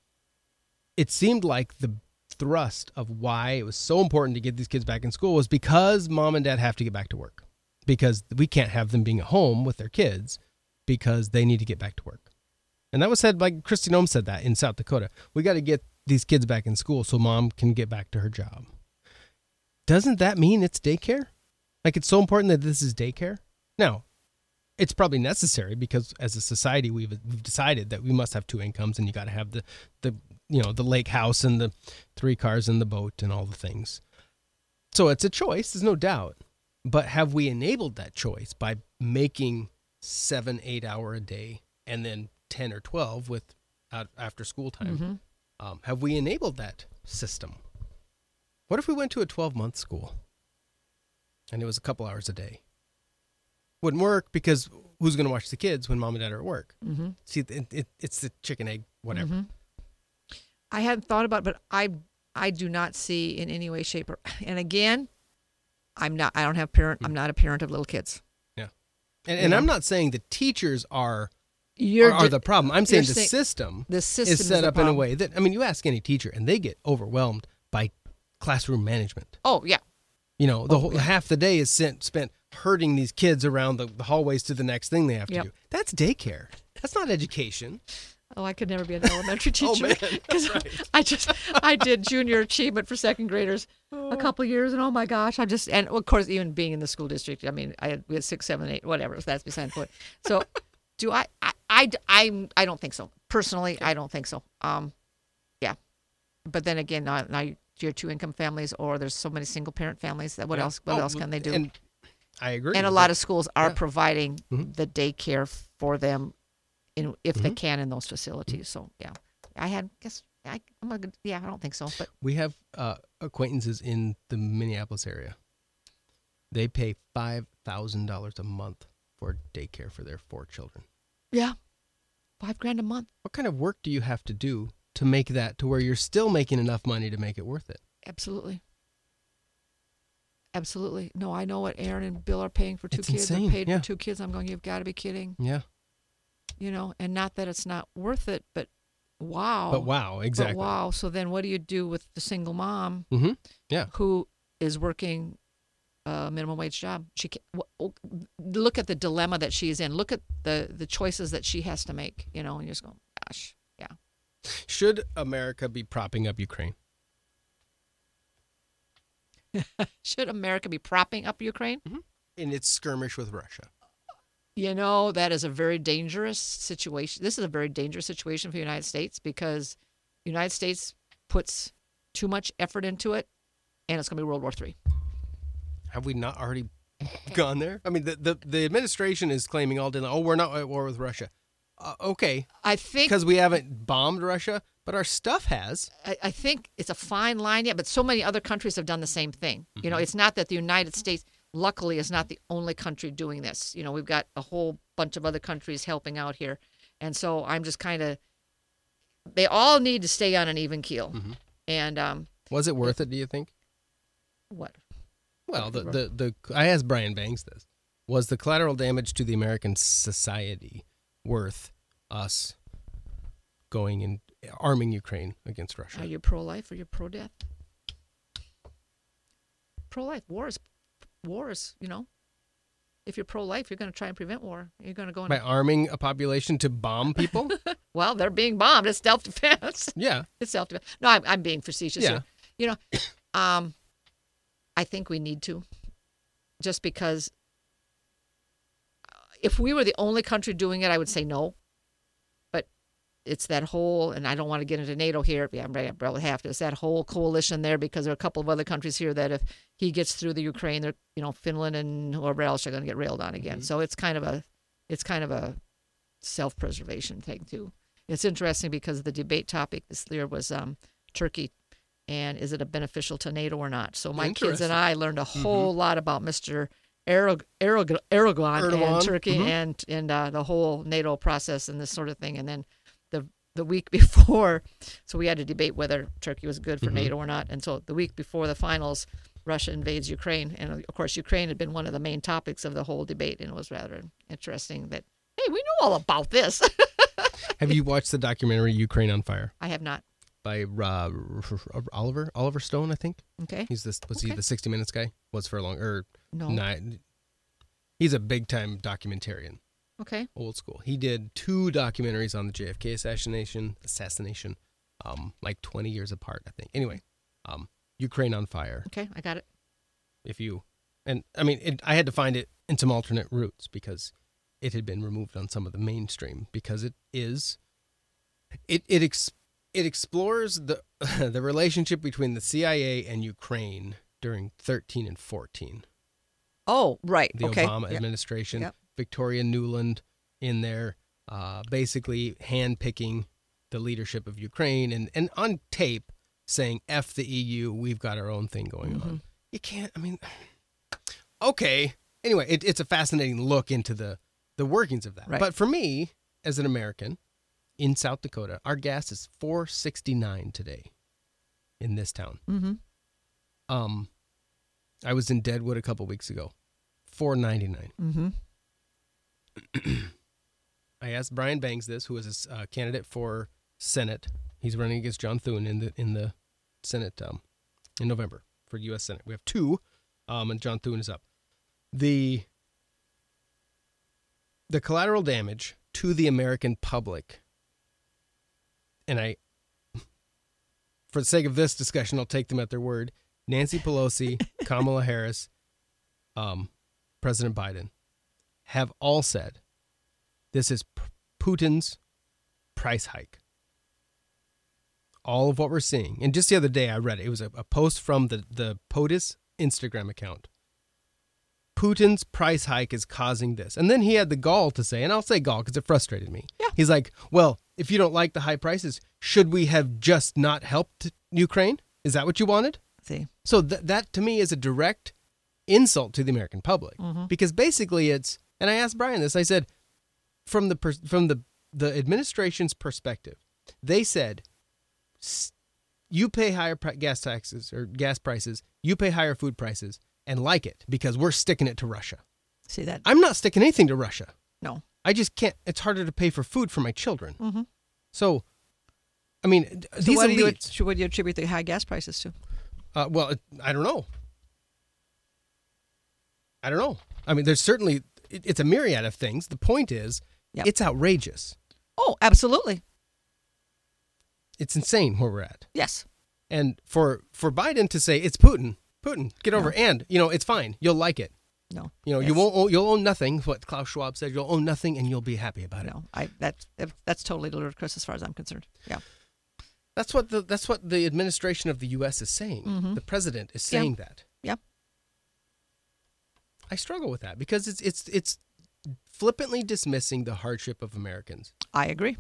Speaker 2: it seemed like the thrust of why it was so important to get these kids back in school was because mom and dad have to get back to work because we can't have them being at home with their kids because they need to get back to work. And that was said like Christy Noem said that in South Dakota. We got to get these kids back in school so mom can get back to her job. Doesn't that mean it's daycare? Like it's so important that this is daycare? Now, it's probably necessary because as a society we've, we've decided that we must have two incomes and you got to have the the you know the lake house and the three cars and the boat and all the things. So it's a choice, there's no doubt. But have we enabled that choice by making seven, eight hour a day and then 10 or 12 with out, after school time? Um, have we enabled that system? What if we went to a 12 month school and it was a couple hours a day? Wouldn't work because who's going to watch the kids when mom and dad are at work? Mm-hmm. See, it, it, it's the chicken egg, whatever.
Speaker 1: Mm-hmm. I hadn't thought about, it, but I I do not see in any way, shape, or and again, I'm not. I don't have parent.
Speaker 2: Hmm.
Speaker 1: I'm not a parent of little kids.
Speaker 2: Yeah. And, and I'm not saying the teachers are
Speaker 1: You're
Speaker 2: are, are
Speaker 1: ju-
Speaker 2: the problem. I'm saying
Speaker 1: you're
Speaker 2: the
Speaker 1: saying-
Speaker 2: system,
Speaker 1: the system
Speaker 2: is
Speaker 1: is
Speaker 2: set
Speaker 1: the
Speaker 2: up in a
Speaker 1: problem.
Speaker 2: way that I mean, you ask any teacher and they get overwhelmed by classroom management.
Speaker 1: Oh yeah.
Speaker 2: You know, the
Speaker 1: Oh,
Speaker 2: whole, half the day is sent, spent herding these kids around the, the hallways to the next thing they have to
Speaker 1: Yep.
Speaker 2: do. That's daycare. That's not education.
Speaker 1: Oh, I could never be an elementary
Speaker 2: Oh,
Speaker 1: teacher
Speaker 2: man.
Speaker 1: because I just I did junior achievement for second graders a couple years, and oh my gosh, I just and of course even being in the school district, I mean, I had, we had six, seven, eight, whatever. So that's beside the point. So, do I? I I I'm- I don't think so. Personally, I don't think so. Um, yeah, but then again, now, now you're two income families, or there's so many single parent families that what else? What
Speaker 2: Oh,
Speaker 1: else can they do?
Speaker 2: And I agree.
Speaker 1: and a
Speaker 2: with
Speaker 1: lot
Speaker 2: that. Mm-hmm.
Speaker 1: of schools are providing the daycare for them in if they can in those facilities. So yeah, I had guess I I'm a, good- yeah I don't think so, but
Speaker 2: We have uh, acquaintances in the Minneapolis area. They pay five thousand dollars a month for daycare for their four children.
Speaker 1: yeah, five grand a month.
Speaker 2: What kind of work do you have to do to make that to where you're still making enough money to make it worth it?
Speaker 1: Absolutely. Absolutely. No, I know what Aaron and Bill are paying for two
Speaker 2: It's
Speaker 1: kids.
Speaker 2: insane,
Speaker 1: They're paid
Speaker 2: yeah.
Speaker 1: for two kids. I'm going, you've got to be kidding.
Speaker 2: Yeah,
Speaker 1: You know, and not that it's not worth it, but wow.
Speaker 2: but wow, exactly.
Speaker 1: But wow. So then what do you do with the single mom
Speaker 2: Mm-hmm. Yeah,
Speaker 1: who is working a minimum wage job? She can, look at the dilemma that she is in. Look at the the choices that she has to make, you know, and you're just going, gosh, yeah.
Speaker 2: should America be propping up Ukraine?
Speaker 1: Should America be propping up Ukraine?
Speaker 2: in its skirmish with Russia.
Speaker 1: You know, that is a very dangerous situation. This is a very dangerous situation for the United States because the United States puts too much effort into it and it's going to be World War III.
Speaker 2: Have we not already gone there? I mean, the, the, the administration is claiming all day long, oh, we're not at war with Russia. Uh, okay,
Speaker 1: I think
Speaker 2: because we haven't bombed Russia, but our stuff has.
Speaker 1: I, I think it's a fine line yet, but so many other countries have done the same thing. You know, it's not that the United States, luckily, is not the only country doing this. You know, we've got a whole bunch of other countries helping out here. And so I'm just kind of, they all need to stay on an even keel. And um,
Speaker 2: Was it worth it, do you think?
Speaker 1: what?
Speaker 2: Well, the, the, the I asked Brian Banks this. Was the collateral damage to the American society worth us going and arming Ukraine against Russia?
Speaker 1: Are you pro life or you're pro death? Pro life, war is, war is, you know, if you're pro life, you're going to try and prevent war. You're going to go and,
Speaker 2: By arming a population to bomb people?
Speaker 1: well, they're being bombed. It's self defense.
Speaker 2: yeah.
Speaker 1: It's self defense. No, I'm, I'm being facetious
Speaker 2: Yeah.
Speaker 1: here. You know, um, I think we need to, just because uh, if we were the only country doing it, I would say no. But it's that whole, and I don't want to get into NATO here. Yeah, I'm right. I probably have to. It's that whole coalition there because there are a couple of other countries here that if he gets through the Ukraine, they're you know Finland and whoever else are going to get railed on again. So it's kind of a, it's kind of a self-preservation thing too. It's interesting because the debate topic this year was um, Turkey, and is it a beneficial to NATO or not? So my kids
Speaker 2: Interesting. Mm-hmm.
Speaker 1: and I learned a whole lot about Mr. Erdogan, Erdogan
Speaker 2: Erdogan, Mm-hmm.
Speaker 1: and Turkey and and uh, the whole NATO process and this sort of thing. And then the the week before, so we had to debate whether Turkey was good for
Speaker 2: Mm-hmm.
Speaker 1: NATO or not. And so the week before the finals, Russia invades Ukraine, and uh, of course Ukraine had been one of the main topics of the whole debate, and it was rather interesting that hey, we know all about this.
Speaker 2: Have you watched the documentary Ukraine on Fire?
Speaker 1: I have not.
Speaker 2: by uh, Oliver Oliver Stone, I think.
Speaker 1: Okay.
Speaker 2: He's this was he
Speaker 1: Okay.
Speaker 2: the 60 Minutes guy? Was for a long or
Speaker 1: No.
Speaker 2: nine. He's a big time documentarian,
Speaker 1: Okay.
Speaker 2: old school. He did two documentaries on the JFK assassination, assassination, um, like 20 years apart, I think. Anyway, um, Ukraine on fire.
Speaker 1: Okay. I got it.
Speaker 2: If you and I mean, it, I had to find it in some alternate routes because it had been removed on some of the mainstream because it is it it ex, it explores the the relationship between the CIA and Ukraine during 13 and 14.
Speaker 1: Oh, right.
Speaker 2: The
Speaker 1: okay.
Speaker 2: Obama
Speaker 1: Yeah.
Speaker 2: administration,
Speaker 1: Yep.
Speaker 2: Victoria Newland in there, uh, basically handpicking the leadership of Ukraine and and on tape saying "F the EU, we've got our own thing going
Speaker 1: Mm-hmm.
Speaker 2: on." You can't. I mean, okay. Anyway, it, it's a fascinating look into the the workings of that.
Speaker 1: Right.
Speaker 2: But for me, as an American in South Dakota, our gas is 469 today in this town.
Speaker 1: Mhm.
Speaker 2: Um, I was in Deadwood a couple weeks ago, 499.
Speaker 1: Mm-hmm.
Speaker 2: I asked Brian Bangs this, who is a s- uh, candidate for Senate. He's running against John Thune in the in the Senate um, in November for U.S. Senate. We have two, um, and John Thune is up. the The collateral damage to the American public, and I, for the sake of this discussion, I'll take them at their word. Nancy Pelosi, Kamala Harris, um, President Biden, have all said this is P- Putin's price hike. All of what we're seeing. And just the other day, I read it. It was a, a post from the, the POTUS Instagram account. Putin's price hike is causing this. And then he had the gall to say, and I'll say gall because it frustrated me.
Speaker 1: Yeah.
Speaker 2: He's like, well, if you don't like the high prices, should we have just not helped Ukraine? Is that what you wanted?
Speaker 1: See,
Speaker 2: So th- that to me is a direct insult to the American public
Speaker 1: Mm-hmm.
Speaker 2: because basically it's and I asked Brian this. I said from the pers- from the the administration's perspective, they said "S- you pay higher pri- gas taxes or gas prices, you pay higher food prices and like it because we're sticking it to Russia.
Speaker 1: see that?
Speaker 2: I'm not sticking anything to Russia.
Speaker 1: no,
Speaker 2: I just can't. It's harder to pay for food for my children. So, I mean, d-
Speaker 1: Mm-hmm. So
Speaker 2: these
Speaker 1: what do you
Speaker 2: elites-
Speaker 1: what do you attribute the high gas prices to?
Speaker 2: uh, well, it- I don't know. I don't know. I mean, there's certainly it- it's a myriad of things. The point is,
Speaker 1: Yep.
Speaker 2: it's outrageous.
Speaker 1: Oh, absolutely.
Speaker 2: It's insane where we're at.
Speaker 1: Yes.
Speaker 2: And for for Biden to say it's Putin, Putin, get over. it. And you know, it's fine. You'll like it.
Speaker 1: No.
Speaker 2: You know, you
Speaker 1: Yes.
Speaker 2: won't. Own, you'll own nothing. What Klaus Schwab said. You'll own nothing, and you'll be happy about it.
Speaker 1: No, I that that's totally ludicrous as far as I'm concerned. Yeah.
Speaker 2: That's what the that's what the administration of the U.S. is saying. The president is
Speaker 1: Mm-hmm. Yeah.
Speaker 2: saying that.
Speaker 1: Yeah.
Speaker 2: I struggle with that because it's it's it's flippantly dismissing the hardship of Americans.
Speaker 1: I agree.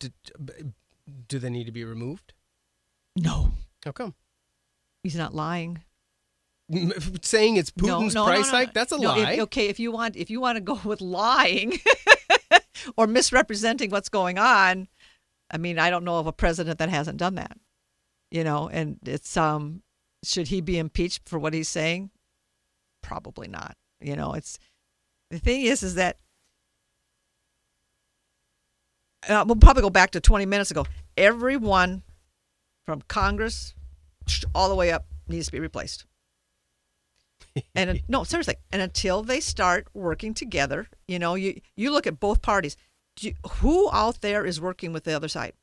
Speaker 2: Do, do they need to be removed?
Speaker 1: No.
Speaker 2: How come?
Speaker 1: He's not lying.
Speaker 2: Saying it's Putin's
Speaker 1: no, no,
Speaker 2: price
Speaker 1: no, no.
Speaker 2: hike, that's a
Speaker 1: No, if-
Speaker 2: lie.
Speaker 1: okay, if you want if you want to go with lying or misrepresenting what's going on, I mean, I don't know of a president that hasn't done that. You know, and it's um should he be impeached for what he's saying? Probably not. You know, it's the thing is is that uh, we'll probably go back to 20 minutes ago. Everyone from Congress all the way up needs to be replaced. And no, seriously. And until they start working together, you know, you you look at both parties. Do you, who out there is working with the other side?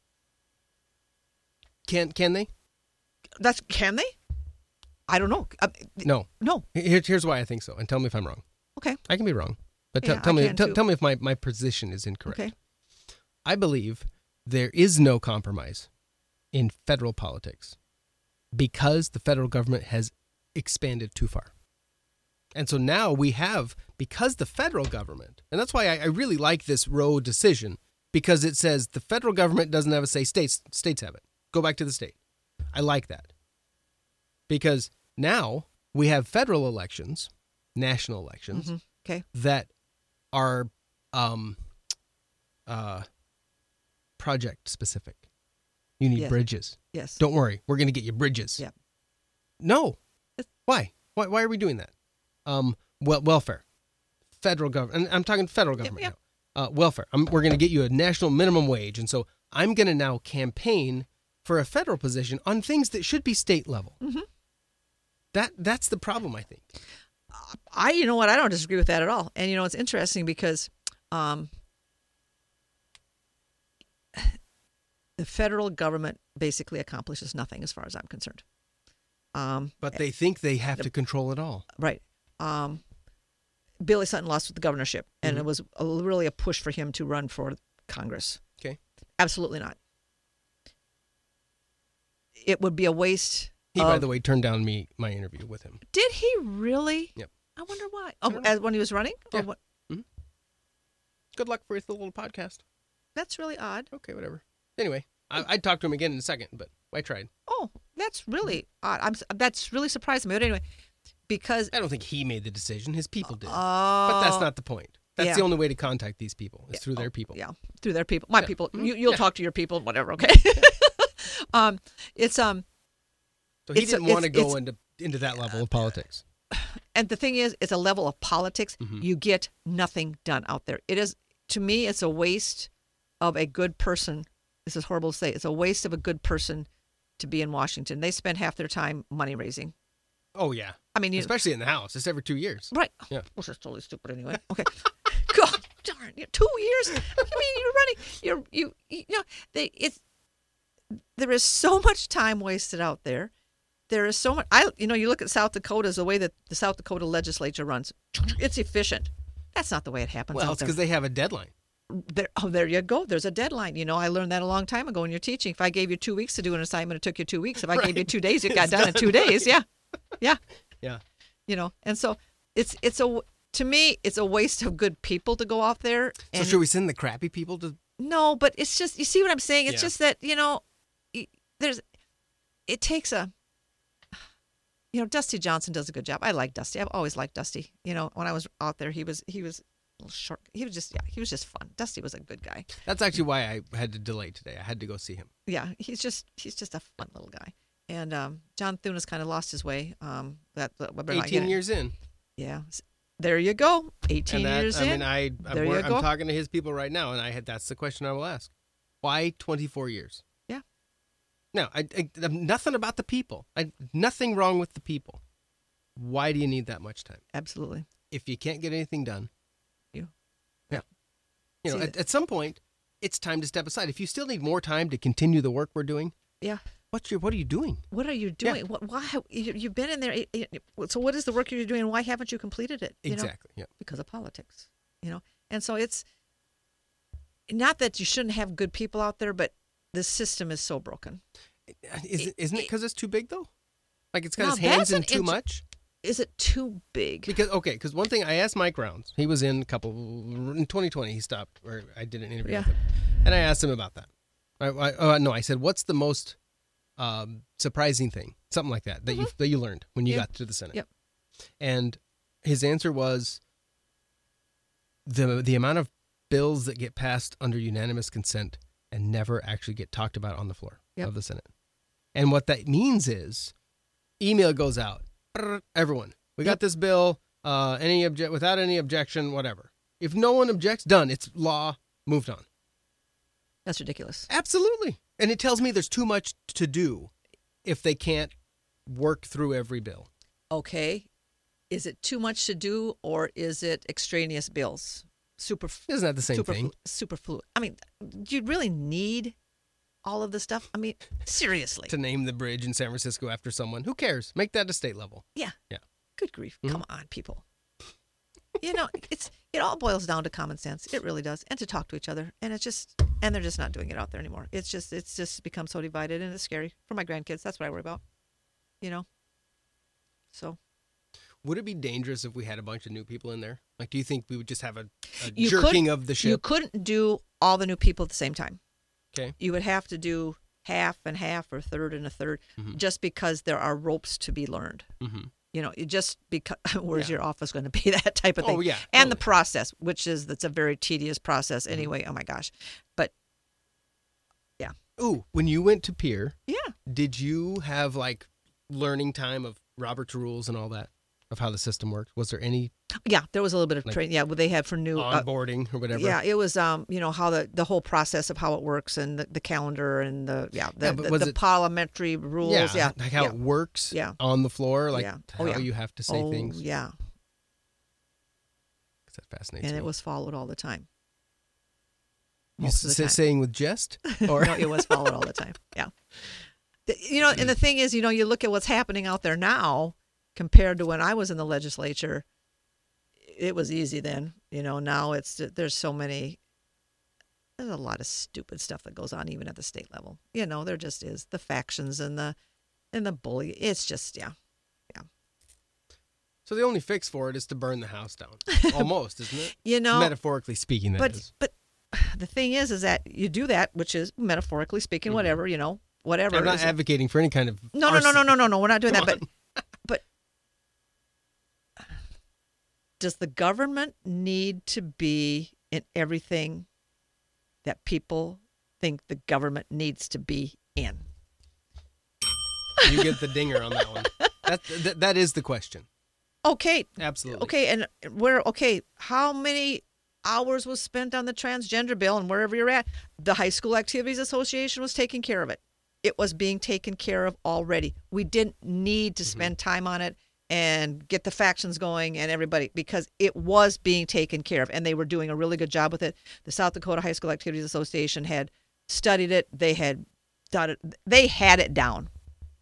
Speaker 2: Can can they?
Speaker 1: That's can they? I don't know. Uh,
Speaker 2: No.
Speaker 1: no.
Speaker 2: Here, here's why I think so, and tell me if I'm wrong.
Speaker 1: Okay.
Speaker 2: I can be wrong, but t-
Speaker 1: Yeah, I
Speaker 2: tell me
Speaker 1: can
Speaker 2: tell
Speaker 1: too.
Speaker 2: tell me if my, my position is incorrect.
Speaker 1: Okay.
Speaker 2: I believe there is no compromise in federal politics because the federal government has expanded too far. And so now we have, because the federal government, and that's why I, I really like this Roe decision, because it says the federal government doesn't have a say, states, states have it. Go back to the state. I like that. Because now we have federal elections, national elections,
Speaker 1: Mhm. Okay.
Speaker 2: that are um, uh, project specific. You need
Speaker 1: Yes.
Speaker 2: bridges.
Speaker 1: Yes.
Speaker 2: Don't worry, we're going to get you bridges.
Speaker 1: Yep.
Speaker 2: No. Why? Why? Why are we doing that? Um, well, welfare, federal government. And I'm talking federal government
Speaker 1: yep.
Speaker 2: now. Uh, welfare. i we're going to get you a national minimum wage, and so I'm going to now campaign for a federal position on things that should be state level.
Speaker 1: Mm-hmm.
Speaker 2: That that's the problem, I think.
Speaker 1: I you know what I don't disagree with that at all. And you know it's interesting because um, the federal government basically accomplishes nothing as far as I'm concerned. Um,
Speaker 2: But they think they have to control it all.
Speaker 1: Right. Um, Billy Sutton lost the governorship, and
Speaker 2: Mm-hmm.
Speaker 1: it was a, really a push for him to run for Congress.
Speaker 2: Okay.
Speaker 1: Absolutely not. It would be a waste.
Speaker 2: He, by
Speaker 1: of-
Speaker 2: the way, turned down me my interview with him.
Speaker 1: did he really?
Speaker 2: Yep.
Speaker 1: I wonder why. Oh, as when he was running. Or
Speaker 2: Yeah.
Speaker 1: what?
Speaker 2: Good luck for your little podcast.
Speaker 1: That's really odd.
Speaker 2: Okay, whatever. Anyway, I, I'd talk to him again in a second, but I tried.
Speaker 1: Oh, that's really
Speaker 2: Mm-hmm.
Speaker 1: odd. I'm. s- That's really surprising me. But anyway, because
Speaker 2: I don't think he made the decision. His people did. but that's not the point. That's
Speaker 1: Oh. yeah.
Speaker 2: the only way to contact these people is through their people. Mm-hmm.
Speaker 1: yeah through their people my people you, you'll talk to your people whatever okay um it's um
Speaker 2: So he
Speaker 1: It's-
Speaker 2: didn't want to
Speaker 1: it's- it's-
Speaker 2: go into into that level of politics.
Speaker 1: and the thing is it's a level of politics you get nothing done out there it is to me it's a waste of a good person this is horrible to say it's a waste of a good person to be in washington they spend half their time money raising
Speaker 2: Oh yeah.
Speaker 1: i mean you,
Speaker 2: Especially in the house. It's every two years.
Speaker 1: right
Speaker 2: Yeah.
Speaker 1: which is totally stupid anyway okay god darn you two years i mean you're running you're you you know they it's there is so much time wasted out there there is so much i you know you look at south dakota's the way that the south dakota legislature runs it's efficient that's not the way it happens
Speaker 2: Well,
Speaker 1: out
Speaker 2: it's
Speaker 1: there.
Speaker 2: because they have a deadline.
Speaker 1: there oh there you go there's a deadline you know i learned that a long time ago in your teaching if i gave you two weeks to do an assignment it took you two weeks if i gave you two days it got done in two days yeah yeah
Speaker 2: Yeah.
Speaker 1: you know and so it's it's a to me, it's a waste of good people to go off there.
Speaker 2: So
Speaker 1: and-
Speaker 2: should we send the crappy people to?
Speaker 1: No, but it's just you see what I'm saying. It's
Speaker 2: Yeah.
Speaker 1: just that you know, y- there's it takes a you know Dusty Johnson does a good job. I like Dusty. I've always liked Dusty. You know, when I was out there, he was he was a little short. He was just yeah, he was just fun. Dusty was a good guy.
Speaker 2: That's actually why I had to delay today. I had to go see him.
Speaker 1: Yeah, he's just he's just a fun little guy. And um, John Thune has kind of lost his way. Um, that, that we're not
Speaker 2: Eighteen
Speaker 1: gonna-
Speaker 2: years in,
Speaker 1: Yeah, S- there you go. Eighteen
Speaker 2: and that
Speaker 1: years
Speaker 2: I
Speaker 1: in.
Speaker 2: mean, I
Speaker 1: There
Speaker 2: I'm,
Speaker 1: you
Speaker 2: wor- I'm
Speaker 1: go.
Speaker 2: talking to his people right now, and I had that's the question I will ask: Why 24 years?
Speaker 1: Yeah.
Speaker 2: No, I, I nothing about the people. I nothing wrong with the people. Why do you need that much time
Speaker 1: Absolutely.
Speaker 2: if you can't get anything done?
Speaker 1: You.
Speaker 2: Yeah. You know,
Speaker 1: See,
Speaker 2: at, at some point, it's time to step aside. If you still need more time to continue the work we're doing,
Speaker 1: Yeah.
Speaker 2: what's your what are you doing?
Speaker 1: What are you
Speaker 2: Yeah.
Speaker 1: doing? What, why have, you, you've been in there? eight- eight- So what is the work you're doing? and Why haven't you completed it? You know?
Speaker 2: Exactly. Yeah.
Speaker 1: because of politics, you know. And so it's not that you shouldn't have good people out there, but the system is so broken.
Speaker 2: Is, isn't it because it's too big though? Like it's got
Speaker 1: Now,
Speaker 2: his hands
Speaker 1: that's
Speaker 2: in
Speaker 1: an
Speaker 2: too
Speaker 1: int-
Speaker 2: much.
Speaker 1: Is it too big?
Speaker 2: Because okay, because one thing I asked Mike Rounds, he was in a couple in 2020. He stopped, or I did an interview,
Speaker 1: Yeah.
Speaker 2: with him, and I asked him about that. I, I, oh no, I said, "What's the most um, surprising thing, something like that, that you that you learned when you
Speaker 1: Mm-hmm. Yeah.
Speaker 2: got to the Senate?"
Speaker 1: Yep.
Speaker 2: And his answer was the the amount of bills that get passed under unanimous consent and never actually get talked about on the floor
Speaker 1: Yep.
Speaker 2: of the Senate. And what that means is email goes out. Brrr, Everyone, we got this bill. Uh, any object without any objection, whatever. If no one objects, done. It's law. Moved on.
Speaker 1: That's ridiculous.
Speaker 2: Absolutely. And it tells me there's too much to do if they can't work through every bill.
Speaker 1: Okay, is it too much to do, or is it extraneous bills? Super.
Speaker 2: Isn't that the same
Speaker 1: super,
Speaker 2: thing?
Speaker 1: Superfluous. I mean, do you really need all of this stuff? I mean, seriously.
Speaker 2: To name the bridge in San Francisco after someone. Who cares? Make that a state level.
Speaker 1: Yeah.
Speaker 2: Yeah. Mm-hmm.
Speaker 1: Good grief. Come on, people. You know, it's it all boils down to common sense. It really does. And to talk to each other. And it's just and they're just not doing it out there anymore. It's just it's just become so divided and it's scary for my grandkids. That's what I worry about. You know. So
Speaker 2: Would it be dangerous if we had a bunch of new people in there? Like, do you think we would just have a, a
Speaker 1: you couldn't-
Speaker 2: jerking of the
Speaker 1: You
Speaker 2: ship?
Speaker 1: couldn't do all the new people at the same time.
Speaker 2: okay.
Speaker 1: You would have to do half and half or third and a 3rd
Speaker 2: Mm-hmm.
Speaker 1: just because there are ropes to be learned.
Speaker 2: Mhm.
Speaker 1: You know, it just because where's your office going to be that type of
Speaker 2: Oh,
Speaker 1: thing.
Speaker 2: yeah,
Speaker 1: and the
Speaker 2: totally. Mm-hmm.
Speaker 1: process, which is that's a very tedious process anyway. Oh my gosh, but yeah,
Speaker 2: Ooh, when you went to Pier,
Speaker 1: yeah,
Speaker 2: did you have like learning time of Robert's rules and all that of how the system worked? Was there any
Speaker 1: yeah. There was a little bit of
Speaker 2: Like
Speaker 1: training. Yeah, what they had for new. uh,
Speaker 2: onboarding or whatever?
Speaker 1: yeah, it was um, you know how the the whole process of how it works and the, the calendar and the yeah the,
Speaker 2: Yeah, but
Speaker 1: the,
Speaker 2: was
Speaker 1: the
Speaker 2: it-
Speaker 1: parliamentary rules. Yeah, yeah,
Speaker 2: like how it works
Speaker 1: Yeah.
Speaker 2: on the floor, like
Speaker 1: Yeah.
Speaker 2: how
Speaker 1: Oh, yeah.
Speaker 2: you have to say
Speaker 1: oh,
Speaker 2: things.
Speaker 1: Yeah,
Speaker 2: 'Cause That fascinates
Speaker 1: and
Speaker 2: me.
Speaker 1: it was followed all the time.
Speaker 2: you
Speaker 1: most of the
Speaker 2: say-
Speaker 1: time.
Speaker 2: saying with jest, or
Speaker 1: no, it was followed all the time. Yeah. The- You know, and the thing is, you know, you look at what's happening out there now compared to when I was in the legislature. It was easy then. You know, now it's there's so many. There's a lot of stupid stuff that goes on even at the state level. You know, there just is the factions and the and the bully. It's just yeah,
Speaker 2: so the only fix for it is to burn the house down, almost, isn't it?
Speaker 1: you know.
Speaker 2: Metaphorically speaking, that is.
Speaker 1: but but the thing is, is that you do that, which is metaphorically speaking, whatever you know, whatever.
Speaker 2: I'm Mm-hmm. not
Speaker 1: is-
Speaker 2: advocating for any kind of
Speaker 1: No, no, no, no, no, no, no. We're not doing
Speaker 2: Come
Speaker 1: that. But, but does the government need to be in everything that people think the government needs to be in?
Speaker 2: no. You get the dinger on that one. That, that that is the question.
Speaker 1: Okay,
Speaker 2: Absolutely.
Speaker 1: okay, and where? Okay, how many hours was spent on the transgender bill and wherever you're at? The High School Activities Association was taking care of it. It was being taken care of already. We didn't need to spend time on it and get the factions going and everybody because it was being taken care of and they were doing a really good job with it. The South Dakota High School Activities Association had studied it. They had done it. They had it down.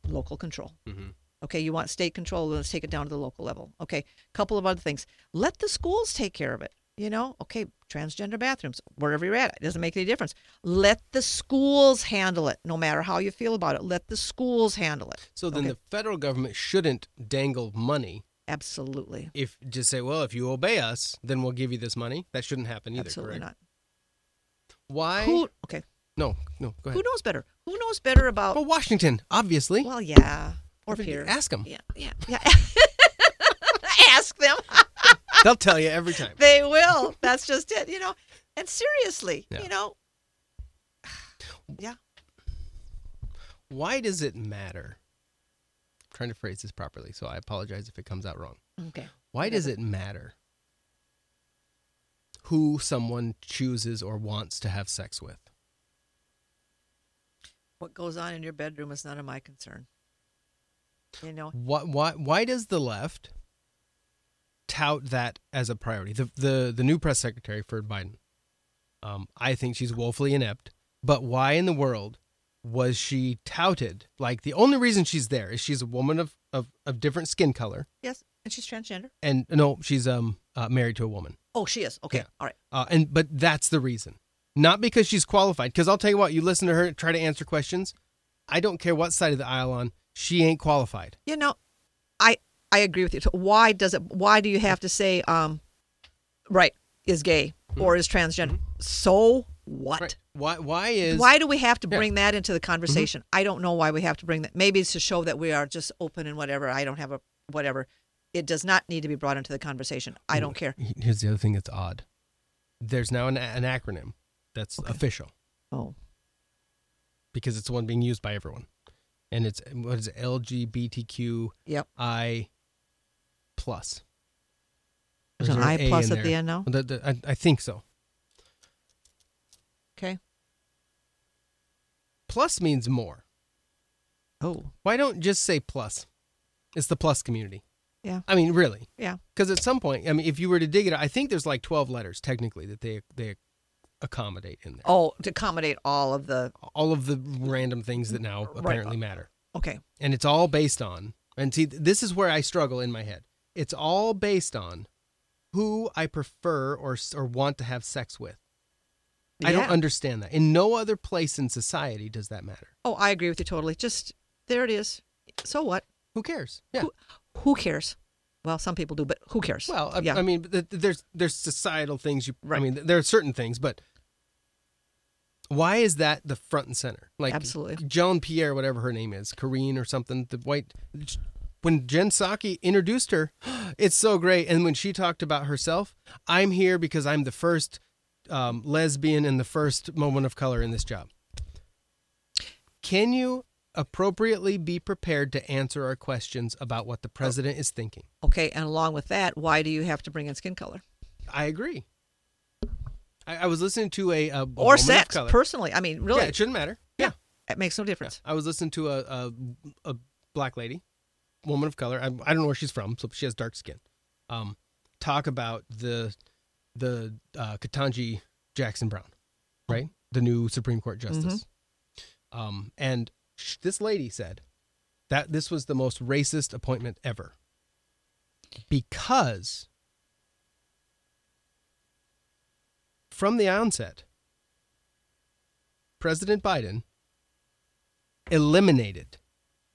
Speaker 1: Local control.
Speaker 2: Mm-hmm.
Speaker 1: Okay, you want state control, let's take it down to the local level. Okay, couple of other things. Let the schools take care of it. You know, okay, transgender bathrooms, wherever you're at, it doesn't make any difference. Let the schools handle it, no matter how you feel about it. Let the schools handle it.
Speaker 2: So then
Speaker 1: Okay.
Speaker 2: the federal government shouldn't dangle money
Speaker 1: Absolutely.
Speaker 2: If just say, well, if you obey us, then we'll give you this money. That shouldn't happen either,
Speaker 1: Absolutely
Speaker 2: correct?
Speaker 1: not.
Speaker 2: Why?
Speaker 1: Who, okay.
Speaker 2: no, no. Go
Speaker 1: Who
Speaker 2: ahead.
Speaker 1: knows better? Who knows better about?
Speaker 2: Well, Washington, obviously.
Speaker 1: Well, yeah. Or
Speaker 2: I mean,
Speaker 1: Pierre.
Speaker 2: ask 'em.
Speaker 1: Yeah, yeah, yeah. ask them.
Speaker 2: They'll tell you every time.
Speaker 1: They will. That's just it. You know. And seriously,
Speaker 2: Yeah.
Speaker 1: you know. Yeah.
Speaker 2: Why does it matter? I'm trying to phrase this properly, so I apologize if it comes out wrong.
Speaker 1: Okay.
Speaker 2: Why does it matter who someone chooses or wants to have sex with?
Speaker 1: What goes on in your bedroom is none of my concern. You know.
Speaker 2: Why, why, why does the left tout that as a priority? The, the, the new press secretary for Biden, um, I think she's woefully inept, but why in the world was she touted? Like, the only reason she's there is she's a woman of, of, of different skin color,
Speaker 1: Yes. And she's transgender.
Speaker 2: and no, she's um, uh, married to a woman.
Speaker 1: Oh, she is. Okay.
Speaker 2: Yeah.
Speaker 1: All right.
Speaker 2: Uh, and but that's the reason, not because she's qualified. Because I'll tell you what, you listen to her try to answer questions. I don't care what side of the aisle on, she ain't qualified.
Speaker 1: You know, I I agree with you. So why does it? Why do you have to say um, right is gay
Speaker 2: Hmm.
Speaker 1: or is transgender? So what?
Speaker 2: Why? Why is? Mm-hmm.
Speaker 1: why do we have to bring that into the conversation? I don't know why we have to bring that. Maybe it's to show that we are just open and whatever. I don't have a whatever. It does not need to be brought into the conversation. I don't care.
Speaker 2: Here's the other thing that's odd. There's now an, an acronym that's official
Speaker 1: Oh,
Speaker 2: because it's the one being used by everyone, and it's what is it, LGBTQI
Speaker 1: yep.
Speaker 2: plus.
Speaker 1: There's an
Speaker 2: there
Speaker 1: I
Speaker 2: A
Speaker 1: plus
Speaker 2: in
Speaker 1: at the
Speaker 2: there?
Speaker 1: end now?
Speaker 2: The- the- I, I think so.
Speaker 1: Okay.
Speaker 2: Plus means more.
Speaker 1: Oh,
Speaker 2: Why don't just say plus? It's the plus community.
Speaker 1: yeah,
Speaker 2: I mean, really,
Speaker 1: yeah.
Speaker 2: because at some point, I mean, if you were to dig it, I think there's like 12 letters technically that they they accommodate in there.
Speaker 1: Oh, to accommodate all of the.
Speaker 2: All of the random things that now apparently matter,
Speaker 1: Okay.
Speaker 2: and it's all based on. And see, th- this is where I struggle in my head. It's all based on who I prefer or s- or want to have sex with. I don't
Speaker 1: Yeah.
Speaker 2: understand that. In no other place in society does that matter.
Speaker 1: Oh, I agree with you totally. Just there it is. So what?
Speaker 2: Who cares? Yeah.
Speaker 1: Who, who cares? Well, some people do, but who cares?
Speaker 2: Well, I,
Speaker 1: yeah.
Speaker 2: I mean, th- th- there's there's societal things. You, I
Speaker 1: Right.
Speaker 2: mean, there are certain things, but why is that the front and center? Like
Speaker 1: Absolutely.
Speaker 2: Joan Pierre, whatever her name is, Corrine or something. The white. When Jen Psaki introduced her, it's so great. And when she talked about herself, I'm here because I'm the first um, lesbian and the first woman of color in this job. Can you appropriately be prepared to answer our questions about what the president is thinking?
Speaker 1: okay. And along with that, why do you have to bring in skin color?
Speaker 2: I agree. I, I was listening to a, a, a woman
Speaker 1: or
Speaker 2: of
Speaker 1: sex
Speaker 2: color.
Speaker 1: personally. I mean, really,
Speaker 2: Yeah, it shouldn't matter. Yeah.
Speaker 1: it makes no difference.
Speaker 2: I was listening to a, a a black lady, woman of color. I, I don't know where she's from, so she has dark skin. Um, talk about the the uh, Katanji Jackson Brown, right? The new Supreme Court justice. Um, and sh- this lady said that this was the most racist appointment ever because from the onset, President Biden eliminated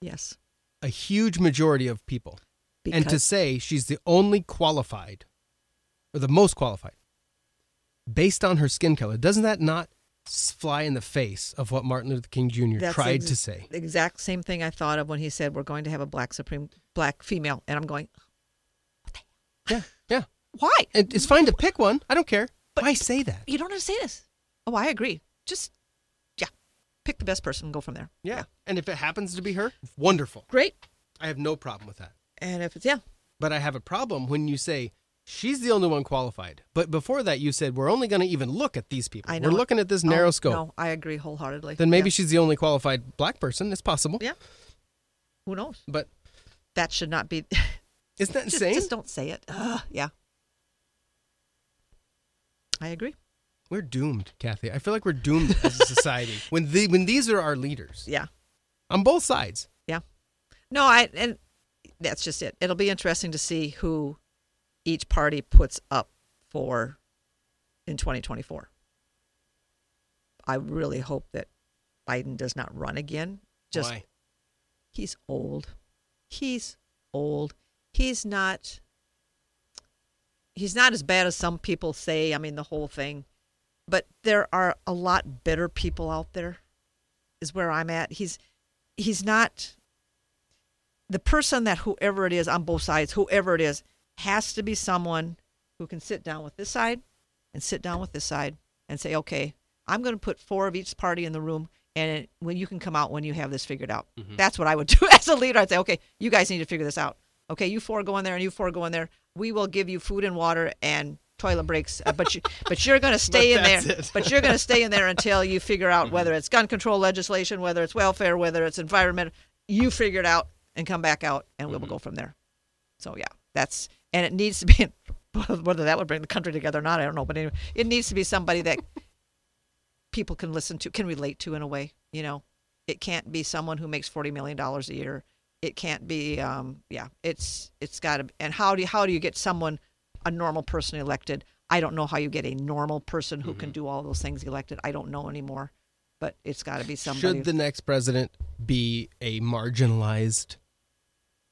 Speaker 1: Yes.
Speaker 2: a huge majority of people. And to
Speaker 1: Because-
Speaker 2: say she's the only qualified or the most qualified based on her skin color, doesn't that not s- fly in the face of what Martin Luther King Jr.
Speaker 1: That's
Speaker 2: tried
Speaker 1: ex-
Speaker 2: to say?
Speaker 1: The exact same thing I thought of when he said we're going to have a black supreme black female, and I'm going,
Speaker 2: Yeah, yeah.
Speaker 1: why?
Speaker 2: And it's fine to pick one. I don't care.
Speaker 1: But-
Speaker 2: Why say that?
Speaker 1: You don't have to say this. Oh, I agree. Just yeah, pick the best person and go from there.
Speaker 2: Yeah. And if it happens to be her, wonderful.
Speaker 1: Great.
Speaker 2: I have no problem with that.
Speaker 1: And if it's yeah,
Speaker 2: But I have a problem when you say she's the only one qualified. But before that, you said we're only going to even look at these people.
Speaker 1: I know
Speaker 2: We're looking at this
Speaker 1: No,
Speaker 2: narrow scope.
Speaker 1: No, I agree wholeheartedly.
Speaker 2: Then maybe
Speaker 1: Yeah.
Speaker 2: she's the only qualified black person. It's possible.
Speaker 1: yeah. Who knows?
Speaker 2: But
Speaker 1: That should not be.
Speaker 2: isn't that
Speaker 1: just,
Speaker 2: insane?
Speaker 1: just don't say it. Ugh, yeah. I agree.
Speaker 2: We're doomed, Kathy. I feel like we're doomed as a society when the when these are our leaders
Speaker 1: Yeah.
Speaker 2: on both sides.
Speaker 1: Yeah. No, I and that's just it. It'll be interesting to see who each party puts up for in 2024. I really hope that Biden does not run again. Just
Speaker 2: Why?
Speaker 1: he's old. He's old. he's not he's not as bad as some people say. I mean, the whole thing. But there are a lot better people out there. Is where I'm at. He's he's not the person that whoever it is on both sides, whoever it is, has to be someone who can sit down with this side and sit down with this side and say, okay, I'm going to put four of each party in the room. And when you can come out when you have this figured out, that's what I would do as a leader. I'd say, okay, you guys need to figure this out. Okay, you four go in there and you four go in there. We will give you food and water and toilet breaks, uh, but you, but you're going to stay in
Speaker 2: that's
Speaker 1: there.
Speaker 2: it.
Speaker 1: But you're going to stay in there until you figure out whether it's gun control legislation, whether it's welfare, whether it's environment. You figure it out and come back out, and we will
Speaker 2: Mm-hmm.
Speaker 1: go from there. So yeah, that's and it needs to be whether that would bring the country together or not, I don't know. But anyway, it needs to be somebody that people can listen to, can relate to in a way. You know, it can't be someone who makes forty million dollars a year. It can't be, um, yeah. It's it's got to. And how do you, how do you get someone, a normal person elected? I don't know how you get a normal person who
Speaker 2: Mm-hmm.
Speaker 1: can do all those things elected. I don't know anymore. But it's got to be somebody.
Speaker 2: Should the next president be a marginalized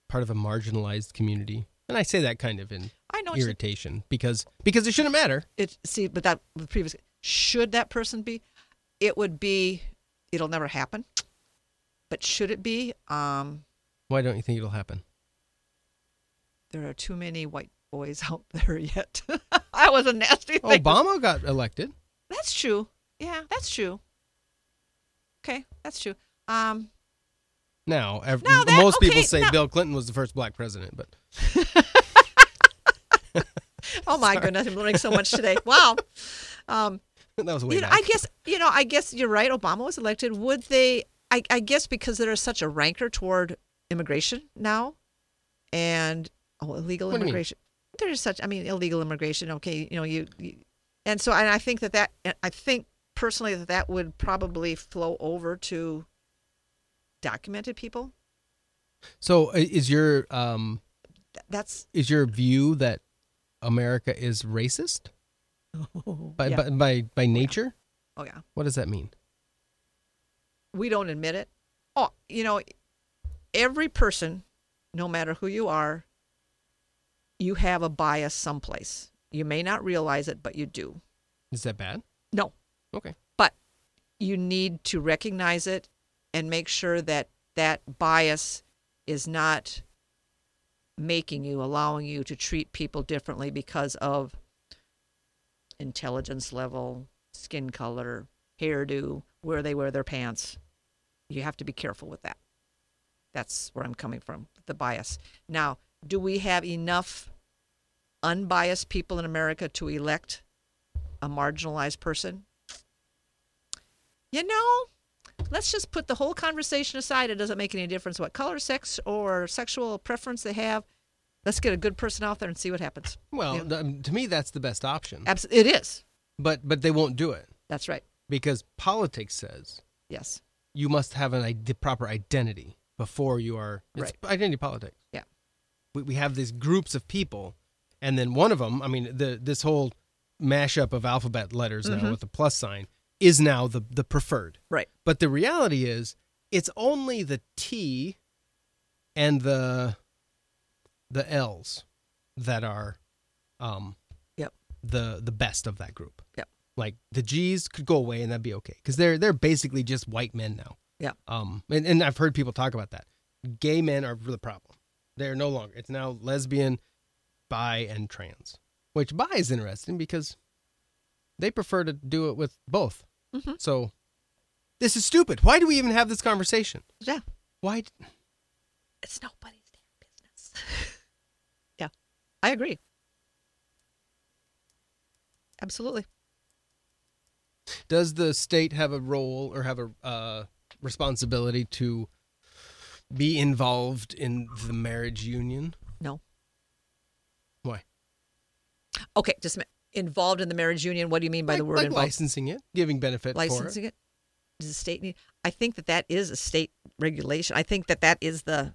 Speaker 2: part of a marginalized community? And I say that kind of in
Speaker 1: I know what you-
Speaker 2: irritation because because it shouldn't matter.
Speaker 1: it see but that the previous should that person be it would be it'll never happen but should it be um
Speaker 2: Why don't you think it'll happen?
Speaker 1: there are too many white boys out there yet i was a nasty
Speaker 2: Oh,
Speaker 1: thing
Speaker 2: Obama got elected.
Speaker 1: that's true yeah that's true okay that's true um
Speaker 2: Now, ev-
Speaker 1: No, that-
Speaker 2: most people
Speaker 1: okay,
Speaker 2: say
Speaker 1: no.
Speaker 2: Bill Clinton was the first black president, but
Speaker 1: oh my goodness i'm learning so much today wow um
Speaker 2: that was way
Speaker 1: you know,
Speaker 2: back.
Speaker 1: I guess you know. I guess you're right. Obama was elected. Would they? I, I guess because there is such a rancor toward immigration now, and oh, illegal
Speaker 2: What do you mean?
Speaker 1: immigration. There is such. I mean, illegal immigration. Okay, you know you, you and so and I think that that and I think personally that that would probably flow over to documented people.
Speaker 2: so, i- is your um
Speaker 1: Th- That's
Speaker 2: is your view that America is racist by
Speaker 1: yeah.
Speaker 2: by, by by nature?
Speaker 1: oh yeah.
Speaker 2: What does that mean?
Speaker 1: we don't admit it. Oh, you know, every person, no matter who you are, you have a bias someplace. You may not realize it, but you do.
Speaker 2: Is that bad?
Speaker 1: No,
Speaker 2: Okay.
Speaker 1: but you need to recognize it and make sure that that bias is not making you, allowing you to treat people differently because of intelligence level, skin color, hairdo, where they wear their pants. You have to be careful with that. That's where I'm coming from, the bias. Now, do we have enough unbiased people in America to elect a marginalized person? you know, let's just put the whole conversation aside. It doesn't make any difference what color, sex, or sexual preference they have. Let's get a good person out there and see what happens.
Speaker 2: Well,
Speaker 1: Yeah.
Speaker 2: th- um, to me, that's the best option.
Speaker 1: Abs- it is.
Speaker 2: But but they won't do it
Speaker 1: That's right.
Speaker 2: because politics says
Speaker 1: Yes.
Speaker 2: you must have an ide- proper identity before you are. It's identity politics.
Speaker 1: Yeah.
Speaker 2: We, we have these groups of people, and then one of them. I mean, the this whole mashup of alphabet letters
Speaker 1: Mm-hmm.
Speaker 2: now with the plus sign is now the the preferred.
Speaker 1: Right.
Speaker 2: But the reality is, it's only the T and the the L's that are um,
Speaker 1: Yep.
Speaker 2: the the best of that group.
Speaker 1: Yep.
Speaker 2: Like the G's could go away and that'd be okay because they're they're basically just white men now.
Speaker 1: Yep.
Speaker 2: Um, and, and I've heard people talk about that. Gay men are the problem. They're no longer. It's now lesbian, bi, and trans. Which bi is interesting because they prefer to do it with both.
Speaker 1: Mm-hmm.
Speaker 2: So this is stupid. Why do we even have this conversation?
Speaker 1: Yeah.
Speaker 2: Why? d-
Speaker 1: It's nobody's damn business. yeah. I agree. Absolutely.
Speaker 2: Does the state have a role or have a uh, responsibility to be involved in the marriage union?
Speaker 1: No.
Speaker 2: Why?
Speaker 1: Okay. Just a minute. involved in the marriage union. What do you mean by
Speaker 2: like,
Speaker 1: the word
Speaker 2: like
Speaker 1: involved?
Speaker 2: licensing it, giving benefit
Speaker 1: licensing it? Does the state need? I think that that is a state regulation. I think that that is the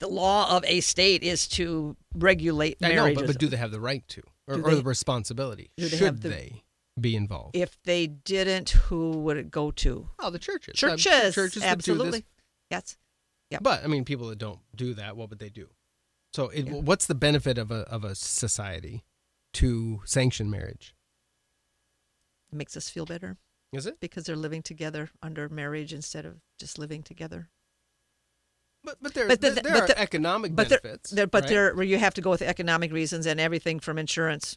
Speaker 1: the law of a state is to regulate
Speaker 2: for it. I know,
Speaker 1: marriages.
Speaker 2: but, but do they have the right to or,
Speaker 1: Do
Speaker 2: or the
Speaker 1: they-
Speaker 2: responsibility?
Speaker 1: do they
Speaker 2: Should
Speaker 1: have the-
Speaker 2: they be involved?
Speaker 1: if they didn't, who would it go to?
Speaker 2: oh, the churches. I'm sure
Speaker 1: Churches,
Speaker 2: churches would do this.
Speaker 1: absolutely. Yes, Yep.
Speaker 2: But I mean, people that don't do that, what would they do? So, it, what's the benefit of a of a society to sanction marriage?
Speaker 1: It makes us feel better
Speaker 2: Is it?
Speaker 1: because they're living together under marriage instead of just living together.
Speaker 2: But but there,
Speaker 1: But the-
Speaker 2: there,
Speaker 1: the-
Speaker 2: there
Speaker 1: but
Speaker 2: are
Speaker 1: the-
Speaker 2: economic
Speaker 1: but there-
Speaker 2: benefits.
Speaker 1: there, but
Speaker 2: right?
Speaker 1: there, where you have to go with economic reasons and everything from insurance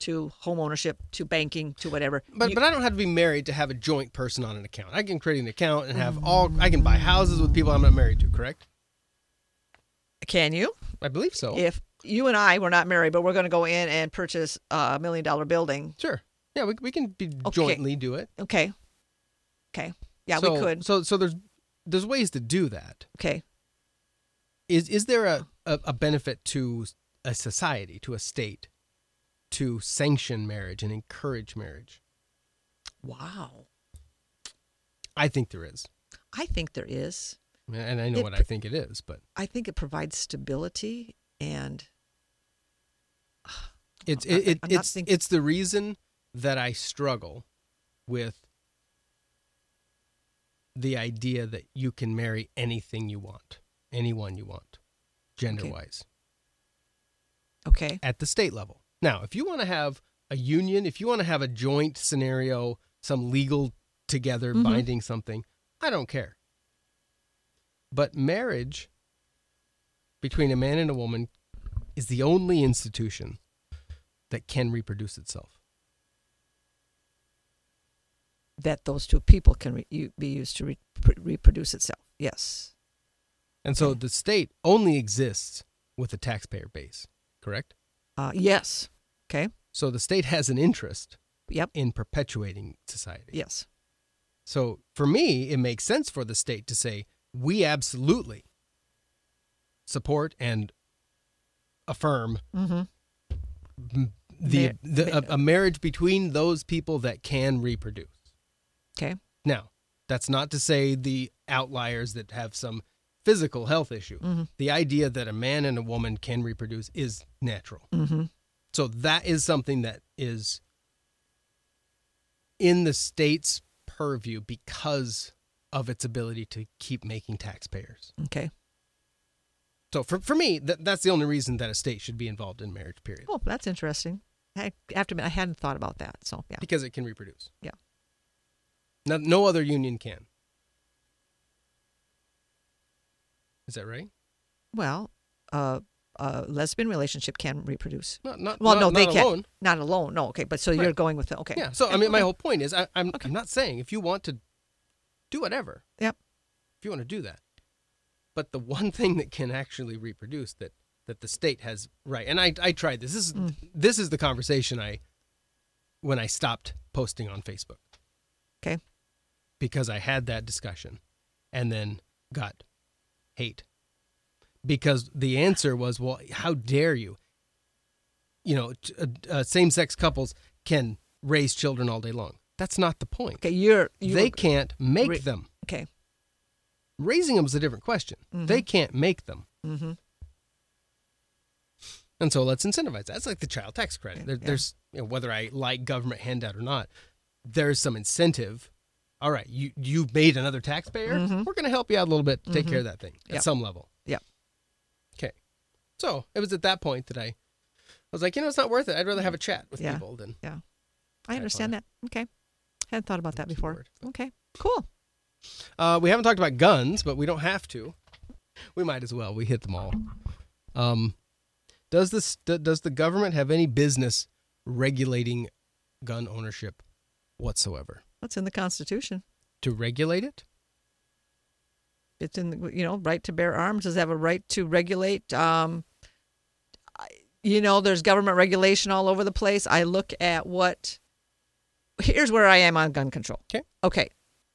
Speaker 1: to home ownership to banking to whatever.
Speaker 2: But,
Speaker 1: You-
Speaker 2: but I don't have to be married to have a joint person on an account. I can create an account and
Speaker 1: Mm.
Speaker 2: have all. I can buy houses with people I'm not married to. Correct?
Speaker 1: can you?
Speaker 2: I believe so.
Speaker 1: If you and I were not married, but we're going to go in and purchase a million dollar building,
Speaker 2: Sure. Yeah, we, we can be jointly do it.
Speaker 1: okay, okay, yeah,
Speaker 2: so,
Speaker 1: we could,
Speaker 2: So so there's there's ways to do that.
Speaker 1: okay.
Speaker 2: Is is there a, a, a benefit to a society to a state to sanction marriage and encourage marriage?
Speaker 1: Wow,
Speaker 2: I think there is,
Speaker 1: I think there is.
Speaker 2: and I know
Speaker 1: It
Speaker 2: what I
Speaker 1: pr-
Speaker 2: think it is, but
Speaker 1: I think it provides stability and
Speaker 2: It's
Speaker 1: I'm not-
Speaker 2: it, it,
Speaker 1: I'm not
Speaker 2: it's
Speaker 1: thinking-
Speaker 2: it's the reason that I struggle with the idea that you can marry anything you want, anyone you want, gender wise,
Speaker 1: okay,
Speaker 2: at the state level. Now, if you want to have a union, if you want to have a joint scenario, some legal together binding something, I don't care. But marriage between a man and a woman is the only institution that can reproduce itself.
Speaker 1: that those two people can re- u- be used to re- pr- reproduce itself. Yes,
Speaker 2: And so the state only exists with a taxpayer base, correct?
Speaker 1: uh, yes, okay,
Speaker 2: So the state has an interest
Speaker 1: yep,
Speaker 2: in perpetuating society.
Speaker 1: yes.
Speaker 2: So for me, it makes sense for the state to say, we absolutely support and affirm m- the,
Speaker 1: Mar-
Speaker 2: the a, a marriage between those people that can reproduce.
Speaker 1: Okay.
Speaker 2: Now, that's not to say the outliers that have some physical health issue. The idea that a man and a woman can reproduce is natural. So that is something that is in the state's purview because of its ability to keep making taxpayers.
Speaker 1: Okay.
Speaker 2: So for, for me, that, that's the only reason that a state should be involved in marriage, period.
Speaker 1: Oh, that's interesting. I have to admit, I hadn't thought about that. So yeah,
Speaker 2: Because it can reproduce.
Speaker 1: Yeah.
Speaker 2: No, no other union can. Is that right?
Speaker 1: well, uh, a lesbian relationship can reproduce.
Speaker 2: Not, not,
Speaker 1: Well,
Speaker 2: not-
Speaker 1: no, they
Speaker 2: not
Speaker 1: can't.
Speaker 2: alone.
Speaker 1: Not alone. No, okay. But so you're
Speaker 2: Right.
Speaker 1: going with the okay.
Speaker 2: Yeah. So I mean, my whole point is, I, I'm I'm not saying if you want to do whatever,
Speaker 1: Yep.
Speaker 2: if you want to do that, but the one thing that can actually reproduce that that the state has right, and I I tried this. This is
Speaker 1: Mm.
Speaker 2: this is the conversation I when I stopped posting on Facebook
Speaker 1: Okay.
Speaker 2: because I had that discussion, and then got hate because the answer was, well, how dare you? You know, t- uh, uh, same-sex couples can raise children all day long. That's not the point.
Speaker 1: Okay. You're. You
Speaker 2: they
Speaker 1: were-
Speaker 2: can't make
Speaker 1: Re-
Speaker 2: them.
Speaker 1: Okay.
Speaker 2: Raising them is a different question. They can't make them.
Speaker 1: Mm-hmm.
Speaker 2: And so let's incentivize that. It's like the child tax credit.
Speaker 1: Yeah,
Speaker 2: There,
Speaker 1: yeah.
Speaker 2: There's you know, whether I like government handout or not, there's some incentive. All right, you you've made another taxpayer. We're going to help you out a little bit to take care of that thing
Speaker 1: Mm-hmm. Yep.
Speaker 2: at some level.
Speaker 1: Yep.
Speaker 2: Okay. So it was at that point that I, I was like, you know, it's not worth it. I'd rather have a chat with
Speaker 1: Yeah.
Speaker 2: people than
Speaker 1: Yeah.
Speaker 2: on
Speaker 1: I understand that. Okay. Hadn't thought about that before.
Speaker 2: Keyword.
Speaker 1: Okay. Cool.
Speaker 2: Uh, we haven't talked about guns, but we don't have to. We might as well. We hit them all. Um, does this d- does the government have any business regulating gun ownership whatsoever?
Speaker 1: That's in the Constitution.
Speaker 2: To regulate it?
Speaker 1: It's in the you know right to bear arms. Does have a right to regulate. Um, I- you know, there's government regulation all over the place. I look at what. Here's where I am on gun control.
Speaker 2: 'Kay.
Speaker 1: Okay.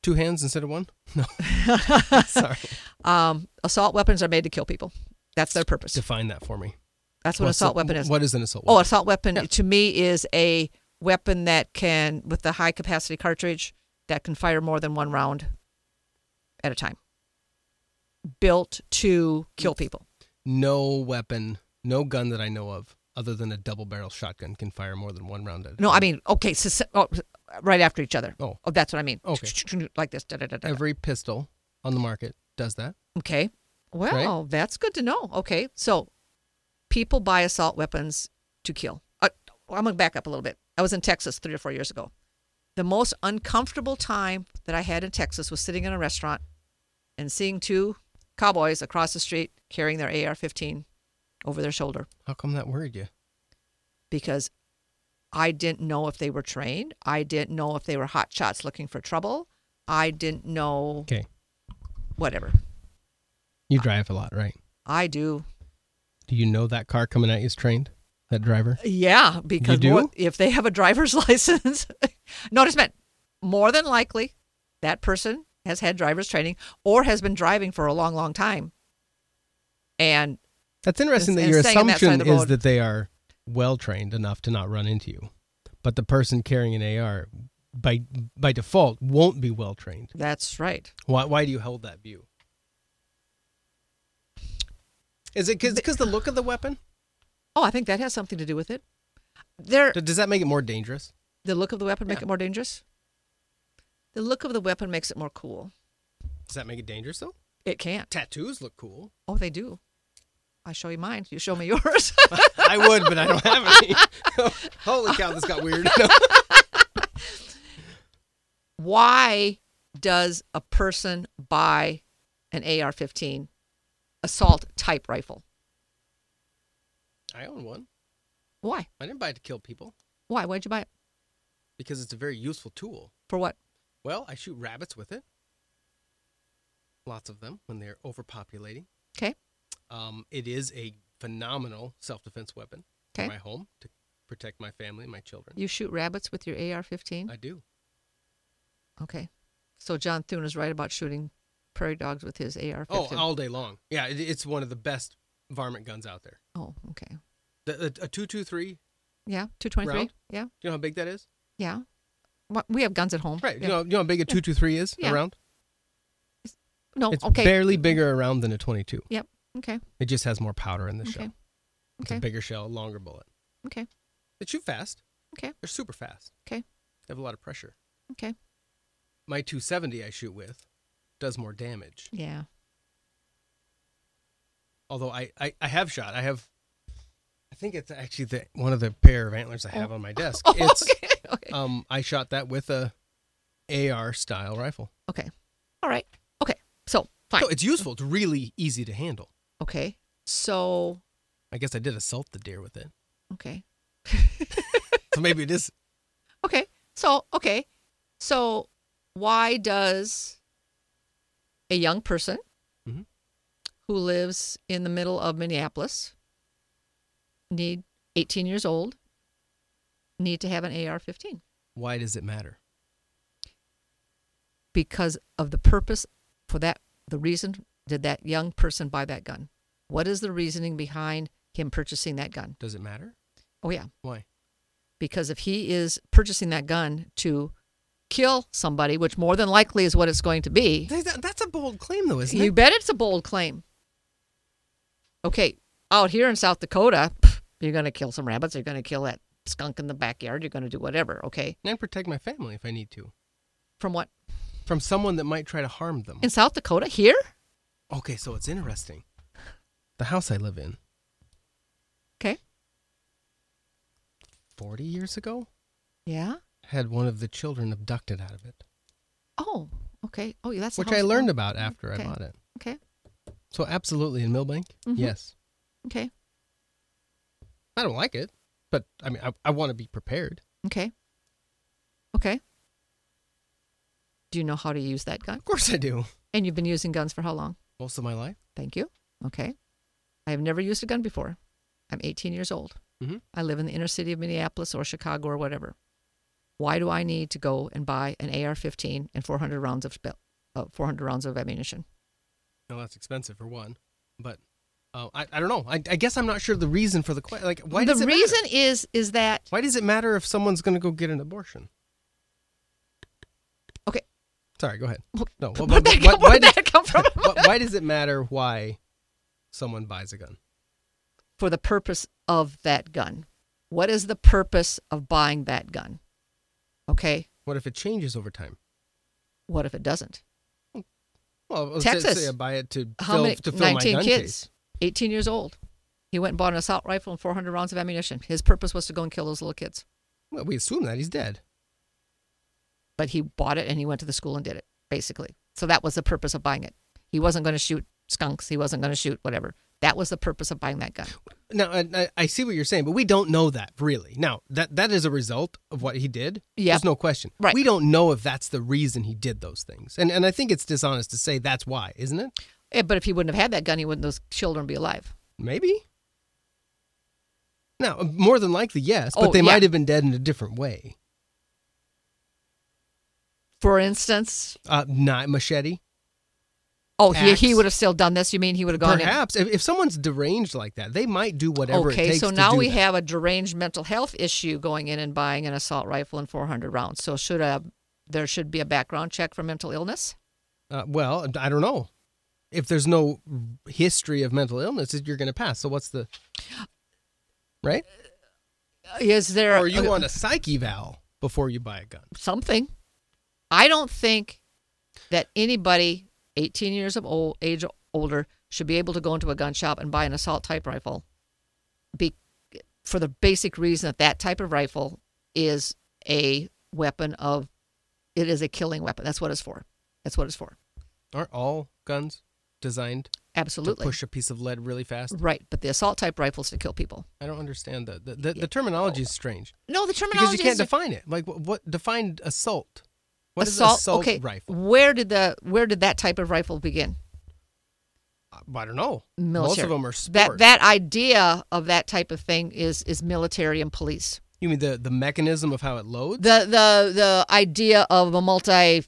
Speaker 2: Two hands instead of one? No. Sorry.
Speaker 1: Um, assault weapons are made to kill people. That's their purpose.
Speaker 2: Define that for me.
Speaker 1: That's what
Speaker 2: What's
Speaker 1: assault
Speaker 2: a-
Speaker 1: weapon is.
Speaker 2: What is an assault
Speaker 1: Oh,
Speaker 2: weapon?
Speaker 1: assault weapon
Speaker 2: Yeah.
Speaker 1: to me is a weapon that can, with the high capacity cartridge, that can fire more than one round at a time. Built to kill people.
Speaker 2: no weapon, no gun that I know of, other than a double barrel shotgun, can fire more than one round at a
Speaker 1: No, I
Speaker 2: time.
Speaker 1: mean, okay, so, oh, right after each other.
Speaker 2: Oh.
Speaker 1: that's what I mean.
Speaker 2: Okay.
Speaker 1: Like this. Da, da, da, da.
Speaker 2: Every pistol on the market does that.
Speaker 1: Okay. Well, that's good to know. Okay, so people buy assault weapons to kill. Uh, I'm going to back up a little bit. I was in Texas three or four years ago. The most uncomfortable time that I had in Texas was sitting in a restaurant and seeing two cowboys across the street carrying their AR 15 over their shoulder
Speaker 2: How come that worried you?
Speaker 1: because I didn't know if they were trained. I didn't know if they were hot shots looking for trouble. I didn't know
Speaker 2: Okay.
Speaker 1: whatever.
Speaker 2: You drive a lot, right?
Speaker 1: I do.
Speaker 2: Do you know that car coming at you is trained? That driver?
Speaker 1: Yeah, because
Speaker 2: do?
Speaker 1: more- if they have a driver's license, notice meant more than likely that person has had driver's training or has been driving for a long, long time. And
Speaker 2: That's interesting
Speaker 1: It's-
Speaker 2: that your
Speaker 1: it's staying on that side
Speaker 2: assumption
Speaker 1: of the
Speaker 2: is
Speaker 1: road.
Speaker 2: that they are well trained enough to not run into you. But the person carrying an AR by by default won't be well trained.
Speaker 1: that's right.
Speaker 2: Why why do you hold that view? Is it because the look of the weapon?
Speaker 1: Oh, I think that has something to do with it. There,
Speaker 2: D- Does that make it more dangerous?
Speaker 1: the look of the weapon make it more dangerous. The look of the weapon makes it more cool.
Speaker 2: Does that make it dangerous though?
Speaker 1: It can't.
Speaker 2: Tattoos look cool.
Speaker 1: Oh, they do. I show you mine. You show me yours.
Speaker 2: I would, but I don't have any. Holy cow, this got weird. No.
Speaker 1: Why does a person buy an AR 15 assault type rifle?
Speaker 2: I own one.
Speaker 1: Why?
Speaker 2: I didn't buy it to kill people
Speaker 1: Why? Why'd you buy it?
Speaker 2: because it's a very useful tool.
Speaker 1: For what?
Speaker 2: Well, I shoot rabbits with it. Lots of them when they're overpopulating.
Speaker 1: Okay.
Speaker 2: Um, it is a phenomenal self defense weapon
Speaker 1: Okay.
Speaker 2: for my home to protect my family and my children.
Speaker 1: You shoot rabbits with your AR 15?
Speaker 2: I do.
Speaker 1: Okay. So John Thune is right about shooting prairie dogs with his AR 15.
Speaker 2: Oh, all day long. Yeah, it, it's one of the best varmint guns out there.
Speaker 1: Oh, okay.
Speaker 2: The, a, a 223, do
Speaker 1: Yeah. 223?
Speaker 2: Round?
Speaker 1: Yeah.
Speaker 2: you know how big that is?
Speaker 1: Yeah. What- We have guns at home.
Speaker 2: Right.
Speaker 1: Uh-huh. Yeah.
Speaker 2: You, know, you know how big a 223 is
Speaker 1: Yeah.
Speaker 2: around?
Speaker 1: no,
Speaker 2: It's
Speaker 1: okay.
Speaker 2: barely bigger around than a 22.
Speaker 1: Yep. Okay.
Speaker 2: It just has more powder in the
Speaker 1: Okay.
Speaker 2: shell. It's a
Speaker 1: Okay.
Speaker 2: bigger shell, longer bullet.
Speaker 1: Okay.
Speaker 2: They shoot fast.
Speaker 1: Okay.
Speaker 2: They're super fast.
Speaker 1: Okay.
Speaker 2: They have a lot of pressure.
Speaker 1: Okay.
Speaker 2: my 270 I shoot with does more damage.
Speaker 1: Yeah.
Speaker 2: Although I, I, I have shot. I have, I think it's actually the one of the pair of antlers I have on my desk. it's
Speaker 1: Oh. okay.
Speaker 2: um I shot that with a AR style rifle.
Speaker 1: Okay. All right. Okay. So, fine.
Speaker 2: No, it's useful. It's really easy to handle.
Speaker 1: okay. So,
Speaker 2: I guess I did assault the deer with it.
Speaker 1: okay.
Speaker 2: So maybe it is.
Speaker 1: Okay. So, okay. So, why does a young person
Speaker 2: Mhm.
Speaker 1: who lives in the middle of Minneapolis need 18 years old need to have an AR15
Speaker 2: Why does it matter?
Speaker 1: because of the purpose for that the reason did that young person buy that gun? What is the reasoning behind him purchasing that gun?
Speaker 2: Does it matter?
Speaker 1: Oh yeah.
Speaker 2: Why?
Speaker 1: because if he is purchasing that gun to kill somebody, which more than likely is what it's going to be,
Speaker 2: Th- that- That's a bold claim, though, isn't
Speaker 1: you
Speaker 2: it?
Speaker 1: bet it's a bold claim. Okay, out here in South Dakota, pff, you're going to kill some rabbits, you're going to kill that skunk in the backyard, you're going to do whatever, okay?
Speaker 2: And protect my family if I need to
Speaker 1: From what?
Speaker 2: from someone that might try to harm them.
Speaker 1: In South Dakota? Here?
Speaker 2: Okay, so it's interesting. The house I live in,
Speaker 1: Okay.
Speaker 2: 40 years ago,
Speaker 1: Yeah.
Speaker 2: had one of the children abducted out of it,
Speaker 1: Oh, okay. Oh, yeah, that's the
Speaker 2: which I
Speaker 1: house-
Speaker 2: learned
Speaker 1: oh,
Speaker 2: about after
Speaker 1: okay.
Speaker 2: I bought it.
Speaker 1: Okay.
Speaker 2: So, absolutely in Millbank,
Speaker 1: Mhm.
Speaker 2: yes.
Speaker 1: Okay.
Speaker 2: I don't like it, but I mean, I, I want to be prepared.
Speaker 1: Okay. Okay. Do you know how to use that gun?
Speaker 2: Of course, I do.
Speaker 1: And you've been using guns for how long?
Speaker 2: Most of my life.
Speaker 1: Thank you. Okay. I have never used a gun before. I'm 18 years old.
Speaker 2: Mhm.
Speaker 1: I live in the inner city of Minneapolis or Chicago or whatever. Why do I need to go and buy an AR-15 and 400 rounds of spell, uh, 400 rounds of ammunition?
Speaker 2: No, that's expensive for one, but uh, I, I don't know. I, I guess I'm not sure the reason for the question. Like, why
Speaker 1: the
Speaker 2: does it matter?
Speaker 1: reason is is that
Speaker 2: Why does it matter if someone's going to go get an abortion?
Speaker 1: okay.
Speaker 2: Sorry, go ahead. No, wh-
Speaker 1: Where'd
Speaker 2: wh-
Speaker 1: that
Speaker 2: wh-
Speaker 1: come- where'd
Speaker 2: does-
Speaker 1: that come from?
Speaker 2: wh- why does it matter why someone buys a gun?
Speaker 1: For the purpose of that gun. What is the purpose of buying that gun? Okay.
Speaker 2: What if it changes over time?
Speaker 1: What if it doesn't?
Speaker 2: Well, let's
Speaker 1: Texas.
Speaker 2: say I buy it to
Speaker 1: How
Speaker 2: fill,
Speaker 1: many?
Speaker 2: to fill my
Speaker 1: 19
Speaker 2: gun
Speaker 1: kids,
Speaker 2: case.
Speaker 1: 18 years old. He went and bought an assault rifle and 400 rounds of ammunition. His purpose was to go and kill those little kids.
Speaker 2: Well, we assume that he's dead.
Speaker 1: but he bought it and he went to the school and did it basically so that was the purpose of buying it he wasn't going to shoot skunks he wasn't going to shoot whatever that was the purpose of buying that gun
Speaker 2: Now, I, I- I see what you're saying, but we don't know that really. Now, that that is a result of what he did.
Speaker 1: Yeah.
Speaker 2: There's no question.
Speaker 1: Right.
Speaker 2: We don't know if that's the reason he did those things. And and I think it's dishonest to say that's why, isn't it?
Speaker 1: Eh, but if he wouldn't have had that gun he wouldn't those children be alive
Speaker 2: Maybe. Now, more than likely, yes, but
Speaker 1: Oh,
Speaker 2: they
Speaker 1: yeah.
Speaker 2: might have been dead in a different way.
Speaker 1: for instance
Speaker 2: Uh, not machete.
Speaker 1: oh he, he
Speaker 2: Axe.
Speaker 1: would have still done this you mean he would have gone in-
Speaker 2: Perhaps if, if someone's deranged like that, they might do whatever it
Speaker 1: okay
Speaker 2: takes
Speaker 1: so
Speaker 2: to
Speaker 1: now
Speaker 2: do
Speaker 1: we
Speaker 2: that.
Speaker 1: have a deranged mental health issue going in and buying an assault rifle and 400 rounds so should a there should be a background check for mental illness
Speaker 2: Uh, well, I don't know. If there's no history of mental illness, you're going to pass. So what's the right?
Speaker 1: is there
Speaker 2: Or you
Speaker 1: okay,
Speaker 2: want a psych eval before you buy a gun?
Speaker 1: something. I don't think that anybody 18 years of old age or older should be able to go into a gun shop and buy an assault type rifle be, for the basic reason that that type of rifle is a weapon of it is a killing weapon. That's what it's for. That's what it's for.
Speaker 2: Aren't all guns designed
Speaker 1: Absolutely.
Speaker 2: to push a piece of lead really fast?
Speaker 1: Right, but the assault type rifles to kill people.
Speaker 2: I don't understand that. The, the, the terminology is strange
Speaker 1: No, the terminology
Speaker 2: because you can't
Speaker 1: is
Speaker 2: define it. Like what, what define assault? What is
Speaker 1: assault,
Speaker 2: assault
Speaker 1: okay.
Speaker 2: rifle?
Speaker 1: Where did the where did that type of rifle begin?
Speaker 2: Uh, I don't know.
Speaker 1: military.
Speaker 2: Most of them are
Speaker 1: That
Speaker 2: sport.
Speaker 1: that idea of that type of thing is is military and police.
Speaker 2: you mean the the mechanism of how it loads?
Speaker 1: The the the idea of a multi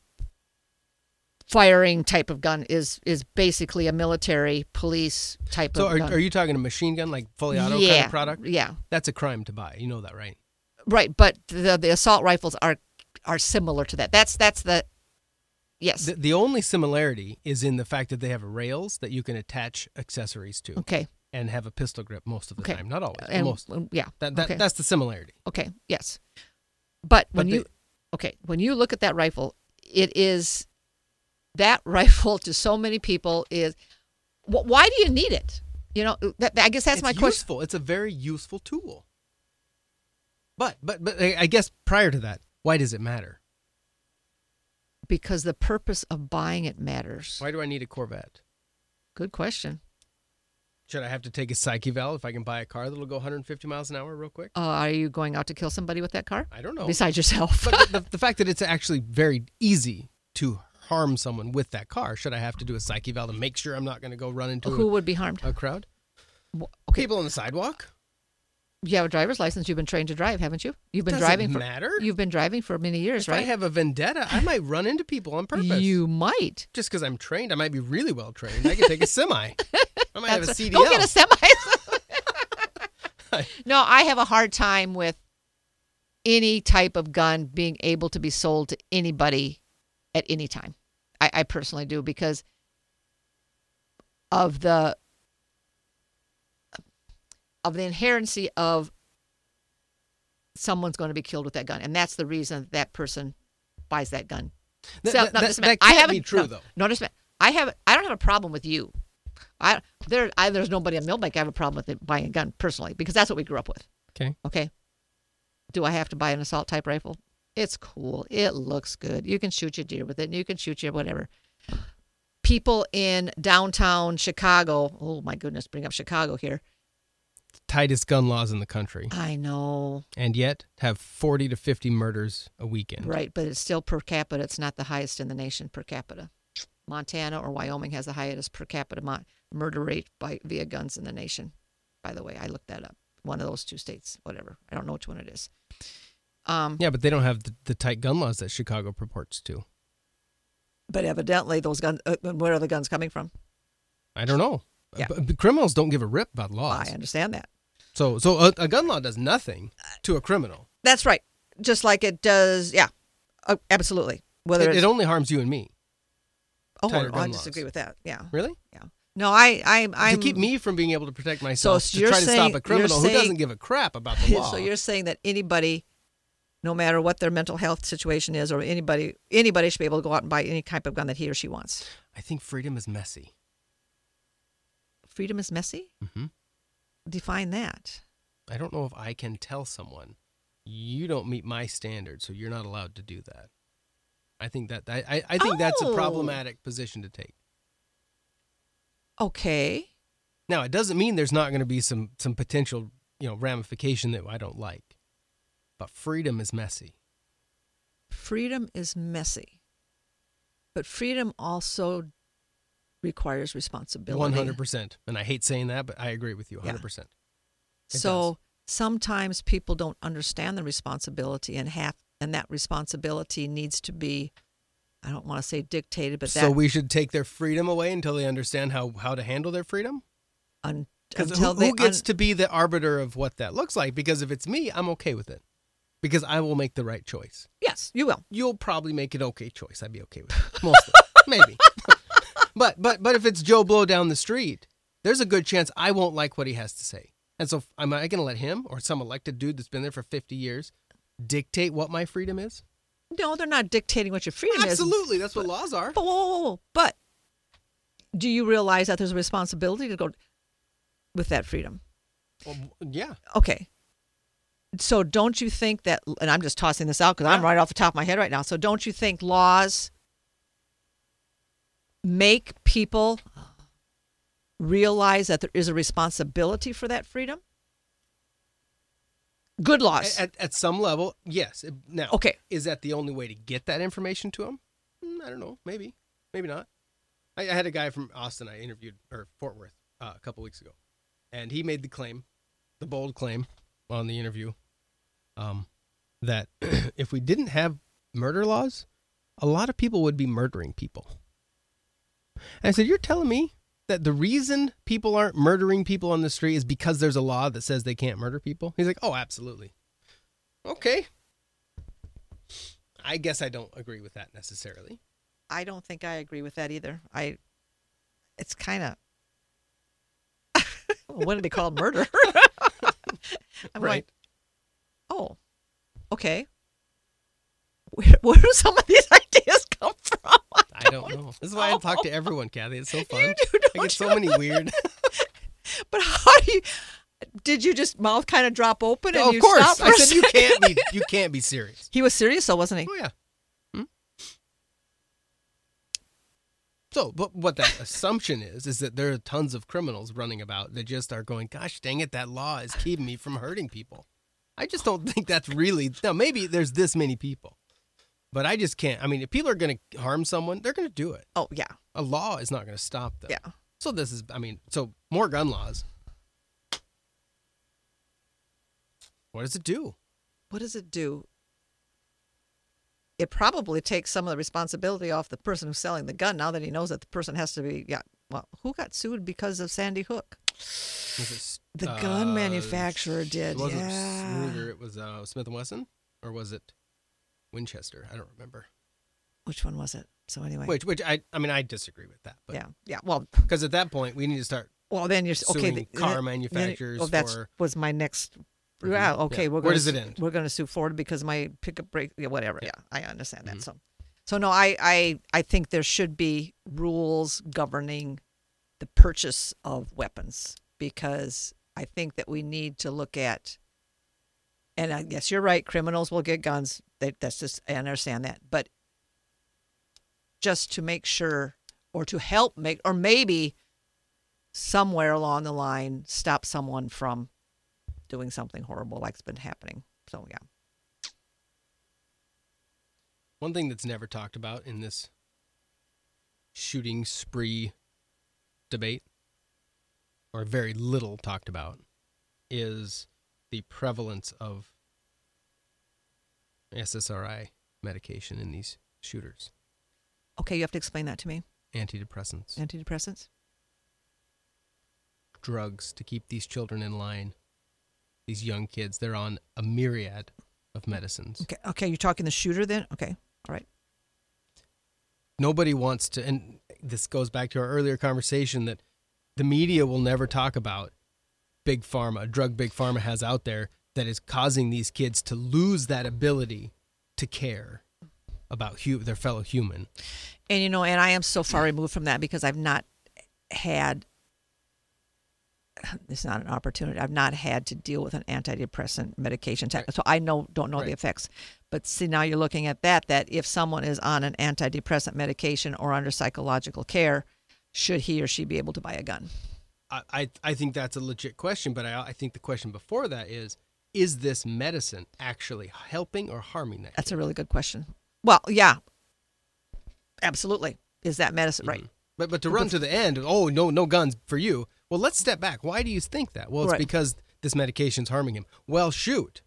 Speaker 1: firing type of gun is is basically a military police type
Speaker 2: so
Speaker 1: of
Speaker 2: are,
Speaker 1: gun.
Speaker 2: are you talking a machine gun like fully auto
Speaker 1: yeah,
Speaker 2: kind of product?
Speaker 1: Yeah.
Speaker 2: That's a crime to buy. You know that, right?
Speaker 1: Right, but the the assault rifles are are similar to that. That's that's the yes.
Speaker 2: The, the only similarity is in the fact that they have rails that you can attach accessories to
Speaker 1: okay.
Speaker 2: and have a pistol grip most of the
Speaker 1: Okay.
Speaker 2: time. Not always,
Speaker 1: And
Speaker 2: most.
Speaker 1: yeah.
Speaker 2: That, that,
Speaker 1: okay.
Speaker 2: That's the similarity.
Speaker 1: Okay. Yes. But when
Speaker 2: But
Speaker 1: you okay, when you look at that rifle, it is that rifle to so many people is wh- why do you need it? You know, uh, that, I guess that's
Speaker 2: it's
Speaker 1: my question.
Speaker 2: useful. It's a very useful tool. But, but, but I I guess prior to that, why does it matter?
Speaker 1: Because the purpose of buying it matters.
Speaker 2: Why do I need a Corvette?
Speaker 1: Good question.
Speaker 2: Should I have to take a psyche valve if I can buy a car that'll go 150 miles an hour real quick?
Speaker 1: Uh, are you going out to kill somebody with that car?
Speaker 2: I don't know.
Speaker 1: Besides yourself.
Speaker 2: but the, the fact that it's actually very easy to harm someone with that car, should I have to do a psyche valve to make sure I'm not going to go run into
Speaker 1: Who
Speaker 2: a,
Speaker 1: would be harmed?
Speaker 2: a crowd?
Speaker 1: Wh- Okay.
Speaker 2: People on the sidewalk?
Speaker 1: You have a driver's license. You've been trained to drive, haven't you? You've been
Speaker 2: Doesn't
Speaker 1: driving for
Speaker 2: matter.
Speaker 1: You've been driving for many years,
Speaker 2: If
Speaker 1: right?
Speaker 2: I have a vendetta, I might run into people on purpose.
Speaker 1: You might.
Speaker 2: Just because I'm trained, I might be really well trained. I could take a semi. I might have a
Speaker 1: That's-
Speaker 2: CDL.
Speaker 1: Go get a semi. no, I have a hard time with any type of gun being able to be sold to anybody at any time. I, I personally do because of the of the inherency of someone's going to be killed with that gun, and that's the reason that person buys that gun.
Speaker 2: That-
Speaker 1: So,
Speaker 2: that-
Speaker 1: no,
Speaker 2: that-
Speaker 1: just a
Speaker 2: that
Speaker 1: minute. I
Speaker 2: can't
Speaker 1: haven't,
Speaker 2: be true,
Speaker 1: no,
Speaker 2: though.
Speaker 1: No, just a minute. I have. I don't have a problem with you. I there. I, there's nobody in Millbank. I have a problem with it, buying a gun personally because that's what we grew up with.
Speaker 2: Okay.
Speaker 1: Okay. Do I have to buy an assault type rifle? It's cool. It looks good. You can shoot your deer with it. And you can shoot your whatever. People in downtown Chicago. Oh my goodness, bring up Chicago here.
Speaker 2: Tightest gun laws in the country,
Speaker 1: I know,
Speaker 2: and yet have 40 to 50 murders a weekend.
Speaker 1: right? But it's still per capita. It's not the highest in the nation per capita. Montana or Wyoming has the highest per capita mon- murder rate by via guns in the nation. By the way, I looked that up. One of those two states, whatever. I don't know which one it is. Um,
Speaker 2: Yeah, but they don't have the, the tight gun laws that Chicago purports to.
Speaker 1: but evidently, those guns. Uh, where are the guns coming from?
Speaker 2: I don't know.
Speaker 1: Yeah.
Speaker 2: B- b- criminals don't give a rip about laws.
Speaker 1: I understand that.
Speaker 2: So, so a, a gun law does nothing to a criminal.
Speaker 1: That's right. Just like it does. Yeah, uh, absolutely. Whether
Speaker 2: It,
Speaker 1: it's,
Speaker 2: it only harms you and me.
Speaker 1: oh,
Speaker 2: tighter
Speaker 1: I
Speaker 2: gun
Speaker 1: disagree
Speaker 2: laws.
Speaker 1: with that. Yeah,
Speaker 2: Really?
Speaker 1: yeah. No, I, I, I
Speaker 2: to keep me from being able to protect myself to
Speaker 1: you're
Speaker 2: try to
Speaker 1: saying-
Speaker 2: stop a
Speaker 1: you're
Speaker 2: criminal who
Speaker 1: saying-
Speaker 2: doesn't give a crap about the law.
Speaker 1: so you're saying that anybody, no matter what their mental health situation is, or anybody anybody should be able to go out and buy any type of gun that he or she wants.
Speaker 2: I think freedom is messy.
Speaker 1: Freedom is messy.
Speaker 2: Mhm.
Speaker 1: Define that.
Speaker 2: I don't know if I can tell someone you don't meet my standard, so you're not allowed to do that. I think that I, I, I think that's a
Speaker 1: Oh.
Speaker 2: problematic position to take.
Speaker 1: Okay.
Speaker 2: Now, it doesn't mean there's not going to be some some potential you know ramification that I don't like, but freedom is messy.
Speaker 1: freedom is messy, but freedom also requires responsibility.
Speaker 2: One hundred percent, and I hate saying that, but I agree with you one hundred percent. It
Speaker 1: So sometimes people don't understand the responsibility and have, and that responsibility needs to be, I don't want to say dictated, but that
Speaker 2: So we should take their freedom away until they understand how how to handle their freedom.
Speaker 1: un,
Speaker 2: Because
Speaker 1: until
Speaker 2: who,
Speaker 1: they
Speaker 2: who gets
Speaker 1: un-
Speaker 2: to be the arbiter of what that looks like? Because if it's me, I'm okay with it, because I will make the right choice.
Speaker 1: yes, you will.
Speaker 2: You'll probably make an okay choice. I'd be okay with it mostly, maybe. but but but if it's Joe Blow down the street, there's a good chance I won't like what he has to say. And so am I going to let him or some elected dude that's been there for 50 years dictate what my freedom is?
Speaker 1: No, they're not dictating what your freedom is.
Speaker 2: Absolutely, that's what laws are.
Speaker 1: But, whoa, whoa, whoa, whoa. but do you realize that there's a responsibility to go with that freedom?
Speaker 2: Well, yeah.
Speaker 1: okay. So don't you think that, and I'm just tossing this out because I'm right off the top of my head right now. So don't you think laws make people realize that there is a responsibility for that freedom? Good laws.
Speaker 2: At, at some level, yes. Now,
Speaker 1: Okay.
Speaker 2: is that the only way to get that information to them? I don't know. Maybe, maybe not. I, I had a guy from Austin I interviewed or Fort Worth uh, a couple weeks ago, and he made the claim, the bold claim, on the interview, um, that if we didn't have murder laws, a lot of people would be murdering people. And I said, "You're telling me that the reason people aren't murdering people on the street is because there's a law that says they can't murder people?" He's like, "Oh, absolutely." Okay. I guess I don't agree with that necessarily.
Speaker 1: I don't think I agree with that either. I, it's kind of, what did they call it? murder? I'm like, Oh, okay. Where, where do some of these ideas come from?
Speaker 2: I don't know. This is why I talk to everyone, Kathy. It's so fun.
Speaker 1: do,
Speaker 2: I
Speaker 1: don't
Speaker 2: get so many weird.
Speaker 1: But how do you? Did you just mouth kind Oh, of drop open and
Speaker 2: Oh, of
Speaker 1: you
Speaker 2: course,
Speaker 1: stopped for
Speaker 2: I
Speaker 1: a
Speaker 2: said you
Speaker 1: sec-
Speaker 2: can't be. You can't be serious.
Speaker 1: He was serious, though, wasn't he?
Speaker 2: Oh yeah. Hmm? So, but what that assumption is is that there are tons of criminals running about that just are going, "Gosh, dang it, that law is keeping me from hurting people." I just don't think that's really. Now, maybe there's this many people, but I just can't. I mean, if people are going to harm someone, they're going to do it.
Speaker 1: Oh yeah,
Speaker 2: A law is not going to stop them.
Speaker 1: yeah.
Speaker 2: So this is, I mean, so more gun laws. What does it do?
Speaker 1: What does it do? It probably takes some of the responsibility off the person who's selling the gun now that he knows that the person has to be. Yeah. Well, who got sued because of Sandy Hook?
Speaker 2: Was it s-
Speaker 1: The gun
Speaker 2: uh,
Speaker 1: manufacturer did.
Speaker 2: It wasn't
Speaker 1: yeah.
Speaker 2: Ruger. It was uh, Smith and Wesson, or was it Winchester? I don't remember.
Speaker 1: Which one was it? So anyway.
Speaker 2: Which, which I, I mean, I disagree with that. But
Speaker 1: yeah. Yeah. Well,
Speaker 2: Because at that point, we need to start.
Speaker 1: Well, then you're s- okay.
Speaker 2: Suing
Speaker 1: th-
Speaker 2: car
Speaker 1: then-
Speaker 2: manufacturers
Speaker 1: Then, oh, that's
Speaker 2: for-
Speaker 1: was my next. Yeah. Okay.
Speaker 2: Mm-hmm. yeah.
Speaker 1: We're
Speaker 2: Where
Speaker 1: gonna,
Speaker 2: does it
Speaker 1: s-
Speaker 2: end?
Speaker 1: We're going to sue Ford because my pickup brake. Yeah. Whatever. Yeah. I understand
Speaker 2: Mm-hmm.
Speaker 1: that. So, so no, I, I, I think there should be rules governing the purchase of weapons because I think that we need to look at. And I guess you're right. Criminals will get guns. They, that's just I understand that, but just to make sure or to help make or maybe somewhere along the line stop someone from doing something horrible like's been happening. So yeah.
Speaker 2: One thing that's never talked about in this shooting spree debate, or very little talked about, is the prevalence of SSRI medication in these shooters,
Speaker 1: Okay, you have to explain that to me.
Speaker 2: antidepressants,
Speaker 1: Antidepressants.
Speaker 2: drugs to keep these children in line. These young kids, they're on a myriad of medicines.
Speaker 1: Okay, okay, you're talking the shooter then. Okay, all right.
Speaker 2: nobody wants to and this goes back to our earlier conversation that the media will never talk about big pharma drug big pharma has out there that is causing these kids to lose that ability to care about hu- their fellow human.
Speaker 1: and you know and i am so far removed from that because i've not had it's not an opportunity i've not had to deal with an antidepressant medication type. so i know don't know the
Speaker 2: Right.
Speaker 1: effects but see now you're looking at that that if someone is on an antidepressant medication or under psychological care should he or she be able to buy a gun
Speaker 2: I, I, I think that's a legit question, but I, I think the question before that is is this medicine actually helping or harming that?
Speaker 1: that's a really good question well yeah absolutely is that medicine right
Speaker 2: But but to run to the end, oh no, no guns for you. Well, let's step back. Why do you think that? Well, it's
Speaker 1: Right.
Speaker 2: because this medication's harming him. Well, shoot.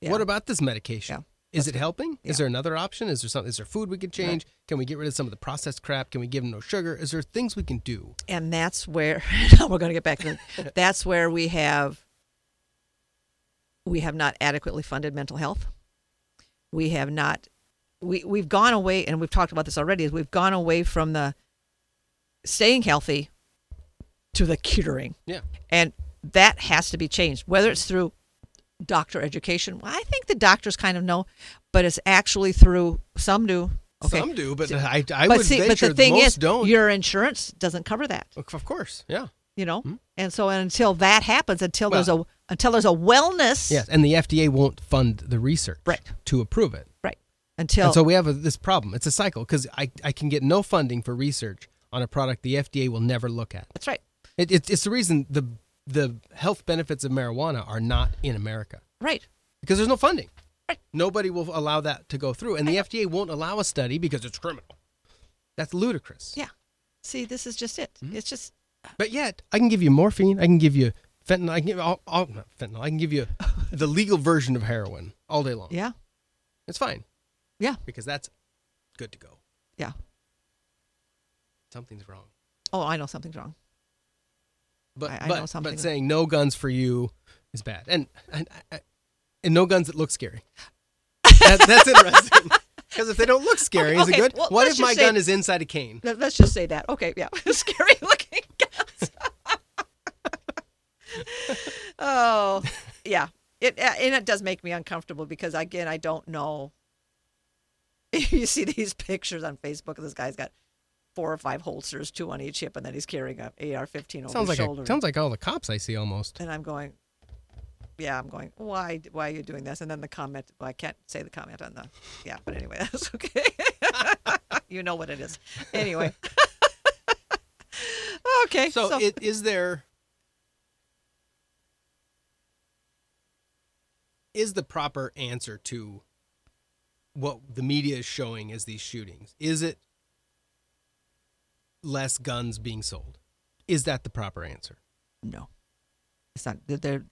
Speaker 1: Yeah.
Speaker 2: What about this medication? Is it helping? Is
Speaker 1: Yeah.
Speaker 2: there another option? Is there something? Is there food we can change? Can we get rid of some of the processed crap? Can we give him no sugar? Is there things we can do?
Speaker 1: and that's where now we're going to get back to the- that's where we have we have not adequately funded mental health we have not we we've gone away and we've talked about this already is we've gone away from the staying healthy to the curing
Speaker 2: Yeah,
Speaker 1: and that has to be changed whether it's through doctor education well, i think the doctors kind of know but it's actually through some do okay
Speaker 2: some do, but I, I
Speaker 1: but
Speaker 2: would
Speaker 1: see, but
Speaker 2: venture
Speaker 1: the thing
Speaker 2: most
Speaker 1: is,
Speaker 2: don't.
Speaker 1: your insurance doesn't cover that
Speaker 2: of course, yeah,
Speaker 1: you know
Speaker 2: Hmm?
Speaker 1: and so until that happens until there's a until there's a wellness
Speaker 2: yes, and the FDA won't fund the research
Speaker 1: Right.
Speaker 2: to approve it.
Speaker 1: right until
Speaker 2: and so we have a, this problem. It's a cycle because I, I can get no funding for research on a product the FDA will never look at.
Speaker 1: that's right
Speaker 2: It, it, it's the reason the the health benefits of marijuana are not in America
Speaker 1: right
Speaker 2: because there's no funding. Nobody will allow that to go through, and the FDA won't allow a study because it's criminal. That's ludicrous.
Speaker 1: yeah see this is just it
Speaker 2: Hmm?
Speaker 1: it's just
Speaker 2: But yet, I can give you morphine. I can give you fentanyl. I can give all, all not fentanyl. I can give you the legal version of heroin all day long.
Speaker 1: yeah
Speaker 2: it's fine
Speaker 1: yeah
Speaker 2: because that's good to go.
Speaker 1: yeah
Speaker 2: Something's wrong.
Speaker 1: oh i know something's wrong
Speaker 2: But
Speaker 1: I- I know
Speaker 2: but,
Speaker 1: something.
Speaker 2: but saying no guns for you is bad, and and, I- and no guns that look scary. That, that's interesting. Because if they don't look scary,
Speaker 1: Okay,
Speaker 2: is it
Speaker 1: okay,
Speaker 2: good?
Speaker 1: well,
Speaker 2: what
Speaker 1: let's
Speaker 2: if my
Speaker 1: just say-
Speaker 2: gun is inside a cane?
Speaker 1: Let- let's just say that okay yeah scary looking guns oh yeah it uh, and it does make me uncomfortable because again i don't know you see these pictures on facebook of this guy's got four or five holsters two on each hip and then he's carrying a ar-15 over
Speaker 2: Sounds
Speaker 1: his
Speaker 2: like
Speaker 1: shoulder
Speaker 2: a, sounds like all the cops I see almost.
Speaker 1: and I'm going, yeah, I'm going. Why? Why are you doing this? And then the comment. Well, I can't say the comment on the. Yeah, but anyway, that's okay. you know what it is. Anyway. okay.
Speaker 2: So, it, is there is the proper answer to what the media is showing as these shootings? Is it less guns being sold? Is that the proper answer?
Speaker 1: no, it's not. They're, they're-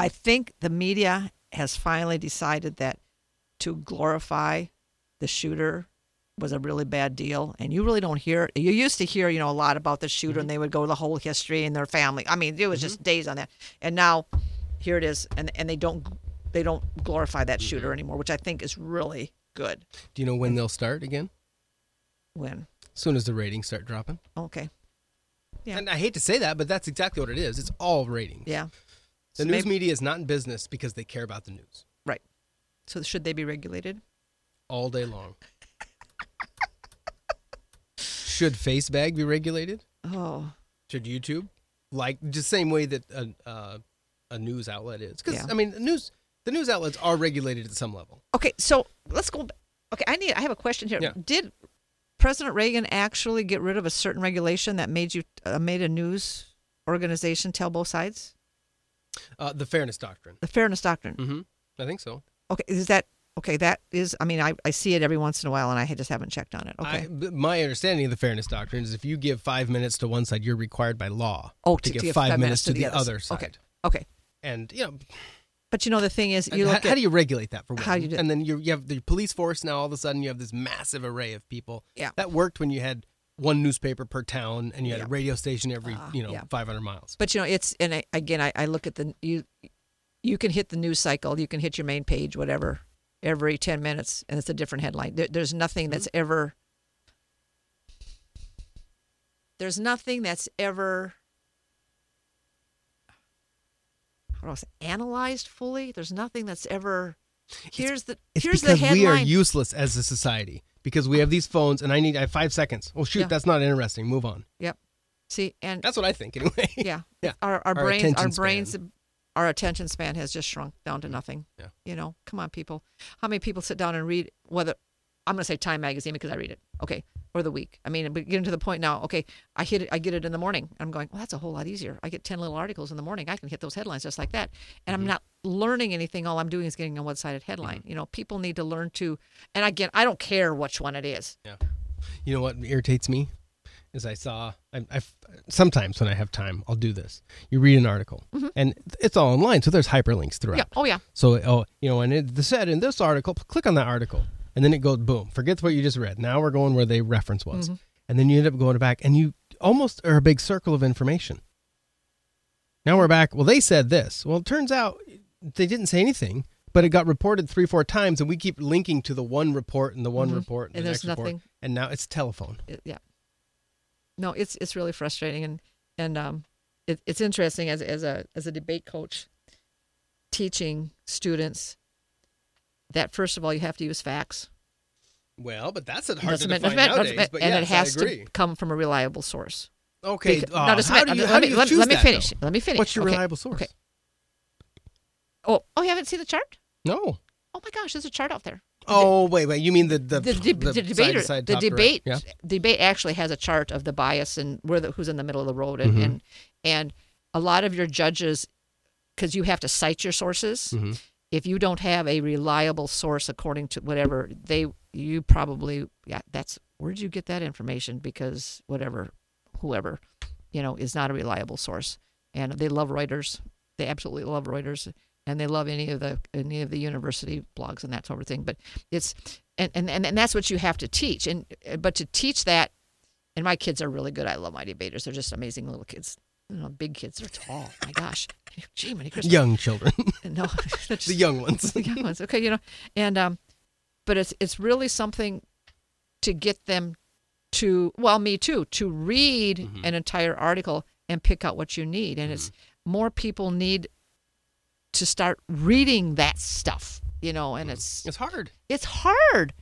Speaker 1: I think the media has finally decided that to glorify the shooter was a really bad deal and you really don't hear you used to hear you know a lot about the shooter and they would go the whole history and their family i mean it was just days on that and now here it is and and they don't they don't glorify that shooter anymore which i think is really good
Speaker 2: Do you know when they'll start again?
Speaker 1: when
Speaker 2: As soon as the ratings start dropping.
Speaker 1: okay Yeah.
Speaker 2: And I hate to say that, but that's exactly what it is. It's all ratings.
Speaker 1: yeah
Speaker 2: The
Speaker 1: So
Speaker 2: news
Speaker 1: maybe-
Speaker 2: media is not in business because they care about the news
Speaker 1: right so should they be regulated
Speaker 2: all day long. Should FaceBag be regulated?
Speaker 1: oh
Speaker 2: Should YouTube? Like the same way that a, uh, a news outlet is. Because,
Speaker 1: Yeah.
Speaker 2: I mean, the news, the news outlets are regulated at some level.
Speaker 1: Okay, so let's go. b- Okay, I need. I have a question here.
Speaker 2: Yeah.
Speaker 1: Did President Reagan actually get rid of a certain regulation that made you uh, made a news organization tell both sides
Speaker 2: Uh, the Fairness Doctrine.
Speaker 1: the fairness doctrine?
Speaker 2: hmm I think so.
Speaker 1: Okay, is that okay? That is. I mean, I, I see it every once in a while, and I ha- just haven't checked on it.
Speaker 2: I
Speaker 1: Okay.
Speaker 2: b my understanding of the fairness doctrine is if you give five minutes to one side, you're required by law
Speaker 1: oh,
Speaker 2: to, give five, minutes to the,
Speaker 1: others.
Speaker 2: other side.
Speaker 1: Okay. Okay.
Speaker 2: And you know,
Speaker 1: But you know the thing is, you
Speaker 2: how,
Speaker 1: look
Speaker 2: how
Speaker 1: at
Speaker 2: do you regulate that for one?
Speaker 1: How you do-
Speaker 2: and then you you have the police force now. All of a sudden, you have this massive array of people.
Speaker 1: Yeah.
Speaker 2: that worked when you had one newspaper per town, and you had
Speaker 1: Yeah. Uh,
Speaker 2: a radio station every you know
Speaker 1: yeah.
Speaker 2: 500 miles.
Speaker 1: But you know, it's and I, again, I, I look at the you. You can hit the news cycle. You can hit your main page, whatever, every ten minutes, and it's a different headline. There, there's nothing that's
Speaker 2: Mm-hmm.
Speaker 1: ever. There's nothing that's ever. How gross analyzed fully. There's nothing that's ever. Here's the
Speaker 2: It's
Speaker 1: here's the
Speaker 2: because
Speaker 1: headline.
Speaker 2: we are useless as a society because we have these phones and I need I have five seconds. Oh shoot,
Speaker 1: Yeah.
Speaker 2: that's not interesting. Move on.
Speaker 1: yep. See, and
Speaker 2: That's what I think anyway.
Speaker 1: yeah,
Speaker 2: Yeah.
Speaker 1: Our, our
Speaker 2: Our
Speaker 1: brains, our
Speaker 2: attention span.
Speaker 1: brains, our attention span has just shrunk down to nothing.
Speaker 2: Yeah.
Speaker 1: You know, come on, people. How many people sit down and read? Whether I'm going to say Time Magazine because I read it. Okay, or the week. I mean, but getting to the point now. Okay, I hit it. I get it in the morning. I'm going. Well, that's a whole lot easier. I get ten little articles in the morning. I can hit those headlines just like that, and
Speaker 2: Mm-hmm.
Speaker 1: I'm not learning anything. All I'm doing is getting a one-sided headline. You know, people need to learn to. And again, I don't care which one it is.
Speaker 2: You know what irritates me is I saw I, I sometimes when I have time I'll do this. You read an article and it's all online, so there's hyperlinks throughout.
Speaker 1: Mm-hmm. Yeah. Oh yeah.
Speaker 2: So oh you know and it the said in this article, click on that article and then it goes boom. Forgets what you just read. Now we're going where the reference was,
Speaker 1: Mm-hmm.
Speaker 2: and then you end up going back and you almost are a big circle of information. Now we're back. Well, they said this. Well, it turns out they didn't say anything. But it got reported three, four times, and we keep linking to the one report and the one report and,
Speaker 1: Mm-hmm. And
Speaker 2: the
Speaker 1: there's
Speaker 2: next report,
Speaker 1: nothing.
Speaker 2: and now it's telephone.
Speaker 1: it- yeah. No, it's it's really frustrating, and and um, it, it's interesting as as a as a debate coach, teaching students that first of all you have to use facts.
Speaker 2: Well, but that's hard
Speaker 1: Doesn't
Speaker 2: to
Speaker 1: matter-
Speaker 2: define
Speaker 1: doesn't matter- doesn't
Speaker 2: nowadays.
Speaker 1: matter-
Speaker 2: but
Speaker 1: and
Speaker 2: yes,
Speaker 1: it has
Speaker 2: I agree.
Speaker 1: to come from a reliable source.
Speaker 2: Okay,
Speaker 1: Beca-
Speaker 2: uh,
Speaker 1: now, just a
Speaker 2: how
Speaker 1: minute,
Speaker 2: do you,
Speaker 1: let
Speaker 2: how
Speaker 1: me-
Speaker 2: do you
Speaker 1: let-
Speaker 2: choose
Speaker 1: let me
Speaker 2: that, though?
Speaker 1: finish. Let me finish.
Speaker 2: What's your
Speaker 1: Okay,
Speaker 2: reliable source?
Speaker 1: okay. Oh, oh, you haven't seen the chart?
Speaker 2: No.
Speaker 1: Oh my gosh, there's a chart out there.
Speaker 2: Oh wait, wait. You mean the the
Speaker 1: the,
Speaker 2: the,
Speaker 1: deb- the debater,
Speaker 2: side,
Speaker 1: the
Speaker 2: top to right.
Speaker 1: debate,
Speaker 2: Yeah.
Speaker 1: debate actually has a chart of the bias and where the, who's in the middle of the road, and and, and a lot of your judges, because you have to cite your sources. If you don't have a reliable source, according to whatever they, you probably yeah, that's where did you get that information? Because whatever, whoever, you know, is not a reliable source, and they love Reuters. They absolutely love Reuters, and they love any of the any of the university blogs and that sort of thing. But it's and and and, and that's what you have to teach. And but to teach that, and my kids are really good. I love my debaters. They're just amazing little kids. You know, big kids. They're tall. My gosh, gee, many Christmas.
Speaker 2: Young children,
Speaker 1: No, they're just-
Speaker 2: the young ones.
Speaker 1: the young ones. Okay, you know, and um, but it's it's really something to get them to well, me too, to read
Speaker 2: Mm-hmm.
Speaker 1: an entire article and pick out what you need, and it's
Speaker 2: Mm-hmm.
Speaker 1: more people need to start reading that stuff, you know, and it's
Speaker 2: It's hard.
Speaker 1: it's hard.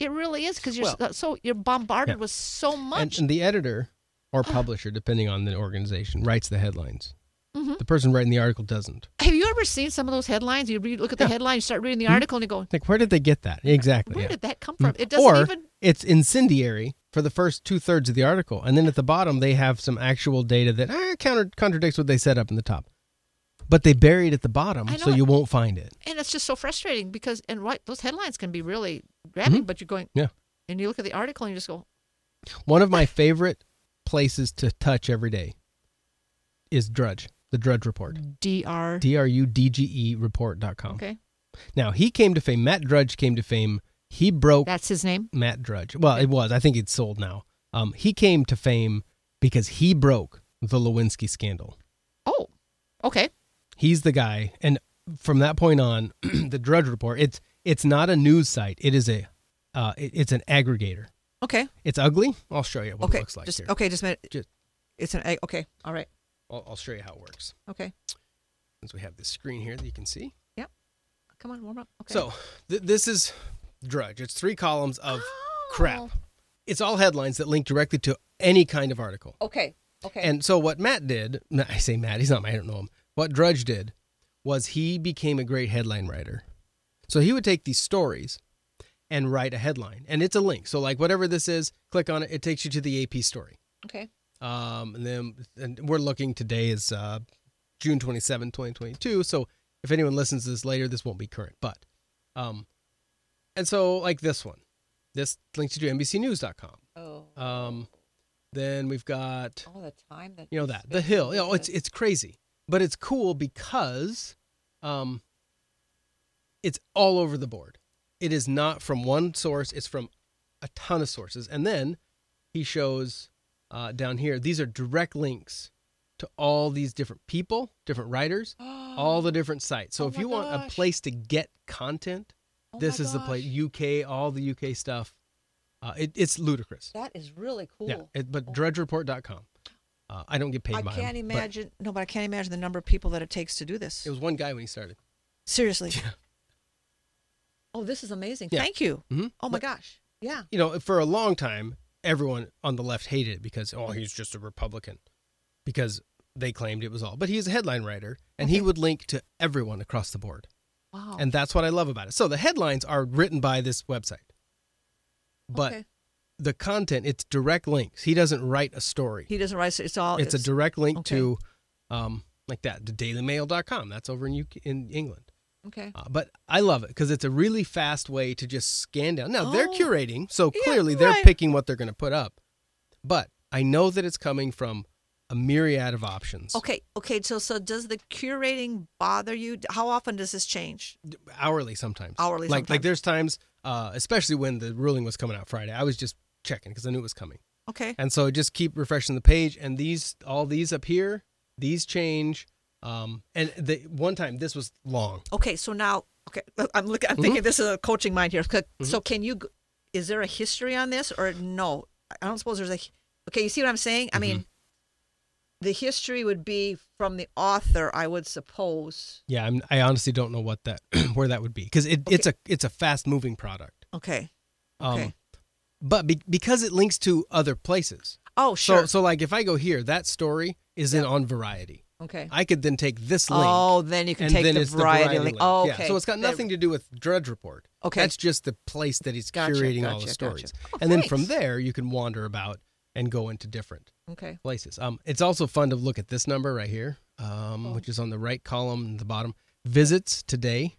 Speaker 1: It really is because you're
Speaker 2: Mm-hmm.
Speaker 1: uh,
Speaker 2: Well-
Speaker 1: so you're bombarded
Speaker 2: Yeah.
Speaker 1: with so
Speaker 2: And,
Speaker 1: much.
Speaker 2: and the editor or
Speaker 1: Uh-huh.
Speaker 2: publisher, depending on the organization, writes the headlines.
Speaker 1: Mm-hmm.
Speaker 2: The person writing the article doesn't.
Speaker 1: Have you ever seen some of those headlines? You read, look at the headline, you start reading the article, and you go,
Speaker 2: Like, where did they get that? Exactly.
Speaker 1: "Where
Speaker 2: Mm-hmm. yeah. Mm-hmm.
Speaker 1: did that come from?" It doesn't
Speaker 2: or
Speaker 1: even
Speaker 2: it's incendiary for the first two thirds of the article, and then at the bottom they have some actual data that eh, counter contradicts what they set up in the top, but they bury it at the bottom,
Speaker 1: I
Speaker 2: so
Speaker 1: know.
Speaker 2: you won't find it.
Speaker 1: and it's just so frustrating because and right those headlines can be really grabbing, but you're going
Speaker 2: Mm-hmm. Yeah,
Speaker 1: and you look at the article and you just go,
Speaker 2: one of my favorite places to touch every day is Drudge, the Drudge Report,
Speaker 1: "Dr."
Speaker 2: D R U D G E Report.com.
Speaker 1: Mm-hmm. Okay,
Speaker 2: Now he came to fame. Matt Drudge came to fame. He broke
Speaker 1: that's his name.
Speaker 2: Matt Drudge. Well, it was. I think it's sold now. Um, he came to fame because he broke the Lewinsky scandal.
Speaker 1: Oh, okay.
Speaker 2: He's the guy, and from that point on, the Drudge Report. It's it's not a news site. It is a uh, it- it's an aggregator.
Speaker 1: Okay.
Speaker 2: It's ugly. I'll show you what it looks like here.
Speaker 1: okay. Just a minute.
Speaker 2: Just-
Speaker 1: It's an egg. Okay. All right.
Speaker 2: I'll, I'll show you how it works.
Speaker 1: Okay.
Speaker 2: Since we have this screen here that you can see.
Speaker 1: Yep. Come on, warm up. Okay.
Speaker 2: So th- this is Drudge. It's three columns of
Speaker 1: Oh.
Speaker 2: crap. It's all headlines that link directly to any kind of article.
Speaker 1: okay. Okay.
Speaker 2: And so what Matt did, no, I say Matt, he's not my, I don't know him. What Drudge did was he became a great headline writer. So he would take these stories and write a headline, and it's a link. So like whatever this is, click on it. It takes you to the AP story.
Speaker 1: okay.
Speaker 2: Um, and then and we're looking today is uh, June 27, 2022. So if anyone listens to this later, this won't be current. But, um, and so like this one, this links you to NBCNews.com.
Speaker 1: Oh,
Speaker 2: Um, then we've got
Speaker 1: all Oh, the time that
Speaker 2: you know that the hill you know it's it's crazy but it's cool because um it's all over the board it is not from one source it's from a ton of sources and then he shows uh, down here these are direct links to all these different people different writers all the different sites so
Speaker 1: Oh
Speaker 2: if
Speaker 1: my
Speaker 2: you want a
Speaker 1: gosh.
Speaker 2: place to get content
Speaker 1: Oh
Speaker 2: this
Speaker 1: my
Speaker 2: is the place uk all the uk stuff uh, it, it's ludicrous
Speaker 1: that is really cool.
Speaker 2: yeah, it, but drudgereport.com. Uh, I don't get paid
Speaker 1: I
Speaker 2: by him,
Speaker 1: can't
Speaker 2: but
Speaker 1: imagine. no, but I can't imagine the number of people that it takes to do this.
Speaker 2: It was one guy when he started.
Speaker 1: Seriously. Oh, this is amazing.
Speaker 2: Yeah.
Speaker 1: Thank you.
Speaker 2: Mhm.
Speaker 1: Oh my gosh. Yeah.
Speaker 2: You know, for a long time, everyone on the left hated it because, oh, he's just a Republican because they claimed it was all. But he is a headline writer and he would link to everyone across the board.
Speaker 1: Wow.
Speaker 2: And that's what I love about it. So the headlines are written by this website. But
Speaker 1: Okay.
Speaker 2: the content, it's direct links. He doesn't write a story.
Speaker 1: he doesn't write. It's all.
Speaker 2: it's, a direct link
Speaker 1: okay.
Speaker 2: to um, like that, to dailymail.com. That's over in UK, in England.
Speaker 1: Okay.
Speaker 2: Uh, but I love it because it's a really fast way to just scan down. Now they're
Speaker 1: Oh.
Speaker 2: curating, so
Speaker 1: Yeah,
Speaker 2: clearly they're
Speaker 1: right.
Speaker 2: picking what they're going to put up. But I know that it's coming from a myriad of options
Speaker 1: Okay. Okay. So, so does the curating bother you? How often does this change?
Speaker 2: hourly sometimes.
Speaker 1: Hourly
Speaker 2: like like
Speaker 1: sometimes.
Speaker 2: there's times, uh, especially when the ruling was coming out Friday, I was just checking because I knew it was coming,
Speaker 1: Okay.
Speaker 2: and so just keep refreshing the page. And these all these up here, these change. Um, and the one time this was long.
Speaker 1: Okay. So now, okay, I'm looking. I'm
Speaker 2: Mm-hmm.
Speaker 1: thinking this is a coaching mind here. Okay, So, can you? g- Is there a history on this or no? I don't suppose there's a. Okay. You see what I'm saying? I mean,
Speaker 2: Mm-hmm.
Speaker 1: the history would be from the author, I would suppose.
Speaker 2: Yeah, I'm, I honestly don't know what that where that would be because it, it's a it's a fast moving product.
Speaker 1: Okay.
Speaker 2: Um,
Speaker 1: Okay.
Speaker 2: But be, because it links to other places,
Speaker 1: Oh, sure.
Speaker 2: so so like if I go here, that story is in on Variety.
Speaker 1: okay.
Speaker 2: I could then take this link.
Speaker 1: Oh, then you can
Speaker 2: and
Speaker 1: take
Speaker 2: then
Speaker 1: the
Speaker 2: it's
Speaker 1: variety,
Speaker 2: the variety
Speaker 1: link.
Speaker 2: link.
Speaker 1: Oh,
Speaker 2: Yeah,
Speaker 1: okay.
Speaker 2: so it's got
Speaker 1: There-
Speaker 2: nothing to do with Drudge Report.
Speaker 1: Okay.
Speaker 2: that's just the place that it's
Speaker 1: Gotcha,
Speaker 2: curating all
Speaker 1: gotcha,
Speaker 2: the
Speaker 1: gotcha.
Speaker 2: stories,
Speaker 1: Oh,
Speaker 2: and then from
Speaker 1: thanks.
Speaker 2: there you can wander about and go into different
Speaker 1: Okay.
Speaker 2: places. Um, it's also fun to look at this number right here,
Speaker 1: Oh.
Speaker 2: um, which is on the right column at the bottom. Visits today.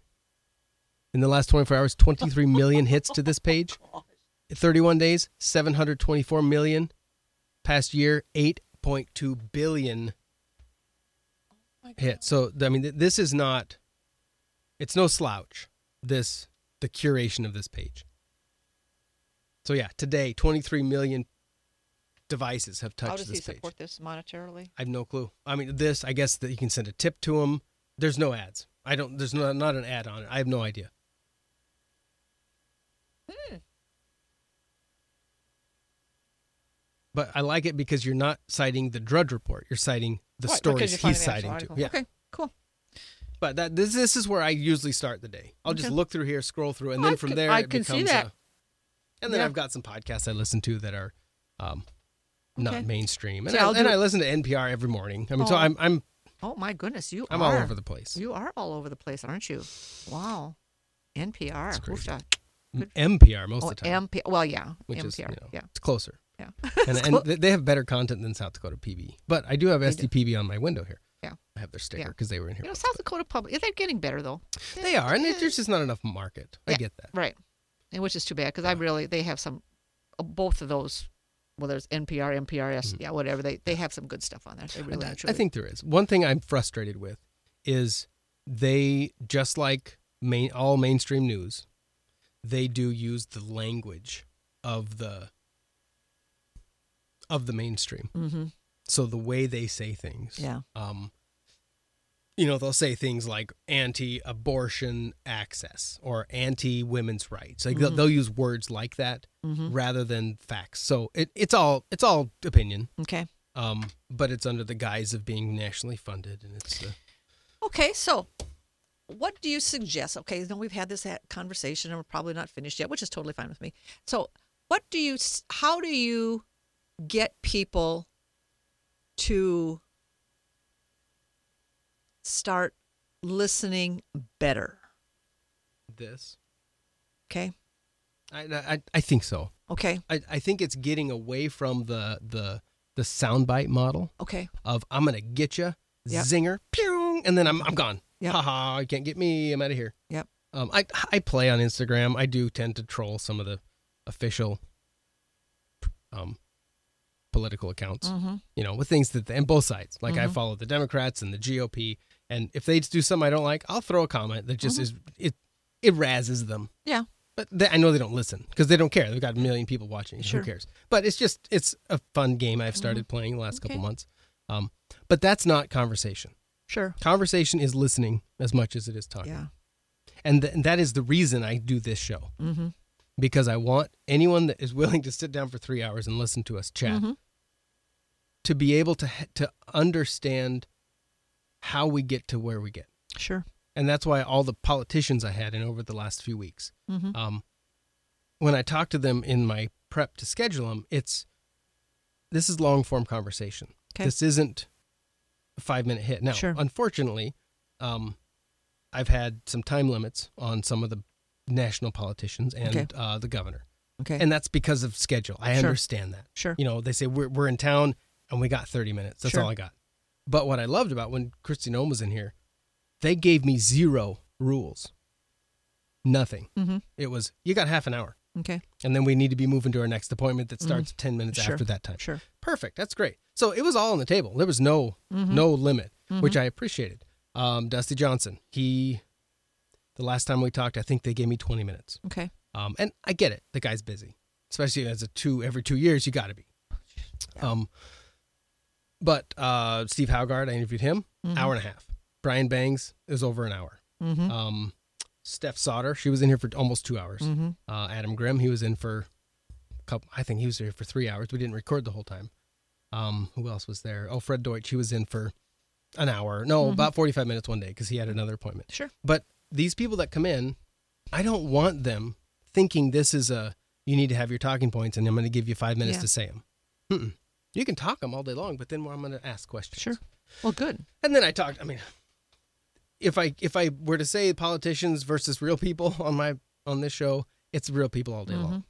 Speaker 2: In the last 24 hours, 23 million hits to this page. 31 days, 724 million. Past year, 8.2 billion hits. So, I mean, th- this is not, it's no slouch, this, the curation of this page. So, yeah, today, 23 million devices have touched
Speaker 1: How does
Speaker 2: this
Speaker 1: he
Speaker 2: page.
Speaker 1: support this monetarily?
Speaker 2: I have no clue. I mean, this. I guess that you can send a tip to them. There's no ads. I don't. There's not not an ad on it. I have no idea.
Speaker 1: Hmm.
Speaker 2: But I like it because you're not citing the Drudge Report. You're citing the
Speaker 1: Right, because
Speaker 2: stories
Speaker 1: you find
Speaker 2: he's
Speaker 1: an actual
Speaker 2: citing to.
Speaker 1: article.
Speaker 2: Yeah.
Speaker 1: Okay. Cool.
Speaker 2: But that this this is where I usually start the day. I'll just
Speaker 1: Okay.
Speaker 2: look through here, scroll through, and
Speaker 1: Oh,
Speaker 2: then
Speaker 1: I
Speaker 2: from
Speaker 1: can-
Speaker 2: there
Speaker 1: I
Speaker 2: it
Speaker 1: can see
Speaker 2: becomes
Speaker 1: that.
Speaker 2: a- and then
Speaker 1: Yeah.
Speaker 2: I've got some podcasts I listen to that are um, not
Speaker 1: Okay.
Speaker 2: mainstream. And,
Speaker 1: See,
Speaker 2: I,
Speaker 1: I'll
Speaker 2: and
Speaker 1: do-
Speaker 2: I listen to NPR every morning. I mean, so
Speaker 1: Oh.
Speaker 2: I'm I'm
Speaker 1: Oh my goodness, you
Speaker 2: I'm
Speaker 1: are.
Speaker 2: all over the place.
Speaker 1: You are all over the place, aren't you? Wow. NPR.
Speaker 2: crazy.
Speaker 1: Hoofda.
Speaker 2: NPR most
Speaker 1: Oh,
Speaker 2: of the time,
Speaker 1: NPR. Well, yeah.
Speaker 2: which
Speaker 1: NPR.
Speaker 2: is you know,
Speaker 1: Yeah.
Speaker 2: it's closer.
Speaker 1: Yeah.
Speaker 2: And,
Speaker 1: clo-
Speaker 2: and th- they have better content than South Dakota PB. But I do have SDPB on my window here.
Speaker 1: Yeah.
Speaker 2: I have their sticker
Speaker 1: Yeah.
Speaker 2: because they were in here.
Speaker 1: You know,
Speaker 2: once,
Speaker 1: South Dakota public, yeah, they're getting better though.
Speaker 2: but They are, and it, there's just not enough market. I
Speaker 1: Yeah,
Speaker 2: get that.
Speaker 1: Right. And which is too bad because I really, they have some, uh, both of those, whether it's NPR, NPRS, yeah, whatever, they, they have some good stuff on there. They really
Speaker 2: Mm-hmm. I,
Speaker 1: and
Speaker 2: I
Speaker 1: truly-
Speaker 2: think there is one thing I'm frustrated with is they just like main all mainstream news, they do use the language of the of the mainstream. Mm-hmm. So the way they say things,
Speaker 1: Yeah.
Speaker 2: Um, you know, they'll say things like anti-abortion access or anti-women's rights. Like they'll, they'll use words like that rather than facts. So it, it's all it's all opinion
Speaker 1: Okay.
Speaker 2: um, but it's under the guise of being nationally funded, and it's uh,
Speaker 1: Okay, so what do you suggest? Okay, no, we've had this ha- conversation and we're probably not finished yet, which is totally fine with me. So, what do you? s- How do you get people to start listening better?
Speaker 2: this.
Speaker 1: Okay,
Speaker 2: I, I I think so.
Speaker 1: okay,
Speaker 2: I, I think it's getting away from the the the soundbite model
Speaker 1: okay.
Speaker 2: of I'm gonna get you
Speaker 1: Yep.
Speaker 2: zinger pew, and then I'm I'm gone.
Speaker 1: Yep.
Speaker 2: Ha ha! You can't get me. I'm out of here.
Speaker 1: Yep.
Speaker 2: Um, I I play on Instagram. I do tend to troll some of the official um political accounts.
Speaker 1: Mm-hmm.
Speaker 2: You know, with things that and both sides. Like I follow the Democrats and the GOP, and if they do something I don't like, I'll throw a comment that just
Speaker 1: Mm-hmm.
Speaker 2: is it it razzes them.
Speaker 1: Yeah,
Speaker 2: But they, I know they don't listen because they don't care. They've got a million people watching.
Speaker 1: Sure. Mm-hmm.
Speaker 2: Who cares? But it's just it's a fun game I've started playing the last couple
Speaker 1: Okay.
Speaker 2: months. Um, but that's not conversation.
Speaker 1: sure.
Speaker 2: Conversation is listening as much as it is talking
Speaker 1: Yeah,
Speaker 2: and, th- and that is the reason I do this show
Speaker 1: Mm-hmm. Mm-hmm.
Speaker 2: because I want anyone that is willing to sit down for three hours and listen to us chat to be able to ha- to understand how we get to where we get.
Speaker 1: Sure.
Speaker 2: and that's why all the politicians I had in over the last few weeks,
Speaker 1: Mm-hmm.
Speaker 2: um, when I talk to them in my prep to schedule them, it's this is long form conversation.
Speaker 1: Okay.
Speaker 2: This isn't a five minute hit. Now,
Speaker 1: Sure.
Speaker 2: unfortunately, um, I've had some time limits on some of the national politicians and
Speaker 1: Okay.
Speaker 2: uh, the governor,
Speaker 1: Okay.
Speaker 2: and that's because of schedule. I
Speaker 1: Sure.
Speaker 2: understand that.
Speaker 1: Sure.
Speaker 2: You know, they say we're we're in town and we got thirty minutes. That's
Speaker 1: Sure.
Speaker 2: all I got. But what I loved about when Christy Nome was in here they gave me zero rules. Nothing.
Speaker 1: Mhm.
Speaker 2: It was you got half an hour,
Speaker 1: okay.
Speaker 2: and then we need to be moving to our next appointment that starts ten minutes
Speaker 1: Mm-hmm. Sure.
Speaker 2: after that time.
Speaker 1: Sure.
Speaker 2: Perfect. That's great. So it was all on the table. There was no
Speaker 1: Mm-hmm.
Speaker 2: no limit, which I appreciated. Um, Dusty Johnson. He, the last time we talked, I think they gave me twenty minutes.
Speaker 1: Okay.
Speaker 2: Um, and I get it. The guy's busy, especially as a two every two years. You got to be. Um, but uh, Steve Howgard, I interviewed him
Speaker 1: Mm-hmm.
Speaker 2: hour and a half. Brian Bangs it was over an hour. Um, Steph Sauter, she was in here for almost two hours.
Speaker 1: Mm-hmm.
Speaker 2: Uh, Adam Grimm, he was in for a couple. I think he was here for three hours. We didn't record the whole time. Um, who else was there? Oh, Fred Deutsch, he was in for an hour. No, about forty-five minutes one day because he had another appointment.
Speaker 1: Mm-hmm. Sure.
Speaker 2: But these people that come in, I don't want them thinking this is a you need to have your talking points and I'm going to give you five minutes
Speaker 1: Yeah.
Speaker 2: to say them. Mm-mm. You can talk them all day long, but then I'm going to ask questions.
Speaker 1: Sure. Well, good.
Speaker 2: And then I talked. I mean, if I if I were to say politicians versus real people on my on this show, it's real people all day long,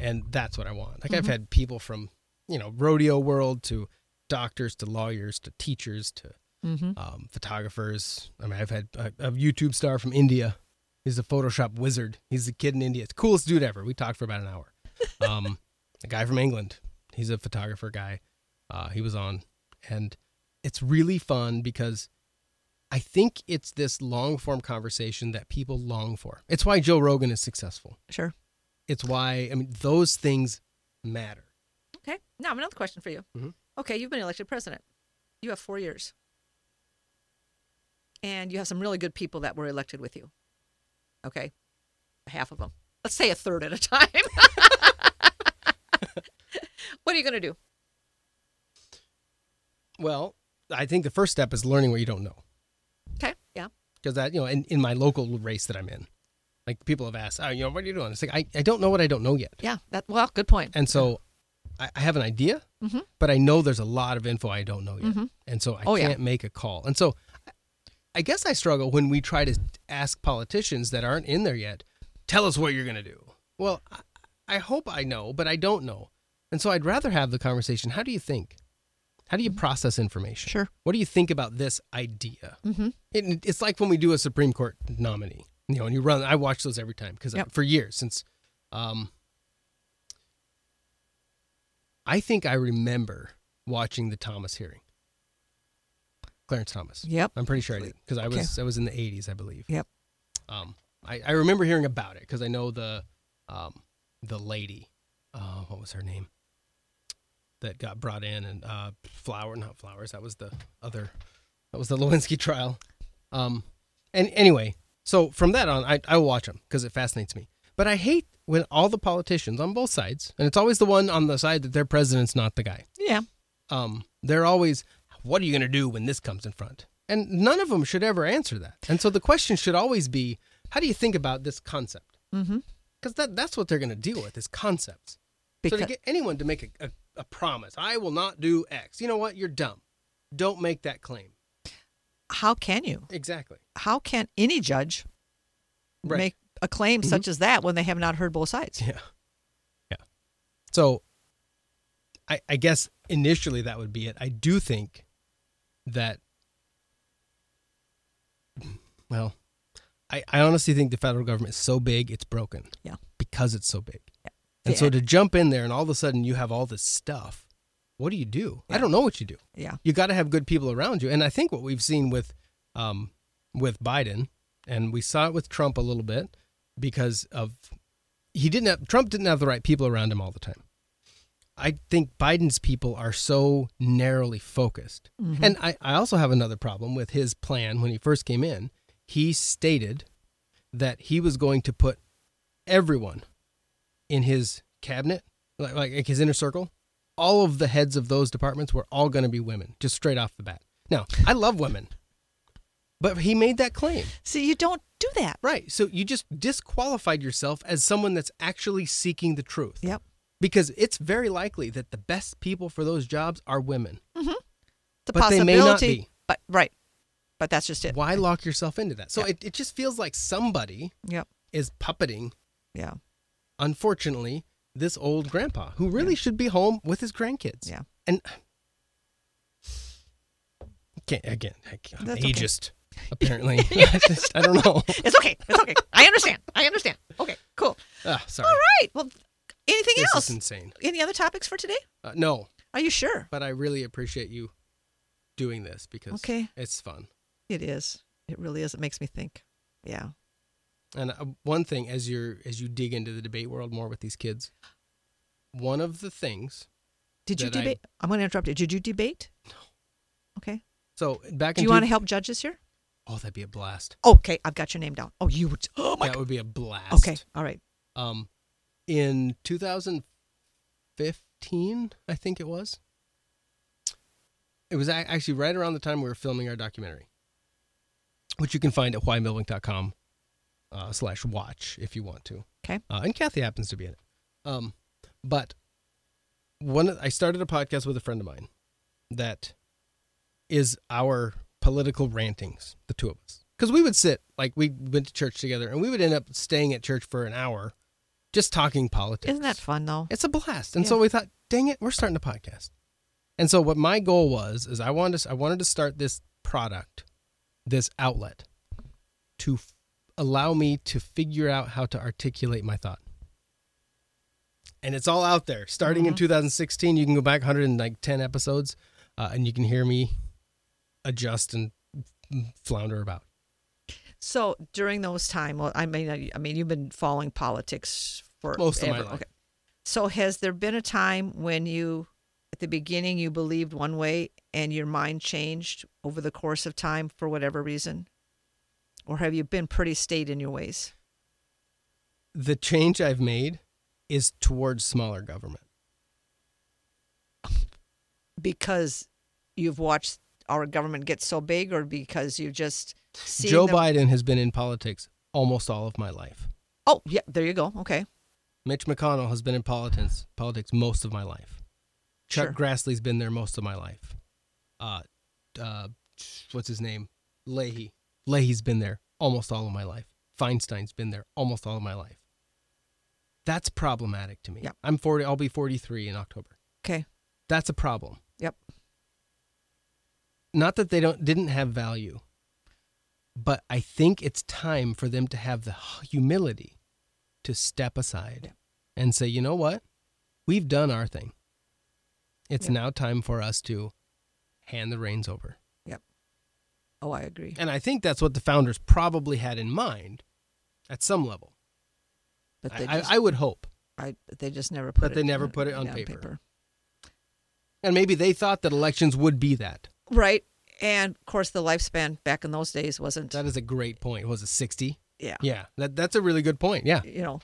Speaker 2: and that's what I want. Like I've had people from you know rodeo world to doctors to lawyers to teachers to um, photographers. I mean, I've had a, a YouTube star from India. He's a Photoshop wizard. He's a kid in India. It's the coolest dude ever. We talked for about an hour. Um, a guy from England. He's a photographer guy. Uh, he was on, and it's really fun because I think it's this long form conversation that people long for. It's why Joe Rogan is successful.
Speaker 1: Sure.
Speaker 2: It's why I mean those things matter.
Speaker 1: Okay. Now I have another question for you.
Speaker 2: Mhm.
Speaker 1: Okay, you've been elected president. You have four years. And you have some really good people that were elected with you. Okay. Half of them. Let's say a third at a time. what are you going to do?
Speaker 2: Well, I think the first step is learning what you don't know.
Speaker 1: Okay. Yeah.
Speaker 2: because that you know in, in my local race that i'm in like people have asked oh you know what are you doing it's like i, I don't know what i don't know yet
Speaker 1: Yeah. That well, good point.
Speaker 2: and so i, I have an idea but i know there's a lot of info i don't know yet and so i
Speaker 1: Mm-hmm. Oh, yeah.
Speaker 2: can't make a call and so I- i guess i struggle when we try to ask politicians that aren't in there yet tell us what you're going to do well I, I hope i know but i don't know and so i'd rather have the conversation how do you think how do you process information
Speaker 1: Sure. Mm-hmm.
Speaker 2: what do you think about this idea it, it's like when we do a Supreme Court nominee, you know, and you run. I watch those every time because
Speaker 1: Yep.
Speaker 2: for years since, um, I think I remember watching the Thomas hearing, Clarence Thomas.
Speaker 1: Yep.
Speaker 2: I'm pretty sure I did because I
Speaker 1: Okay.
Speaker 2: was I was in the 80s, I believe.
Speaker 1: Yep.
Speaker 2: Um, I, I remember hearing about it because I know the, um, the lady, uh, what was her name, that got brought in and uh, flower, not flowers. That was the other, that was the Lewinsky trial. Um, and anyway, so from that on, I I will watch them because it fascinates me. But I hate when all the politicians on both sides, and it's always the one on the side that their president's not the guy
Speaker 1: Yeah.
Speaker 2: um, they're always, what are you going to do when this comes in front? And none of them should ever answer that. And so the question should always be, how do you think about this concept? Because that, that's what they're going to deal with is concepts. so
Speaker 1: Becau-
Speaker 2: to get anyone to make a, a, a promise, I will not do X. You know what? You're dumb. Don't make that claim.
Speaker 1: How can you?
Speaker 2: Exactly.
Speaker 1: How can any judge
Speaker 2: Right. Mm-hmm.
Speaker 1: make a claim such as that when they have not heard both sides?
Speaker 2: Yeah. Yeah. So I I guess initially that would be it. I do think that well, I, I honestly think the federal government is so big it's broken
Speaker 1: Yeah.
Speaker 2: because it's so big. And so
Speaker 1: Yeah.
Speaker 2: to jump in there and all of a sudden you have all this stuff, what do you do? I don't know what you do
Speaker 1: Yeah.
Speaker 2: you got to have good people around you. And I think what we've seen with um, with Biden, and we saw it with Trump a little bit because of he didn't have Trump didn't have the right people around him all the time. I think Biden's people are so narrowly focused. And I, I also have another problem with his plan when he first came in. He stated that he was going to put everyone in his cabinet, like, like his inner circle, all of the heads of those departments were all going to be women, just straight off the bat. Now, I love women, but he made that claim.
Speaker 1: See, you don't do that.
Speaker 2: Right. So you just disqualified yourself as someone that's actually seeking the truth.
Speaker 1: Yep.
Speaker 2: Because it's very likely that the best people for those jobs are women.
Speaker 1: The
Speaker 2: But they
Speaker 1: possibility.
Speaker 2: may not be.
Speaker 1: But right. But that's just it.
Speaker 2: Why lock yourself into that? So
Speaker 1: Yeah.
Speaker 2: it, it just feels like somebody
Speaker 1: Yep.
Speaker 2: is puppeting,
Speaker 1: Yeah.
Speaker 2: unfortunately, this old grandpa who really should be home with his grandkids.
Speaker 1: Yeah.
Speaker 2: And can't, again, I can't, I'm
Speaker 1: That's okay.
Speaker 2: ageist, apparently. I, just- I don't know.
Speaker 1: It's okay. It's okay. I understand. I understand. Okay. Cool.
Speaker 2: Ah, sorry.
Speaker 1: All right. Well, anything
Speaker 2: This
Speaker 1: else?
Speaker 2: is insane.
Speaker 1: Any other topics for today?
Speaker 2: Uh, no,
Speaker 1: Are you sure?
Speaker 2: but I really appreciate you doing this because
Speaker 1: Okay.
Speaker 2: it's fun.
Speaker 1: It is. It really is. It makes me think. Yeah.
Speaker 2: And uh, one thing, as you're as you dig into the debate world more with these kids, one of the things.
Speaker 1: Did you
Speaker 2: That I-
Speaker 1: debate? I... am going to interrupt you. Did you debate? No. Okay.
Speaker 2: So back
Speaker 1: Do
Speaker 2: in
Speaker 1: you want to help judges here?
Speaker 2: Oh, that'd be a blast.
Speaker 1: Okay. I've got your name down. Oh, you would. Oh, my
Speaker 2: that would be a blast.
Speaker 1: God. Okay. All right.
Speaker 2: Um, in 2015, I think it was. It was ac- actually right around the time we were filming our documentary, which you can find at whymilbank.com uh, slash watch if you want to.
Speaker 1: Okay.
Speaker 2: Uh, and Kathy happens to be in it. Um, but one, of- I started a podcast with a friend of mine that is our political rantings, the two of us. Because we would sit, like we went to church together, and we would end up staying at church for an hour, just talking politics.
Speaker 1: Isn't that fun though?
Speaker 2: It's a blast. And so
Speaker 1: Yeah.
Speaker 2: we thought, dang it, we're starting a podcast. And so what my goal was is I wanted to, I wanted to start this product, this outlet, to f- allow me to figure out how to articulate my thought. And it's all out there. Starting in 2016, you can go back 110 episodes, uh, and you can hear me adjust and flounder about.
Speaker 1: So during those time, well, I mean, I, I mean, you've been following politics for
Speaker 2: Most of my life.
Speaker 1: Okay. So has there been a time when you, at the beginning, you believed one way and your mind changed over the course of time for whatever reason, or have you been pretty stayed in your ways?
Speaker 2: The change I've made is towards smaller government.
Speaker 1: because you've watched our government get so big or because you just see
Speaker 2: Joe Biden has been in politics almost all of my life.
Speaker 1: Oh, yeah, there you go. Okay.
Speaker 2: Mitch McConnell has been in politics politics most of my life. Chuck
Speaker 1: Sure.
Speaker 2: Grassley's been there most of my life. Uh, uh, what's his name? Leahy. Leahy's been there almost all of my life. Feinstein's been there almost all of my life. That's problematic to me.
Speaker 1: Yep.
Speaker 2: I'm 40. I'll be 43 in October.
Speaker 1: Okay.
Speaker 2: That's a problem.
Speaker 1: Yep.
Speaker 2: Not that they don't didn't have value, but I think it's time for them to have the humility to step aside
Speaker 1: Yeah.
Speaker 2: and say, you know what, we've done our thing. It's
Speaker 1: Yeah.
Speaker 2: now time for us to hand the reins over.
Speaker 1: Yep. Oh, I agree.
Speaker 2: And I think that's what the founders probably had in mind at some level.
Speaker 1: But
Speaker 2: I,
Speaker 1: they
Speaker 2: I-
Speaker 1: just,
Speaker 2: I would hope.
Speaker 1: I- they just never put
Speaker 2: But
Speaker 1: it
Speaker 2: they never put it on paper.
Speaker 1: paper.
Speaker 2: And maybe they thought that elections would be that.
Speaker 1: Right. And of course the lifespan back in those days wasn't
Speaker 2: That is a great point. Was it 60?
Speaker 1: yeah.
Speaker 2: Yeah, that, that's a really good point. Yeah.
Speaker 1: You know,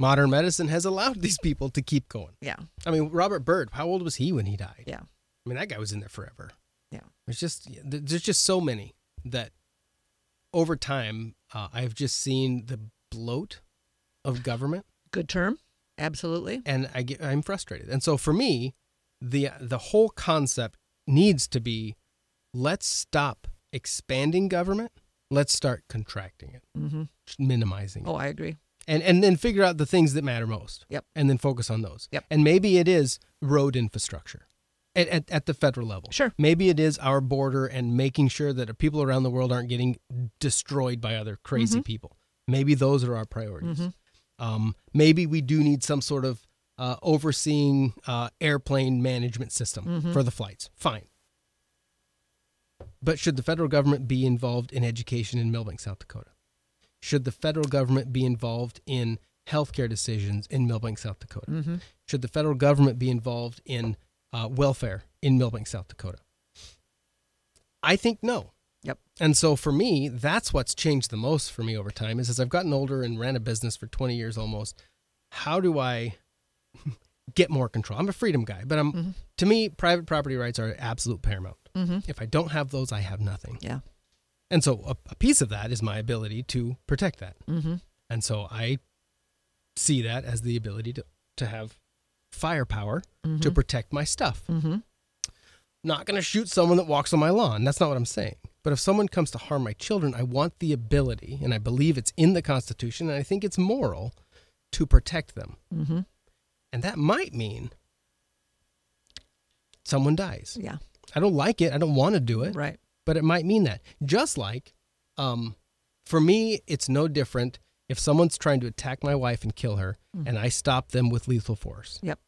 Speaker 2: Modern medicine has allowed these people to keep going.
Speaker 1: yeah.
Speaker 2: I mean, Robert Byrd, how old was he when he died?
Speaker 1: Yeah.
Speaker 2: I mean, that guy was in there forever.
Speaker 1: Yeah.
Speaker 2: There's just th- there's just so many that over time uh, I've just seen the bloat of government,
Speaker 1: Good term. Absolutely.
Speaker 2: and I get I'm frustrated. And so for me, the the whole concept needs to be let's stop expanding government, let's start contracting it,
Speaker 1: Mm-hmm.
Speaker 2: minimizing it
Speaker 1: Oh, I agree.
Speaker 2: and and then figure out the things that matter most.
Speaker 1: Yep.
Speaker 2: And then focus on those.
Speaker 1: Yep.
Speaker 2: And maybe it is road infrastructure at, at, at the federal level.
Speaker 1: Sure.
Speaker 2: Maybe it is our border and making sure that people around the world aren't getting destroyed by other crazy
Speaker 1: Mm-hmm.
Speaker 2: people. Maybe those are our priorities. Um, maybe we do need some sort of uh, overseeing uh, airplane management system
Speaker 1: Mm-hmm.
Speaker 2: for the flights. Fine. But should the federal government be involved in education in Millbank, South Dakota? Should the federal government be involved in healthcare decisions in Millbank, South Dakota? Should the federal government be involved in uh, welfare in Millbank, South Dakota? I think no.
Speaker 1: Yep.
Speaker 2: And so for me, that's what's changed the most for me over time is as I've gotten older and ran a business for 20 years almost, how do I get more control. I'm a freedom guy, but I'm to me private property rights are absolute paramount. If I don't have those, I have nothing.
Speaker 1: Yeah.
Speaker 2: And so a, a piece of that is my ability to protect that. Mm-hmm. And so I see that as the ability to, to have firepower to protect my stuff. Mm-hmm. Not going to shoot someone that walks on my lawn. That's not what I'm saying. But if someone comes to harm my children, I want the ability, and I believe it's in the Constitution, and I think it's moral to protect them. Mm-hmm. And that might mean someone dies.
Speaker 1: Yeah.
Speaker 2: I don't like it. I don't want to do it
Speaker 1: Right.
Speaker 2: but it might mean that. Just like, um, for me, it's no different if someone's trying to attack my wife and kill her, and I stop them with lethal force.
Speaker 1: Yep.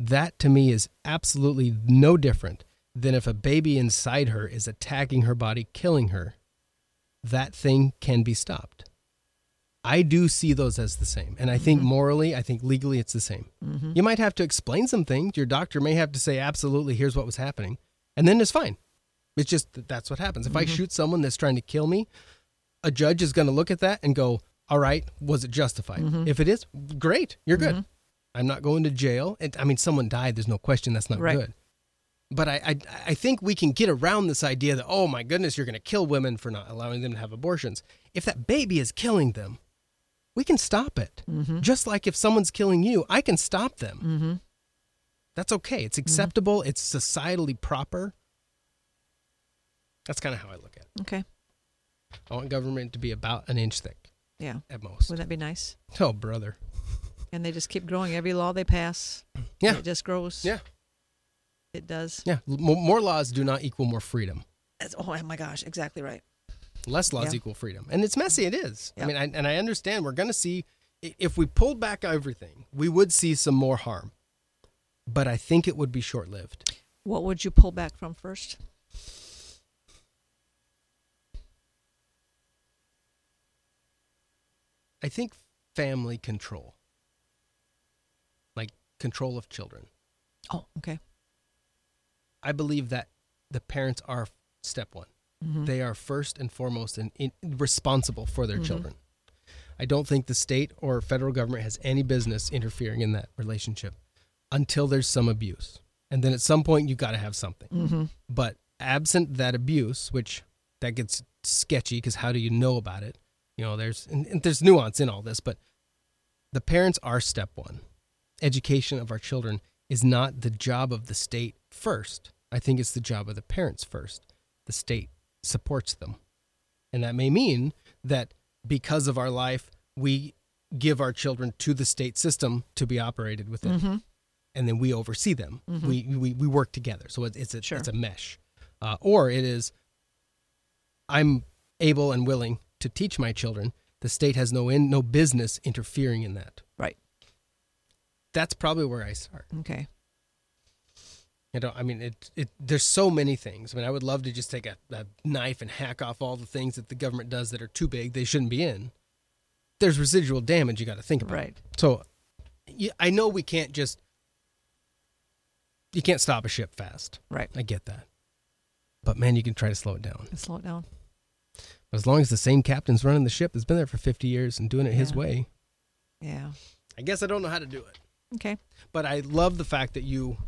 Speaker 2: That to me is absolutely no different than if a baby inside her is attacking her body, killing her. That thing can be stopped. I do see those as the same. And I think morally, I think legally, it's the same. You might have to explain some things. Your doctor may have to say, absolutely, here's what was happening. And then it's fine. It's just that that's what happens. If I shoot someone that's trying to kill me, a judge is going to look at that and go, all right, was it justified? If it is, great, you're good. I'm not going to jail. And, I mean, someone died. There's no question that's not
Speaker 1: Right.
Speaker 2: good. But I, I, I think we can get around this idea that, oh my goodness, you're going to kill women for not allowing them to have abortions. If that baby is killing them, we can stop it. Just like if someone's killing you, I can stop them. That's okay. It's acceptable. It's societally proper. That's kind of how I look at it.
Speaker 1: Okay.
Speaker 2: I want government to be about an inch thick
Speaker 1: Yeah.
Speaker 2: at most.
Speaker 1: Wouldn't that be nice?
Speaker 2: Oh, brother.
Speaker 1: And they just keep growing. Every law they pass,
Speaker 2: Yeah.
Speaker 1: it just grows.
Speaker 2: Yeah.
Speaker 1: It does.
Speaker 2: Yeah. L- mo- More laws do not equal more freedom.
Speaker 1: That's- oh my gosh, exactly right.
Speaker 2: Less laws
Speaker 1: Yeah.
Speaker 2: equal freedom. And it's messy. It is. I
Speaker 1: Yeah.
Speaker 2: mean, I, and I understand we're going to see, i- if we pulled back everything, we would see some more harm. But I think it would be short lived.
Speaker 1: What would you pull back from first?
Speaker 2: I think family control, like control of children.
Speaker 1: Oh, okay.
Speaker 2: I believe that the parents are step one. They are first and foremost and in, responsible for their children. I don't think the state or federal government has any business interfering in that relationship until there's some abuse. And then at some point, you got to have something. But absent that abuse, which that gets sketchy because how do you know about it? You know, there's and, and there's nuance in all this, but the parents are step one. Education of our children is not the job of the state first. I think it's the job of the parents first. The state supports them. And that may mean that because of our life, we give our children to the state system to be operated within. And then we oversee them. We, we, we work together. So it's, it's, a,
Speaker 1: Sure.
Speaker 2: it's a mesh. Uh, or it is, I'm able and willing to teach my children. The state has no in, no business interfering in that.
Speaker 1: Right.
Speaker 2: That's probably where I start.
Speaker 1: Okay.
Speaker 2: You know, I mean, it, it. There's so many things. I mean, I would love to just take a, a knife and hack off all the things that the government does that are too big. They shouldn't be in. There's residual damage you got to think about.
Speaker 1: Right.
Speaker 2: So, y- I know we can't just. You can't stop a ship fast.
Speaker 1: Right.
Speaker 2: I get that. But man, you can try to slow it down.
Speaker 1: And slow it down.
Speaker 2: As long as the same captain's running the ship that's been there for 50 years and doing it his
Speaker 1: Yeah.
Speaker 2: way,
Speaker 1: Yeah.
Speaker 2: I guess I don't know how to do it.
Speaker 1: Okay.
Speaker 2: But I love the fact that you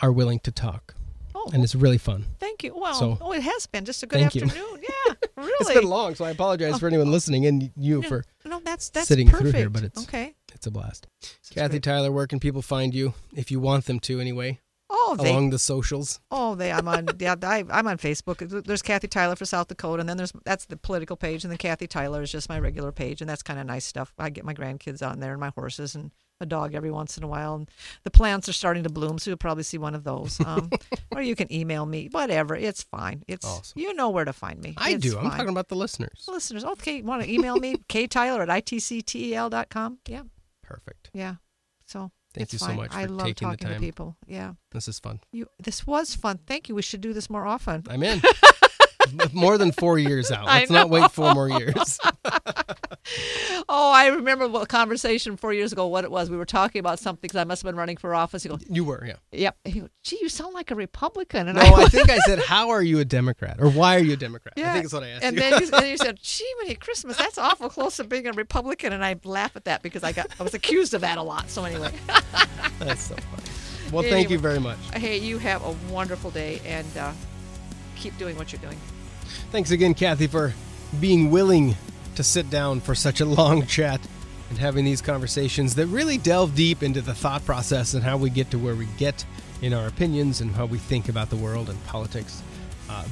Speaker 2: are willing to talk,
Speaker 1: Oh,
Speaker 2: and it's really fun.
Speaker 1: thank you. Well,
Speaker 2: so-
Speaker 1: oh, it has been just a good
Speaker 2: Thank you.
Speaker 1: afternoon. Yeah, really.
Speaker 2: It's been long, so I apologize for anyone listening and you
Speaker 1: No,
Speaker 2: for
Speaker 1: no, that's that's
Speaker 2: sitting
Speaker 1: perfect.
Speaker 2: through here, but it's-
Speaker 1: okay.
Speaker 2: it's a blast. Kathy
Speaker 1: great.
Speaker 2: Tyler, where can people find you if you want them to anyway?
Speaker 1: Oh, they,
Speaker 2: Along the socials.
Speaker 1: oh, they. I'm on. Yeah, I, I'm on Facebook. There's Kathy Tyler for South Dakota, and then there's that's the political page, and then Kathy Tyler is just my regular page, and that's kind of nice stuff. I get my grandkids on there and my horses and a dog every once in a while, and the plants are starting to bloom, so you'll probably see one of those. Um, or you can email me, whatever. It's fine. It's
Speaker 2: Awesome.
Speaker 1: you know where to find me.
Speaker 2: I
Speaker 1: It's
Speaker 2: do. I'm
Speaker 1: fine.
Speaker 2: talking about the listeners.
Speaker 1: listeners. Okay, want to email me ktyler at E itctel.com. Yeah,
Speaker 2: Perfect.
Speaker 1: yeah. So
Speaker 2: Thank
Speaker 1: it's
Speaker 2: you so
Speaker 1: fine.
Speaker 2: much
Speaker 1: I
Speaker 2: for
Speaker 1: love
Speaker 2: taking the
Speaker 1: talking to
Speaker 2: time.
Speaker 1: people. Yeah,
Speaker 2: This is fun.
Speaker 1: you. This was fun. Thank you. We should do this more often.
Speaker 2: I'm in. More than four years out.
Speaker 1: I
Speaker 2: Let's not wait four more years.
Speaker 1: Oh, I remember a conversation four years ago. What it was, we were talking about something because I must have been running for office. You go,
Speaker 2: You were, yeah.
Speaker 1: yep. And he go, Gee, you sound like a Republican. And
Speaker 2: No,
Speaker 1: I,
Speaker 2: I
Speaker 1: went,
Speaker 2: think I said, "How are you a Democrat?" or "Why are you a Democrat?"
Speaker 1: yeah.
Speaker 2: I think that's what I asked
Speaker 1: and
Speaker 2: you.
Speaker 1: Then you, and you said, "Gee, many Christmas. That's awful close to being a Republican." And I laugh at that because I got I was accused of that a lot. So anyway,
Speaker 2: that's so funny. Well, thank
Speaker 1: Anyway.
Speaker 2: you very much.
Speaker 1: hey, you have a wonderful day and uh, keep doing what you're doing.
Speaker 2: Thanks again, Kathy, for being willing to sit down for such a long chat and having these conversations that really delve deep into the thought process and how we get to where we get in our opinions and how we think about the world and politics. Uh,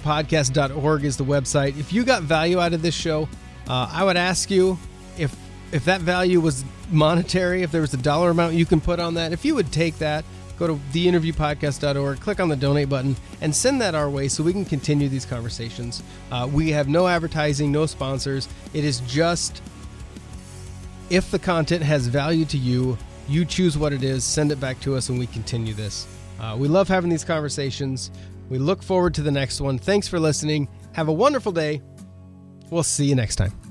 Speaker 2: theinterviewpodcast.org is the website. If you got value out of this show, uh, I would ask you if if that value was monetary, if there was a dollar amount you can put on that, if you would take that, go to theinterviewpodcast.org, click on the donate button, and send that our way so we can continue these conversations. Uh, we have no advertising, no sponsors. It is just if the content has value to you, you choose what it is, send it back to us, and we continue this. Uh, we love having these conversations. We look forward to the next one. Thanks for listening. Have a wonderful day. We'll see you next time.